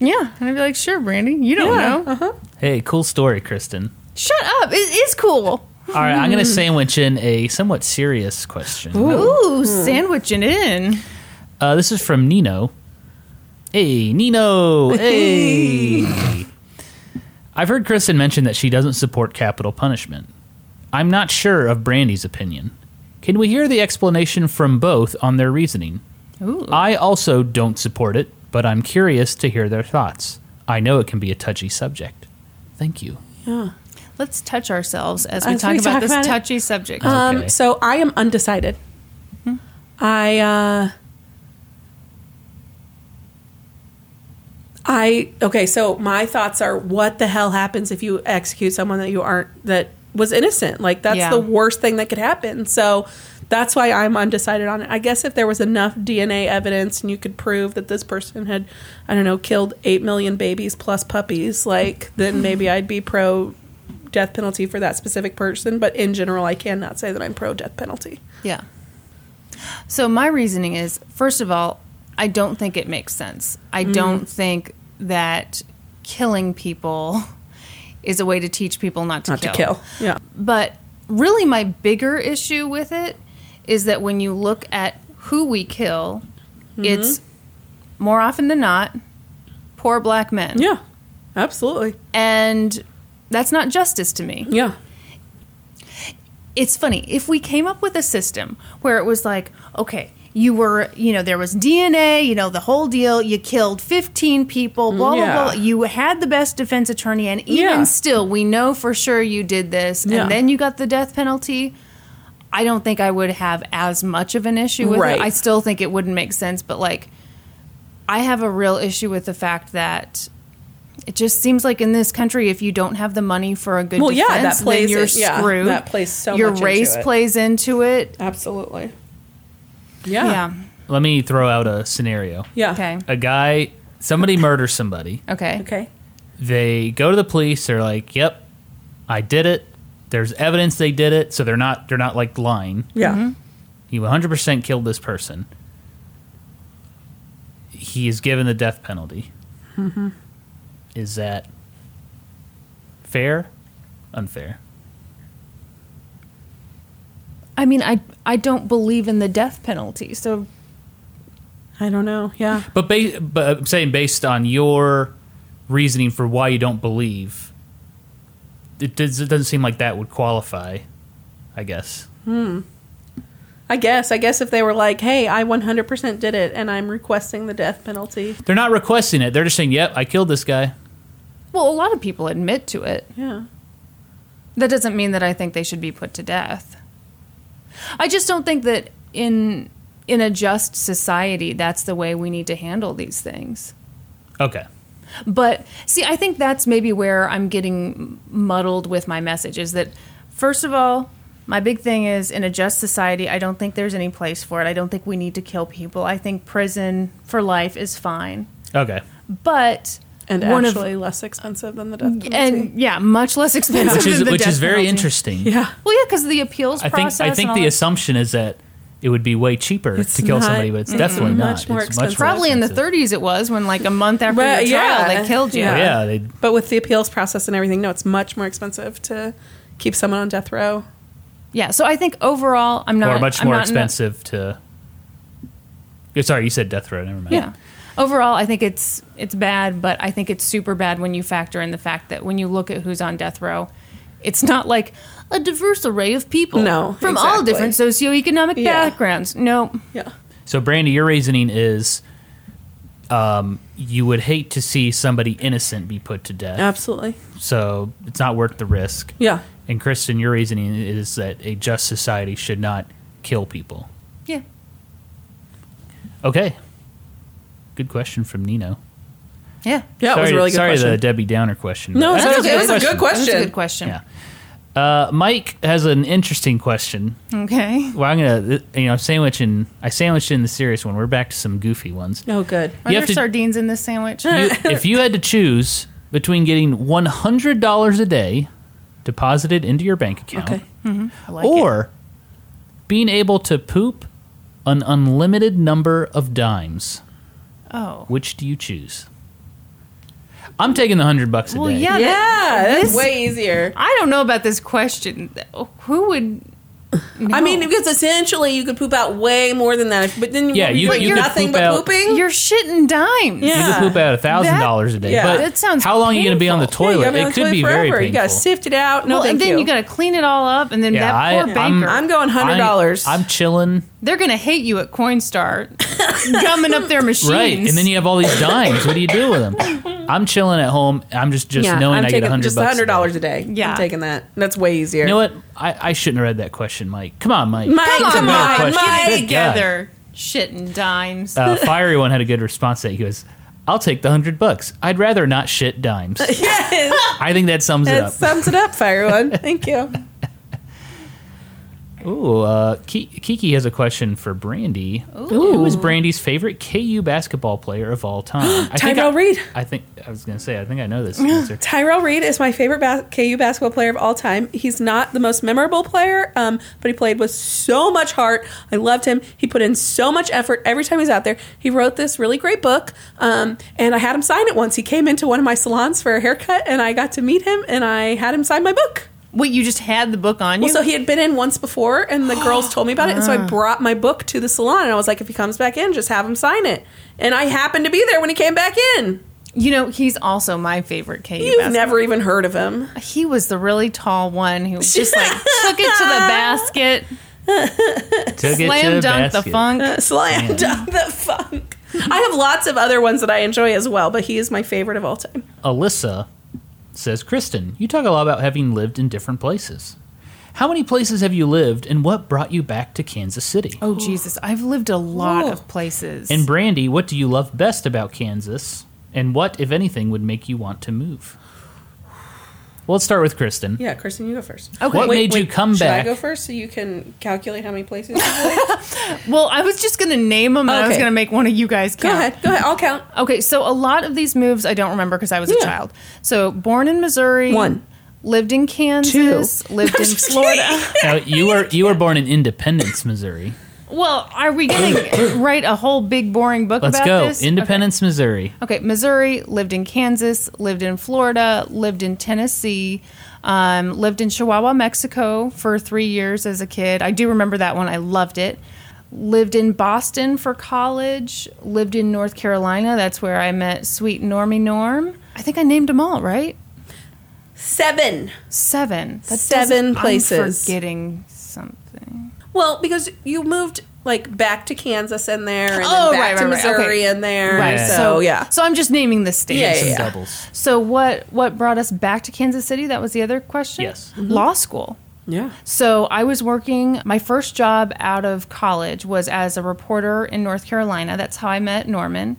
Speaker 1: Yeah. And I'd be like, sure, Brandy, you don't know.
Speaker 3: Hey, cool story, Kristen.
Speaker 1: Uh-huh. Shut up. It is cool.
Speaker 3: All right, I'm going to sandwich in a somewhat serious question.
Speaker 1: Hmm. Ooh, Hmm. sandwiching in.
Speaker 3: Uh, this is from Nino. Hey, Nino. Hey. I've heard Kristen mention that she doesn't support capital punishment. I'm not sure of Brandy's opinion. Can we hear the explanation from both on their reasoning?
Speaker 1: Ooh.
Speaker 3: I also don't support it, but I'm curious to hear their thoughts. I know it can be a touchy subject. Thank you.
Speaker 1: Let's touch ourselves as we
Speaker 2: As
Speaker 1: talk
Speaker 2: we
Speaker 1: about Uh-huh.
Speaker 2: talk
Speaker 1: this
Speaker 2: about it.
Speaker 1: touchy subject.
Speaker 3: Okay.
Speaker 2: Um, so I am undecided. Hmm. I uh, I okay. So my thoughts are: what the hell happens if you execute someone that you aren't that was innocent? Like that's
Speaker 1: Yeah.
Speaker 2: the worst thing that could happen. So that's why I'm undecided on it. I guess if there was enough DNA evidence and you could prove that this person had, I don't know, killed eight million babies plus puppies, like then maybe I'd be pro death penalty for that specific person, but in general, I cannot say that I'm pro death penalty.
Speaker 1: Yeah. So my reasoning is first of all, I don't think it makes sense. I
Speaker 2: Mm.
Speaker 1: don't think that killing people is a way to teach people not to
Speaker 2: Not
Speaker 1: kill.
Speaker 2: to kill. Yeah.
Speaker 1: But really, my bigger issue with it is that when you look at who we kill,
Speaker 2: Mm-hmm.
Speaker 1: it's more often than not poor black men.
Speaker 2: Yeah. Absolutely.
Speaker 1: And that's not justice to me
Speaker 2: Yeah.
Speaker 1: it's funny if we came up with a system where it was like okay you were you know there was dna you know the whole deal you killed 15 people blah blah
Speaker 2: Yeah.
Speaker 1: blah you had the best defense attorney and even
Speaker 2: Yeah.
Speaker 1: still we know for sure you did this
Speaker 2: Yeah.
Speaker 1: and then you got the death penalty i don't think i would have as much of an issue with
Speaker 2: Right.
Speaker 1: it i still think it wouldn't make sense but like i have a real issue with the fact that it just seems like in this country, if you don't have the money for a good
Speaker 2: Well, yeah,
Speaker 1: defense,
Speaker 2: that plays
Speaker 1: then you're
Speaker 2: it- yeah,
Speaker 1: screwed.
Speaker 2: that plays so
Speaker 1: Your
Speaker 2: much into
Speaker 1: race
Speaker 2: it.
Speaker 1: plays into it.
Speaker 2: Absolutely.
Speaker 1: Yeah.
Speaker 2: Yeah.
Speaker 3: Let me throw out a scenario.
Speaker 2: Yeah.
Speaker 1: Okay.
Speaker 3: A guy, somebody murders somebody.
Speaker 1: Okay.
Speaker 2: Okay.
Speaker 3: they go to the police they're like yep i did it there's evidence they did it so they're not they're not like lying
Speaker 2: Yeah.
Speaker 3: you 100% killed this person he is given the death penalty is that fair unfair
Speaker 1: I mean, I I don't believe in the death penalty, so
Speaker 2: I don't know. Yeah.
Speaker 3: but, ba- but i'm saying based on your reasoning for why you don't believe it, does, it doesn't seem like that would qualify i guess
Speaker 2: I guess. I guess if they were like, hey, I 100% did it and I'm requesting the death penalty.
Speaker 3: they're not requesting it they're just saying yep i killed this guy
Speaker 1: well, a lot of people admit to it.
Speaker 2: Yeah.
Speaker 1: That doesn't mean that I think they should be put to death. I just don't think that in in a just society, that's the way we need to handle these things.
Speaker 3: Okay.
Speaker 1: But see, I think that's maybe where I'm getting muddled with my message is that, first of all, my big thing is in a just society, I don't think there's any place for it. I don't think we need to kill people. I think prison for life is fine.
Speaker 3: Okay.
Speaker 1: But
Speaker 2: and
Speaker 1: One of-
Speaker 2: actually less expensive than the death penalty.
Speaker 1: and yeah, much less expensive.
Speaker 3: which is
Speaker 1: than the
Speaker 3: which
Speaker 1: death
Speaker 3: is very
Speaker 1: penalty.
Speaker 3: interesting.
Speaker 2: yeah,
Speaker 1: Well, yeah, because the appeals
Speaker 3: I think
Speaker 1: process.
Speaker 3: I think
Speaker 1: and all
Speaker 3: the
Speaker 1: that.
Speaker 3: assumption is that it would be way cheaper
Speaker 2: It's
Speaker 3: to kill
Speaker 2: not-
Speaker 3: somebody, but it's definitely
Speaker 2: mm,
Speaker 3: not.
Speaker 2: much more
Speaker 3: It's
Speaker 2: expensive.
Speaker 1: probably in the
Speaker 3: expensive.
Speaker 1: 30s it was when like a month after
Speaker 2: Well,
Speaker 1: your trial
Speaker 2: yeah.
Speaker 1: they killed you.
Speaker 2: Yeah.
Speaker 3: Yeah, they
Speaker 2: but with the appeals process and everything, no, it's much more expensive to keep someone on death row.
Speaker 1: Yeah, so I think overall, I'm not.
Speaker 3: or much
Speaker 1: I'm
Speaker 3: more
Speaker 1: not in a-
Speaker 3: expensive to. Yeah, Sorry, you said death row. Never mind.
Speaker 1: yeah. Overall, I think it's it's bad, but I think it's super bad when you factor in the fact that when you look at who's on death row, it's not like a diverse array of people.
Speaker 2: No,
Speaker 1: from all
Speaker 2: exactly.
Speaker 1: different socioeconomic
Speaker 2: Yeah.
Speaker 1: backgrounds. No,
Speaker 2: Yeah,
Speaker 3: So, Brandy, your reasoning is, um, you would hate to see somebody innocent be put to death,
Speaker 2: absolutely.
Speaker 3: so it's not worth the risk.
Speaker 2: Yeah,
Speaker 3: And Kristen, your reasoning is that a just society should not kill people.
Speaker 1: yeah,
Speaker 3: Okay. Good question from Nino.
Speaker 1: yeah.
Speaker 2: yeah,
Speaker 3: sorry,
Speaker 2: it was a really good
Speaker 3: sorry
Speaker 2: question.
Speaker 3: the Debbie Downer question.
Speaker 2: No,
Speaker 3: but-
Speaker 2: that's okay. It was a good
Speaker 1: That's a
Speaker 2: question.
Speaker 1: good question.
Speaker 3: Yeah. Uh, Mike has an interesting question.
Speaker 1: Okay.
Speaker 3: Well, I'm gonna, you know, I'm sandwiching. I sandwiched in the serious one. We're back to some goofy ones.
Speaker 2: Oh, good.
Speaker 1: Are
Speaker 3: You have
Speaker 1: there
Speaker 3: to-
Speaker 1: sardines in this sandwich?
Speaker 3: You- if you had to choose between getting one hundred dollars a day deposited into your bank account,
Speaker 2: Okay.
Speaker 1: I like it.
Speaker 3: or being able to poop an unlimited number of dimes,
Speaker 1: oh,
Speaker 3: which do you choose? I'm taking the hundred bucks a
Speaker 1: well,
Speaker 3: day.
Speaker 1: yeah, that-
Speaker 2: Yeah, that's
Speaker 1: This-
Speaker 2: way easier.
Speaker 1: I don't know about this question. Who would?
Speaker 2: I mean, because essentially you could poop out way more than that, but then
Speaker 3: Yeah, you-
Speaker 2: but
Speaker 3: you
Speaker 2: you're
Speaker 3: could
Speaker 2: nothing
Speaker 3: poop
Speaker 2: but
Speaker 3: out-
Speaker 2: pooping.
Speaker 1: You're shitting dimes.
Speaker 2: Yeah.
Speaker 3: You could poop out thousand dollars a day.
Speaker 2: Yeah.
Speaker 3: but
Speaker 1: That sounds
Speaker 3: how long are you going to be on the
Speaker 1: painful.
Speaker 2: Yeah, you gotta
Speaker 3: toilet?
Speaker 2: be on
Speaker 3: it
Speaker 2: the
Speaker 3: could
Speaker 2: toilet
Speaker 3: be very
Speaker 2: forever.
Speaker 3: painful.
Speaker 2: You gotta sift it out. No,
Speaker 1: well,
Speaker 2: thank
Speaker 1: and then
Speaker 2: you.
Speaker 1: you got to clean it all up, and then
Speaker 3: Yeah,
Speaker 1: that poor
Speaker 3: I- I'm-
Speaker 1: banker.
Speaker 2: I'm going hundred dollars.
Speaker 3: I'm chilling,
Speaker 1: They're going to hate you at Coinstar, gumming up their machines.
Speaker 3: right? And then you have all these dimes. What do you do with them? I'm chilling at home. I'm just just knowing
Speaker 2: I'm
Speaker 3: I
Speaker 2: taking
Speaker 3: get a hundred
Speaker 2: just
Speaker 3: bucks. a
Speaker 2: hundred
Speaker 3: day.
Speaker 2: dollars a day.
Speaker 1: Yeah.
Speaker 2: I'm taking that. That's way easier.
Speaker 3: You know what? I, I shouldn't have read that question, Mike. Come on, Mike.
Speaker 2: Mike,
Speaker 1: come on,
Speaker 2: come
Speaker 3: Better
Speaker 2: on,
Speaker 3: question.
Speaker 1: get it
Speaker 2: Mike.
Speaker 3: Good God.
Speaker 1: together, shitting dimes.
Speaker 3: Uh, Fiery one had a good response. to That he goes, "I'll take the hundred bucks. I'd rather not shit dimes."
Speaker 2: Yes,
Speaker 3: I think that sums it
Speaker 2: that
Speaker 3: up.
Speaker 2: sums it up, Fire One. Thank you.
Speaker 3: Ooh, uh, Ki- Kiki has a question for Brandy. Who is Brandy's favorite KU basketball player of all time? I think
Speaker 2: Tyrell
Speaker 3: I-
Speaker 2: Reed.
Speaker 3: I think I was going to say I think I know this answer.
Speaker 2: Tyrell Reed is my favorite bas- KU basketball player of all time. He's not the most memorable player, um, but he played with so much heart. I loved him. He put in so much effort every time he was out there. He wrote this really great book, um, and I had him sign it once. He came into one of my salons for a haircut, and I got to meet him, and I had him sign my book.
Speaker 1: Wait, you just had the book on you?
Speaker 2: Well, so he had been in once before, and the girls told me about it, and so I brought my book to the salon, and I was like, if he comes back in, just have him sign it. And I happened to be there when he came back in.
Speaker 1: you know, he's also my favorite KU
Speaker 2: You've
Speaker 1: basketball.
Speaker 2: never even heard of him.
Speaker 1: He was the really tall one who just like took it to the basket,
Speaker 3: Took it to
Speaker 1: slam dunked the
Speaker 3: basket.
Speaker 1: funk.
Speaker 2: Slam dunk the funk. I have lots of other ones that I enjoy as well, but he is my favorite of all time.
Speaker 3: Alyssa says, Kristen, you talk a lot about having lived in different places. How many places have you lived, and what brought you back to Kansas City?
Speaker 1: Oh Jesus, I've lived a lot
Speaker 2: Oh.
Speaker 1: of places.
Speaker 3: And Brandy, what do you love best about Kansas, and what, if anything, would make you want to move? Well, let's start with Kristen.
Speaker 2: Yeah, Kristen, you go first.
Speaker 1: Okay.
Speaker 3: What made you come
Speaker 2: should I
Speaker 3: back?
Speaker 2: go first so you can calculate how many places?
Speaker 1: well, I was just going to name them, and I was
Speaker 2: Okay.
Speaker 1: going to make one of you guys
Speaker 2: go
Speaker 1: count.
Speaker 2: ahead, go ahead. I'll count.
Speaker 1: Okay, so a lot of these moves I don't remember because I was a
Speaker 2: Yeah.
Speaker 1: child. So born in Missouri,
Speaker 2: One.
Speaker 1: lived in Kansas, lived in Florida.
Speaker 3: Now, you were you were born in Independence, Missouri.
Speaker 1: well, are we going to write a whole big boring book
Speaker 3: Let's
Speaker 1: about
Speaker 3: go,
Speaker 1: this?
Speaker 3: Independence, Missouri.
Speaker 1: Okay. okay, Missouri, lived in Kansas, lived in Florida, lived in Tennessee. Um, lived in Chihuahua, Mexico for three years as a kid. I do remember that one. I loved it. Lived in Boston for college. Lived in North Carolina. That's where I met sweet Normie Norm. I think I named them all, right?
Speaker 2: Seven.
Speaker 1: Seven. That
Speaker 2: Seven
Speaker 1: doesn't-
Speaker 2: places.
Speaker 1: I'm forgetting something.
Speaker 2: Well, because you moved like back to Kansas in there, and
Speaker 1: Oh,
Speaker 2: then back
Speaker 1: right, right,
Speaker 2: to
Speaker 1: right,
Speaker 2: Missouri
Speaker 1: okay.
Speaker 2: in there.
Speaker 1: Right.
Speaker 2: So,
Speaker 1: So
Speaker 2: yeah.
Speaker 1: So I'm just naming the states.
Speaker 2: Yeah, yeah,
Speaker 3: Some
Speaker 2: yeah.
Speaker 3: doubles.
Speaker 1: So what what brought us back to Kansas City? That was the other question.
Speaker 3: Yes.
Speaker 1: Law school.
Speaker 2: Mm-hmm. Yeah.
Speaker 1: So I was working. My first job out of college was as a reporter in North Carolina. That's how I met Norman.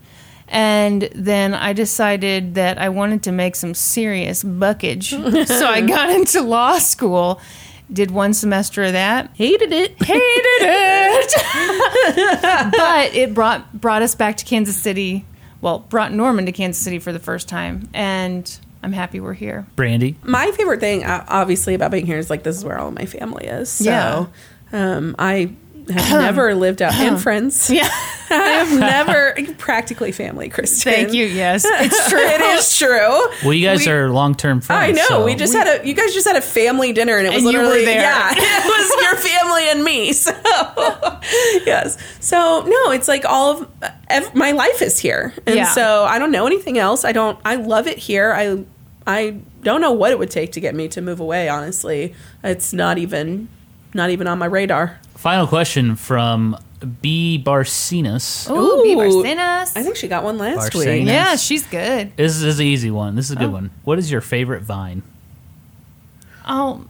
Speaker 1: And then I decided that I wanted to make some serious buckage. so I got into law school. Did one semester of that.
Speaker 2: Hated it.
Speaker 1: hated it. but it brought brought us back to Kansas City well, brought Norman to Kansas City for the first time, and I'm happy we're here.
Speaker 3: Brandy.
Speaker 2: my favorite thing uh, obviously about being here is like this is where all my family is so
Speaker 1: Yeah.
Speaker 2: um, i have never lived out in friends
Speaker 1: Yeah.
Speaker 2: i have never practically family christian
Speaker 1: Thank you. Yes.
Speaker 2: it's true it is true
Speaker 3: Well, you guys
Speaker 2: We-
Speaker 3: are long term friends.
Speaker 2: I know.
Speaker 3: so-
Speaker 2: we just had a. You guys just had a family dinner, and it was
Speaker 1: And you were
Speaker 2: literally
Speaker 1: there.
Speaker 2: yeah. It was your family and me. So yes. So no, it's like all of ev- my life is here, and
Speaker 1: Yeah.
Speaker 2: so I don't know anything else. I don't. I love it here. I I don't know what it would take to get me to move away. Honestly, it's not even not even on my radar.
Speaker 3: Final question from B. Barcinas.
Speaker 1: Ooh,
Speaker 2: Ooh.
Speaker 1: Bieber Barcenas.
Speaker 2: I think she got one last
Speaker 3: Barcena.
Speaker 2: week.
Speaker 1: Yeah, she's good.
Speaker 3: This is an easy one. This is a good
Speaker 2: Oh.
Speaker 3: one. What is your favorite vine?
Speaker 1: Oh,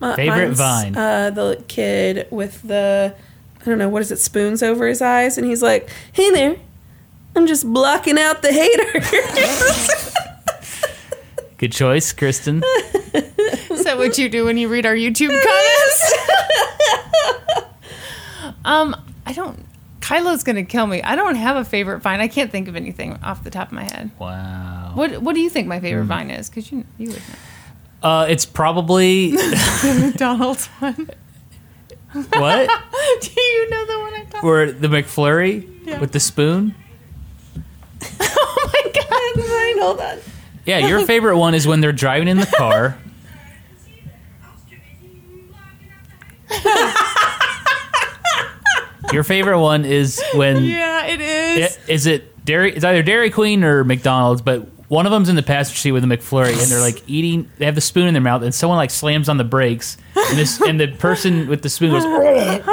Speaker 2: My-
Speaker 3: Favorite
Speaker 2: mine's,
Speaker 3: vine.
Speaker 2: Uh, the kid with the, I don't know, what is it, spoons over his eyes? And he's like, hey there, I'm just blocking out the haters.
Speaker 3: Good choice, Kristen.
Speaker 1: Is that what you do when you read our YouTube comments? um, I don't. Kylo's gonna kill me. I don't have a favorite vine. I can't think of anything off the top of my head.
Speaker 3: Wow.
Speaker 1: What What do you think my favorite vine is? Because you you would know.
Speaker 3: Uh, it's probably
Speaker 1: Donald's one.
Speaker 3: what?
Speaker 1: do you know the one I'm talking?
Speaker 3: Or the McFlurry with the spoon?
Speaker 1: Oh my god, mine. Hold on.
Speaker 3: Yeah, your favorite one is when they're driving in the car. Your favorite one is when
Speaker 1: Yeah,
Speaker 3: yeah.
Speaker 1: it is.
Speaker 3: it, is it Dairy? It's either Dairy Queen or McDonald's, but one of them's in the passenger seat with a McFlurry, and they're like eating. They have the spoon in their mouth, and someone like slams on the brakes, and this and the person with the spoon goes like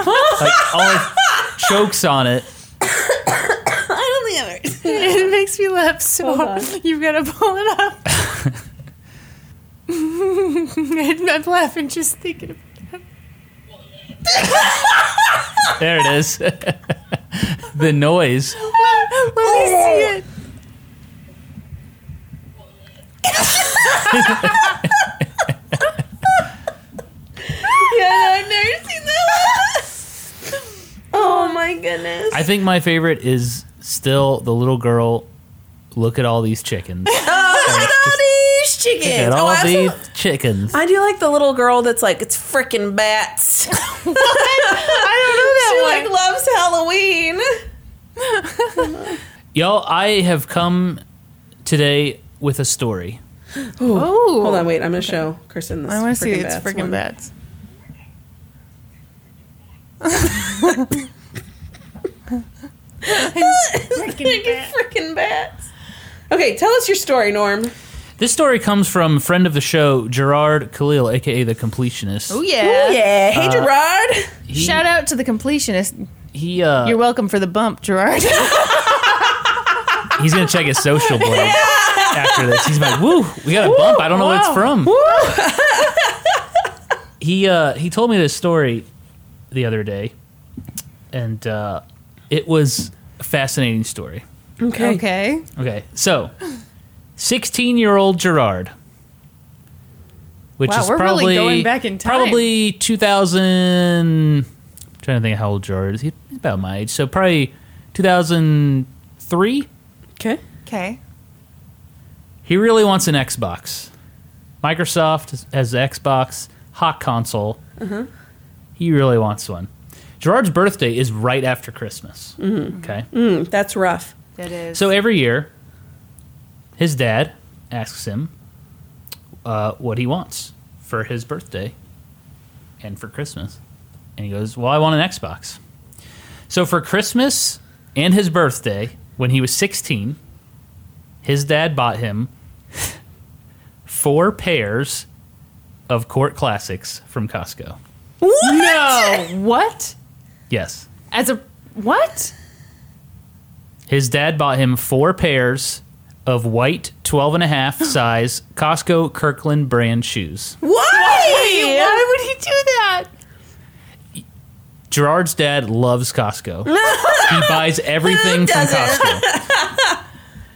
Speaker 3: all chokes on it.
Speaker 4: I don't think I've ever.
Speaker 1: It makes me laugh so hard. You've got to pull it up. I'm laughing just thinking about
Speaker 3: There it is. the noise.
Speaker 1: Let me see it.
Speaker 4: yeah, I've never seen that one. oh my goodness.
Speaker 3: I think my favorite is still the little girl. Look at all these chickens.
Speaker 4: Oh, these
Speaker 3: Look at
Speaker 4: chickens.
Speaker 3: all
Speaker 2: I also-
Speaker 3: these chickens.
Speaker 2: I do like the little girl that's like, it's frickin' bats.
Speaker 4: I don't know that she like loves Halloween.
Speaker 3: Y'all, I have come today with a story.
Speaker 1: Oh,
Speaker 2: Hold on, wait, I'm going to show Kristen this.
Speaker 1: I want to see
Speaker 2: frickin'
Speaker 1: it's
Speaker 2: bats
Speaker 1: freaking
Speaker 2: one.
Speaker 1: bats.
Speaker 2: Frickin' bats. Okay, tell us your story, Norm.
Speaker 3: This story comes from friend of the show, Gerard Khalil, aka the Completionist.
Speaker 1: Oh yeah.
Speaker 2: Yeah, hey, Gerard.
Speaker 3: He,
Speaker 1: Shout out to the completionist.
Speaker 3: He uh,
Speaker 1: You're welcome for the bump, Gerard.
Speaker 3: he's gonna check his social blog after this. He's like, "Woo, we got a bump. I don't know what it's from." he uh, he told me this story the other day, and uh, it was a fascinating story.
Speaker 2: Okay.
Speaker 1: okay.
Speaker 3: Okay, so 16 year old Gerard, which
Speaker 1: Wow,
Speaker 3: is
Speaker 1: we're really
Speaker 3: probably
Speaker 1: going back in time.
Speaker 3: probably 2000. trying to think how old Gerard is. He's about my age, so probably 2003.
Speaker 2: Okay.
Speaker 1: Okay.
Speaker 3: He really wants an Xbox. Microsoft has the Xbox hot console.
Speaker 1: Uh-huh.
Speaker 3: He really wants one. Gerard's birthday is right after Christmas.
Speaker 1: Mm-hmm.
Speaker 3: Okay.
Speaker 2: Mm, that's rough.
Speaker 1: That is.
Speaker 3: So every year, his dad asks him uh, what he wants for his birthday and for Christmas. And he goes, Well, I want an Xbox. So for Christmas and his birthday, when he was 16, his dad bought him four pairs of court classics from Costco.
Speaker 2: What?
Speaker 1: no. What?
Speaker 3: Yes.
Speaker 1: As a what?
Speaker 3: His dad bought him four pairs of white 12 and a half size Costco Kirkland brand shoes.
Speaker 2: Why?
Speaker 1: Why would he do that?
Speaker 3: Gerard's dad loves Costco. he buys everything from Costco.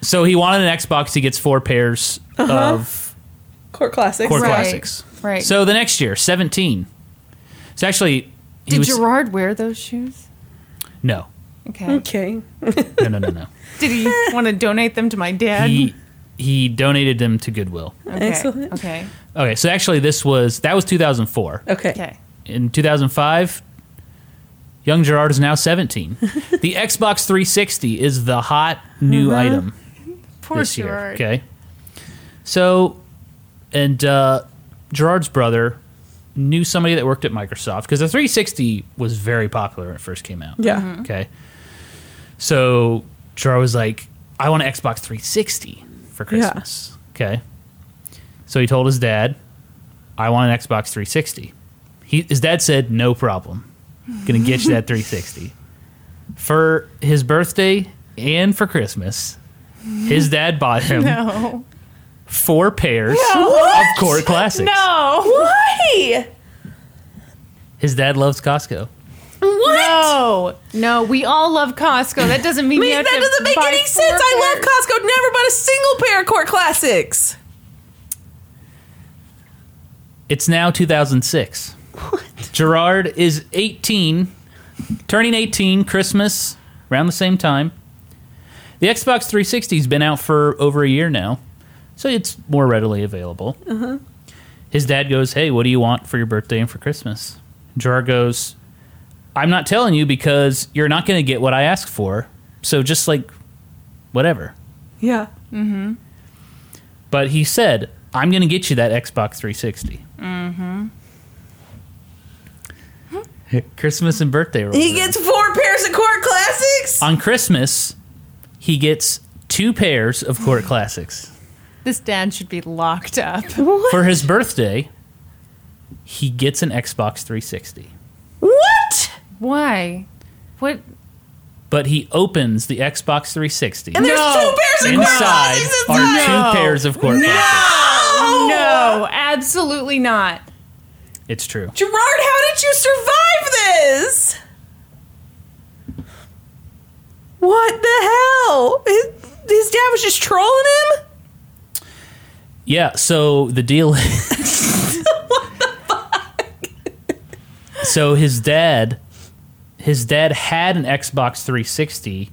Speaker 3: So he wanted an Xbox. He gets four pairs of
Speaker 2: Court classics.
Speaker 3: Core
Speaker 1: Uh-huh. Right,
Speaker 3: Classics.
Speaker 1: right.
Speaker 3: So the next year, 17. So actually, he
Speaker 1: Did
Speaker 3: was.
Speaker 1: Gerard wear those shoes?
Speaker 3: no.
Speaker 1: Okay.
Speaker 2: Okay.
Speaker 3: No, no, no, no.
Speaker 1: Did he want to donate them to my dad?
Speaker 3: He he donated them to Goodwill.
Speaker 1: okay.
Speaker 2: Excellent.
Speaker 1: Okay.
Speaker 3: Okay, so actually, this was that was 2004.
Speaker 2: Okay.
Speaker 1: Okay.
Speaker 3: In 2005, young Gerard is now 17. the Xbox 360 is the hot new item
Speaker 1: Uh-huh. Poor
Speaker 3: this year.
Speaker 1: Gerard.
Speaker 3: Okay, so and uh, Gerard's brother knew somebody that worked at Microsoft because the 360 was very popular when it first came out.
Speaker 2: Yeah.
Speaker 1: Mm-hmm.
Speaker 3: Okay. So Gerard was like, I want an Xbox 360 for Christmas. Okay. So he told his dad, I want an Xbox 360. He, his dad said, No problem. Gonna get you that 360. For his birthday and for Christmas, his dad bought him
Speaker 1: No. Oh,
Speaker 3: four pairs of Core Classics.
Speaker 1: No.
Speaker 2: Why?
Speaker 3: His dad loves Costco.
Speaker 2: What?
Speaker 1: No. No. We all love Costco. That doesn't mean
Speaker 2: I
Speaker 1: you
Speaker 2: mean,
Speaker 1: have
Speaker 2: that
Speaker 1: to
Speaker 2: doesn't make
Speaker 1: buy
Speaker 2: any
Speaker 1: four
Speaker 2: sense. I love
Speaker 1: pairs.
Speaker 2: Costco. Never bought a single pair of Core Classics.
Speaker 3: It's now 2006. Gerard is 18, turning 18, Christmas, around the same time. The Xbox 360's been out for over a year now, so it's more readily available.
Speaker 4: Uh-huh.
Speaker 3: His dad goes, Hey, what do you want for your birthday and for Christmas? Gerard goes, I'm not telling you because you're not going to get what I ask for, so just like whatever.
Speaker 2: Yeah.
Speaker 3: But he said, I'm going to get you that Xbox 360. Mm-hmm. Christmas and birthday rolls
Speaker 4: He
Speaker 3: around.
Speaker 4: gets four pairs of court
Speaker 2: Uh,
Speaker 4: classics.
Speaker 3: On Christmas, he gets two pairs of Court Classics.
Speaker 1: This dad should be locked up.
Speaker 3: For his birthday, he gets an Xbox 360.
Speaker 2: What?
Speaker 1: Why? What?
Speaker 3: But he opens the Xbox 360.
Speaker 4: There's two pairs of court
Speaker 3: Inside
Speaker 4: classics
Speaker 3: are
Speaker 4: inside.
Speaker 3: two pairs of Court Classics.
Speaker 1: No, absolutely not.
Speaker 3: It's true.
Speaker 4: Gerard, how did you survive this?
Speaker 2: What the hell? His, his dad was just trolling him?
Speaker 3: Yeah, so the deal is. So his dad, his dad had an Xbox 360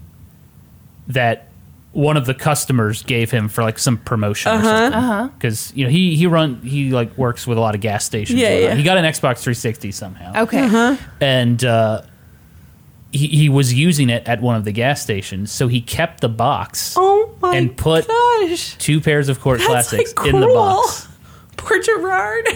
Speaker 3: that one of the customers gave him for like some promotion
Speaker 2: Uh-huh.
Speaker 3: or something. Because you know he he run he like works with a lot of gas stations.
Speaker 2: Yeah,
Speaker 3: and whatnot.
Speaker 2: yeah. Oh.
Speaker 3: He got an Xbox 360 somehow,
Speaker 1: Okay.
Speaker 3: and uh, he he was using it at one of the gas stations. So he kept the box
Speaker 2: Oh my
Speaker 3: and put
Speaker 2: gosh.
Speaker 3: two pairs of court
Speaker 2: That's
Speaker 3: classics
Speaker 2: like
Speaker 3: in the
Speaker 2: cruel.
Speaker 3: box.
Speaker 2: Poor Gerard.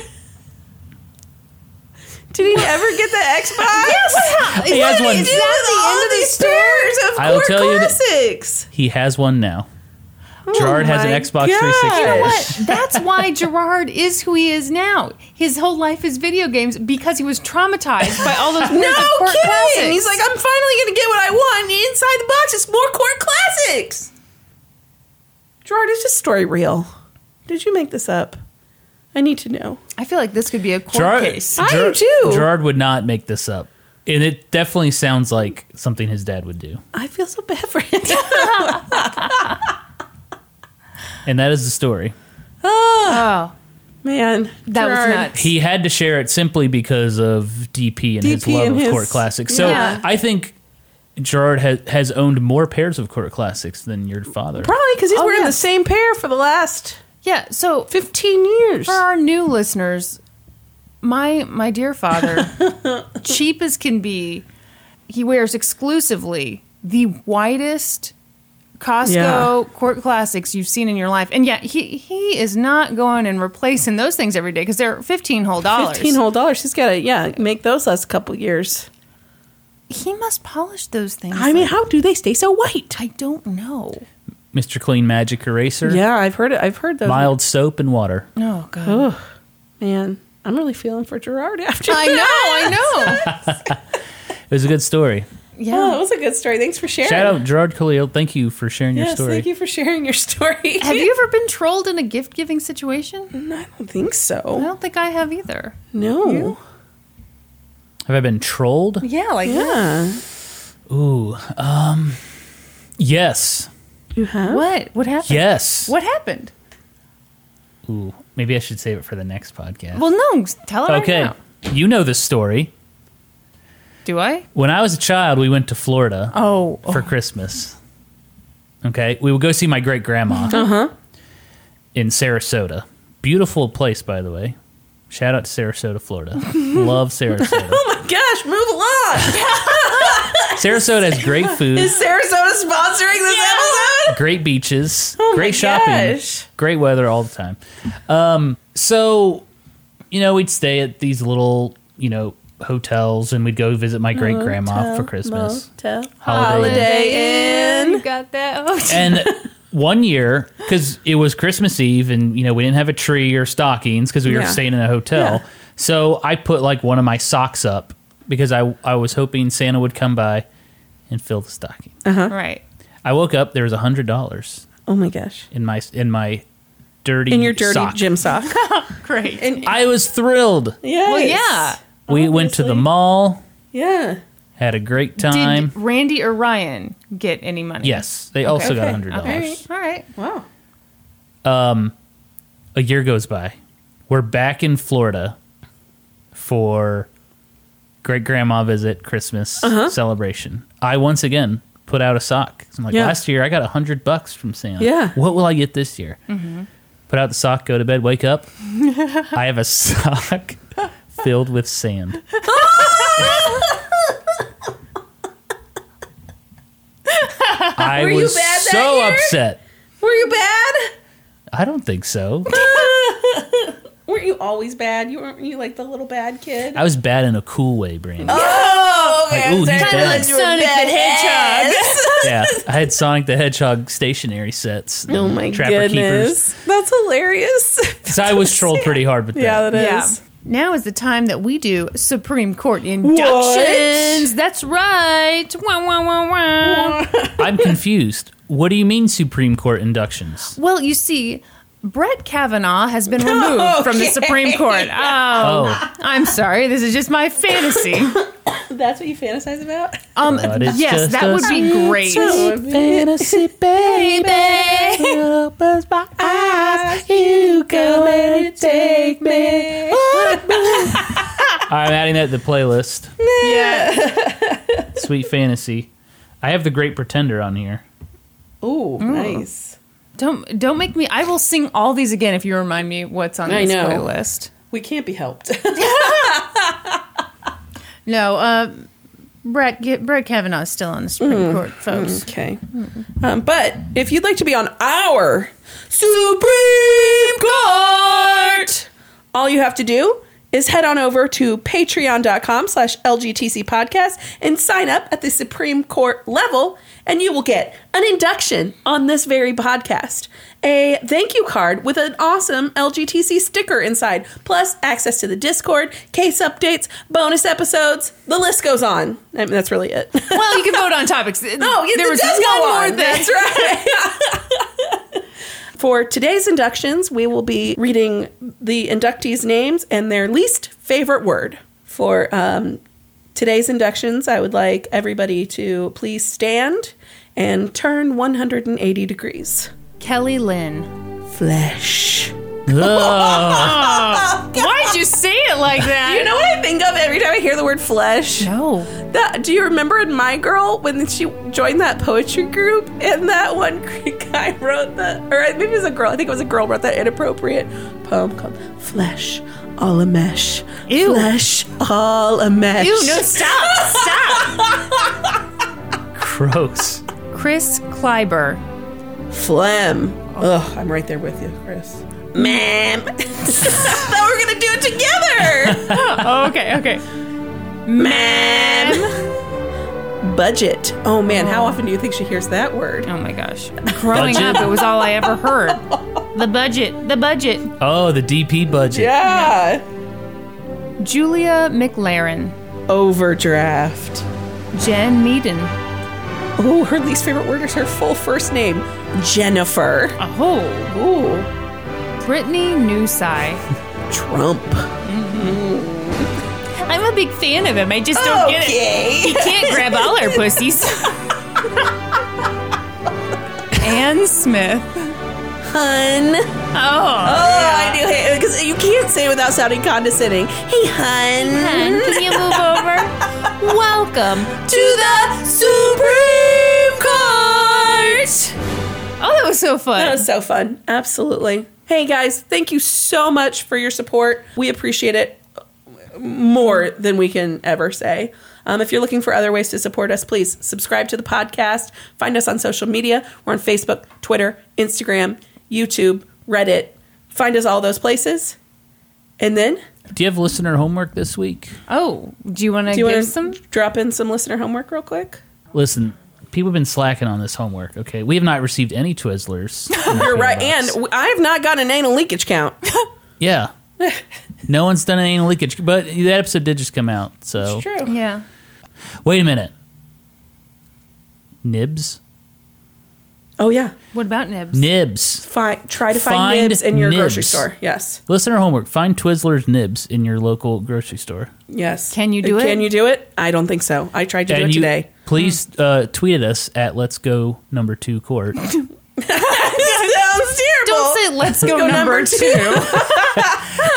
Speaker 2: Did he ever get the Xbox? yes.
Speaker 3: He has one.
Speaker 2: Dude, all of these pairs of
Speaker 3: I'll
Speaker 2: Core
Speaker 3: tell you that-
Speaker 2: Classics.
Speaker 3: He has one now. Gerard has an
Speaker 2: Oh my
Speaker 3: Xbox
Speaker 2: gosh.
Speaker 3: 360.
Speaker 2: You know
Speaker 1: But that's why Gerard is who he is now. His whole life is video games because he was traumatized by all those words
Speaker 2: No
Speaker 1: of court
Speaker 2: kidding.
Speaker 1: classics.
Speaker 2: He's like, I'm finally going to get what I want. and Inside the box, it's more Core Classics. Gerard, is this story real? Did you make this up? I need to know.
Speaker 1: I feel like this could be a court
Speaker 3: Gerard,
Speaker 1: case.
Speaker 2: I
Speaker 3: Gerard-
Speaker 2: do too.
Speaker 3: Gerard would not make this up. And it definitely sounds like something his dad would do.
Speaker 2: I feel so bad for him.
Speaker 3: And that is the story.
Speaker 1: Oh,
Speaker 2: Man,
Speaker 1: that was
Speaker 2: Gerard.
Speaker 1: nuts.
Speaker 3: He had to share it simply because of DP and his
Speaker 2: DP
Speaker 3: love
Speaker 2: and
Speaker 3: of
Speaker 2: his-
Speaker 3: court classics. So
Speaker 1: Yeah.
Speaker 3: I think Gerard has, has owned more pairs of court classics than your father.
Speaker 2: Probably because he's
Speaker 1: Oh,
Speaker 2: wearing
Speaker 1: yeah.
Speaker 2: the same pair for the last
Speaker 1: yeah. So
Speaker 2: 15 years.
Speaker 1: for our new listeners, my my dear father, cheap as can be, he wears exclusively the widest Costco
Speaker 2: Yeah.
Speaker 1: court classics you've seen in your life, and yet he he is not going and replacing those things every day because they're fifteen whole dollars.
Speaker 2: 15 whole dollars. He's got to, yeah, make those last couple years.
Speaker 1: he must polish those things.
Speaker 2: I mean, how do they stay so white?
Speaker 1: I don't know.
Speaker 3: Mr. Clean Magic Eraser,
Speaker 2: Yeah, I've heard it. I've heard those.
Speaker 3: mild soap and water.
Speaker 1: Oh God.
Speaker 2: Man, I'm really feeling for Gerard after
Speaker 1: I
Speaker 2: that.
Speaker 1: know, I know.
Speaker 3: It was a good story.
Speaker 2: Oh,
Speaker 1: Yeah.
Speaker 2: that was a good story. Thanks for sharing.
Speaker 3: Shout out Gerard Khalil. Thank you for sharing your
Speaker 2: Yes,
Speaker 3: story.
Speaker 2: thank you for sharing your story.
Speaker 1: Have you ever been trolled in a gift giving situation?
Speaker 2: I don't think
Speaker 1: I
Speaker 2: so.
Speaker 1: don't think I have either.
Speaker 2: No.
Speaker 3: Have I been trolled?
Speaker 1: Yeah, like
Speaker 2: Yeah.
Speaker 3: Ooh. Um Yes.
Speaker 2: You have?
Speaker 1: what? What happened?
Speaker 3: Yes.
Speaker 1: What happened?
Speaker 3: Ooh. Maybe I should save it for the next podcast.
Speaker 1: Well, no, tell it right
Speaker 3: okay.
Speaker 1: now.
Speaker 3: You know this story.
Speaker 1: Do I?
Speaker 3: When I was a child, we went to Florida
Speaker 1: Oh,
Speaker 3: for Christmas. Okay, we would go see my great grandma in Sarasota. Beautiful place, by the way. Shout out to Sarasota, Florida. Love Sarasota.
Speaker 2: Oh my gosh, move along.
Speaker 3: Sarasota has great food,
Speaker 2: Is Sarasota sponsoring this episode?
Speaker 3: great beaches,
Speaker 2: Oh my
Speaker 3: great shopping,
Speaker 2: gosh.
Speaker 3: great weather all the time. Um, so, you know, we'd stay at these little, you know, hotels and we'd go visit my great grandma for Christmas.
Speaker 2: Motel.
Speaker 3: Holiday Inn.
Speaker 2: Holiday Inn.
Speaker 1: you got that. Oh,
Speaker 3: And one year, because it was Christmas Eve, and you know we didn't have a tree or stockings because we were
Speaker 2: Yeah.
Speaker 3: staying in a hotel.
Speaker 2: Yeah.
Speaker 3: So I put like one of my socks up because I I was hoping Santa would come by and fill the stocking.
Speaker 2: Uh.
Speaker 1: right.
Speaker 3: I woke up there was a hundred dollars
Speaker 2: Oh my gosh.
Speaker 3: in my in my dirty
Speaker 2: In your dirty
Speaker 3: sock.
Speaker 2: gym sock.
Speaker 1: Great.
Speaker 2: And
Speaker 3: I was thrilled.
Speaker 2: yes.
Speaker 1: well, yeah.
Speaker 3: We went to the
Speaker 2: Obviously.
Speaker 3: mall,
Speaker 2: Yeah.
Speaker 3: had a great
Speaker 1: Did
Speaker 3: time.
Speaker 1: Randy or Ryan get any money?
Speaker 3: yes, they also got a hundred dollars.
Speaker 1: Okay. All right.
Speaker 2: Wow.
Speaker 3: a year goes by. We're back in Florida for great grandma visit, Christmas
Speaker 2: Uh-huh.
Speaker 3: celebration. I once again put out a sock. So I'm like,
Speaker 2: Yeah.
Speaker 3: last year I got a hundred bucks from Santa.
Speaker 2: Yeah.
Speaker 3: What will I get this year? Put out the sock, go to bed, wake up. I have a sock filled with sand. I
Speaker 2: Were you
Speaker 3: was
Speaker 2: bad that
Speaker 3: so
Speaker 2: year?
Speaker 3: upset.
Speaker 2: Were you bad?
Speaker 3: I don't think so.
Speaker 2: Weren't you always bad? You weren't you like the little bad kid?
Speaker 3: I was bad in a cool way, Brandon.
Speaker 2: Oh, okay.
Speaker 3: Like, ooh, he's bad.
Speaker 1: Sonic the
Speaker 3: yeah, I had Sonic the Hedgehog stationary sets.
Speaker 2: Oh
Speaker 3: and
Speaker 2: my
Speaker 3: Trapper Keepers.
Speaker 2: goodness. That's hilarious.
Speaker 3: So I was trolled pretty hard with that.
Speaker 2: yeah, that is.
Speaker 1: Yeah. Now is the time that we do Supreme Court inductions. That's right. Wah, wah, wah, wah.
Speaker 3: I'm confused. What do you mean Supreme Court inductions?
Speaker 1: Well, you see, Brett Kavanaugh has been removed from the
Speaker 2: Okay.
Speaker 1: Supreme Court. Oh,
Speaker 3: Oh,
Speaker 1: I'm sorry. This is just my fantasy.
Speaker 2: That's what you fantasize about?
Speaker 1: Um,
Speaker 3: But it's
Speaker 1: yes,
Speaker 3: just
Speaker 1: that
Speaker 3: a
Speaker 1: would be great.
Speaker 3: fantasy
Speaker 1: baby.
Speaker 2: you come and take me.
Speaker 3: I'm adding that to the playlist.
Speaker 1: Yeah.
Speaker 3: Sweet fantasy. I have the Great Pretender on here.
Speaker 2: Ooh, nice.
Speaker 1: Don't don't make me. I will sing all these again if you remind me what's on
Speaker 2: I
Speaker 1: this
Speaker 2: know.
Speaker 1: playlist.
Speaker 2: We can't be helped.
Speaker 1: No, uh, Brett Ge- Brett Kavanaugh is still on the Supreme Court, folks.
Speaker 2: okay. Um, but if you'd like to be on our Supreme Court, all you have to do is head on over to patreon.com slash lgtc podcast and sign up at the supreme court level and you will get an induction on this very podcast a thank you card with an awesome lgtc sticker inside plus access to the discord case updates bonus episodes the list goes on I mean, that's really it
Speaker 1: Well, you can vote on topics.
Speaker 2: Oh, yeah,
Speaker 1: there
Speaker 2: that
Speaker 1: was
Speaker 2: does
Speaker 1: one
Speaker 2: go
Speaker 1: more
Speaker 2: on.
Speaker 1: thing.
Speaker 2: That's right. For today's inductions, we will be reading the inductees' names and their least favorite word. For um, today's inductions, I would like everybody to please stand and turn 180 degrees.
Speaker 1: Kelly Lynn.
Speaker 2: Flesh.
Speaker 3: Ugh.
Speaker 1: Why'd you say it like that? Oh.
Speaker 2: You know what I think of every time I hear the word flesh?
Speaker 1: No.
Speaker 2: That, do you remember in My Girl when she joined that poetry group and that one guy wrote the, or maybe it was a girl, I think it was a girl wrote that inappropriate poem called Flesh All a Mesh.
Speaker 1: Ew.
Speaker 2: Flesh All a Mesh.
Speaker 1: Ew, no, stop, stop.
Speaker 3: Gross.
Speaker 1: Chris Kleiber.
Speaker 2: Phlegm. Ugh, I'm right there with you, Chris. Ma'am. I thought we were going to do it together.
Speaker 1: Oh, okay, okay.
Speaker 2: Ma'am. Budget. Oh man, how often do you think she hears that word?
Speaker 1: Oh my gosh. Growing
Speaker 3: Budget.
Speaker 1: up, it was all I ever heard. The budget, the budget.
Speaker 3: Oh, the DP budget.
Speaker 2: Yeah.
Speaker 1: Julia McLaren.
Speaker 2: Overdraft.
Speaker 1: Jen Meaden.
Speaker 2: Oh, her least favorite word is her full first name, Jennifer.
Speaker 1: Oh.
Speaker 2: Ooh,
Speaker 1: Brittany Newsai.
Speaker 2: Trump.
Speaker 1: Mm-hmm. I'm a big fan of him. I just don't get it.
Speaker 2: Okay.
Speaker 1: Can't grab all our pussies. Anne Smith.
Speaker 4: hun.
Speaker 1: Oh.
Speaker 4: Oh, I do hate because you can't say it without sounding condescending. Hey, hun.
Speaker 1: Hun, can you move over? Welcome.
Speaker 4: To the Supreme Court.
Speaker 1: Oh, that was so fun.
Speaker 2: That was so fun. Absolutely. Hey guys, thank you so much for your support. We appreciate it more than we can ever say. Um, if you're looking for other ways to support us, please subscribe to the podcast. Find us on social media. We're on Facebook, Twitter, Instagram, YouTube, Reddit. Find us all those places. And then,
Speaker 3: Do you have listener homework this week?
Speaker 1: oh, do you want to
Speaker 2: do you
Speaker 1: give
Speaker 2: want
Speaker 1: some?
Speaker 2: to drop in some listener homework real quick?
Speaker 3: Listen, people have been slacking on this homework. Okay, we have not received any Twizzlers. in our
Speaker 2: You're right.
Speaker 3: mailbox.
Speaker 2: And w- I have not gotten an anal leakage count.
Speaker 3: yeah, no one's done an anal leakage, but that episode did just come out. So
Speaker 2: True.
Speaker 1: Yeah.
Speaker 3: wait a minute, nibs,
Speaker 2: Oh, yeah.
Speaker 1: What about nibs?
Speaker 3: nibs.
Speaker 2: Find, try to find,
Speaker 3: Find
Speaker 2: nibs in your grocery
Speaker 3: nibs.
Speaker 2: store. Yes.
Speaker 3: Listener homework: find Twizzlers nibs in your local grocery store.
Speaker 2: Yes. Uh,
Speaker 1: Can you do it?
Speaker 2: Can you do it? I don't think so. I tried to do
Speaker 3: And
Speaker 2: it
Speaker 3: you-
Speaker 2: today. Hmm.
Speaker 3: Please uh, tweet at us at Let's Go Number Two Court.
Speaker 2: that sounds
Speaker 1: Don't say let's go, number, two.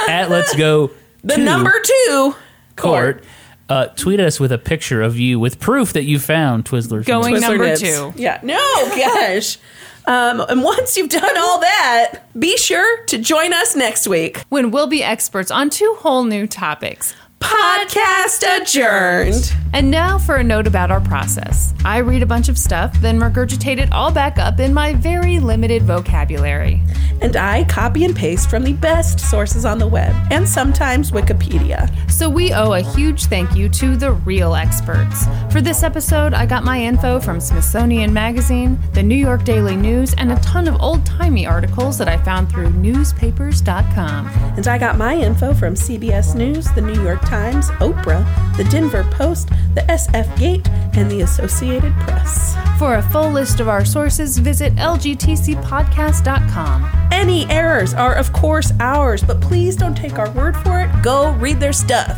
Speaker 3: at Let's Go
Speaker 2: The number two
Speaker 3: Court. Uh, tweet us with a picture of you with proof that you found Twizzlers.
Speaker 1: Going
Speaker 3: in
Speaker 2: Twizzler
Speaker 3: the-
Speaker 1: number
Speaker 2: nibs.
Speaker 1: two.
Speaker 2: Yeah. No, gosh. Um, and once you've done all that, be sure to join us next week.
Speaker 1: When we'll be experts on two whole new topics.
Speaker 2: Podcast adjourned.
Speaker 1: And now for a note about our process. I read a bunch of stuff, then regurgitate it all back up in my very limited vocabulary.
Speaker 2: And I copy and paste from the best sources on the web and sometimes Wikipedia.
Speaker 1: So we owe a huge thank you to the real experts. For this episode, I got my info from Smithsonian Magazine, the New York Daily News, and a ton of old timey articles that I found through newspapers.com.
Speaker 2: And I got my info from CBS News, The New York Times, Oprah, The Denver Post, The SF Gate, and The Associated Press.
Speaker 1: For a full list of our sources, visit lgtcpodcast.com.
Speaker 2: Any errors are, of course, ours, but please don't take our word for it. Go read their stuff.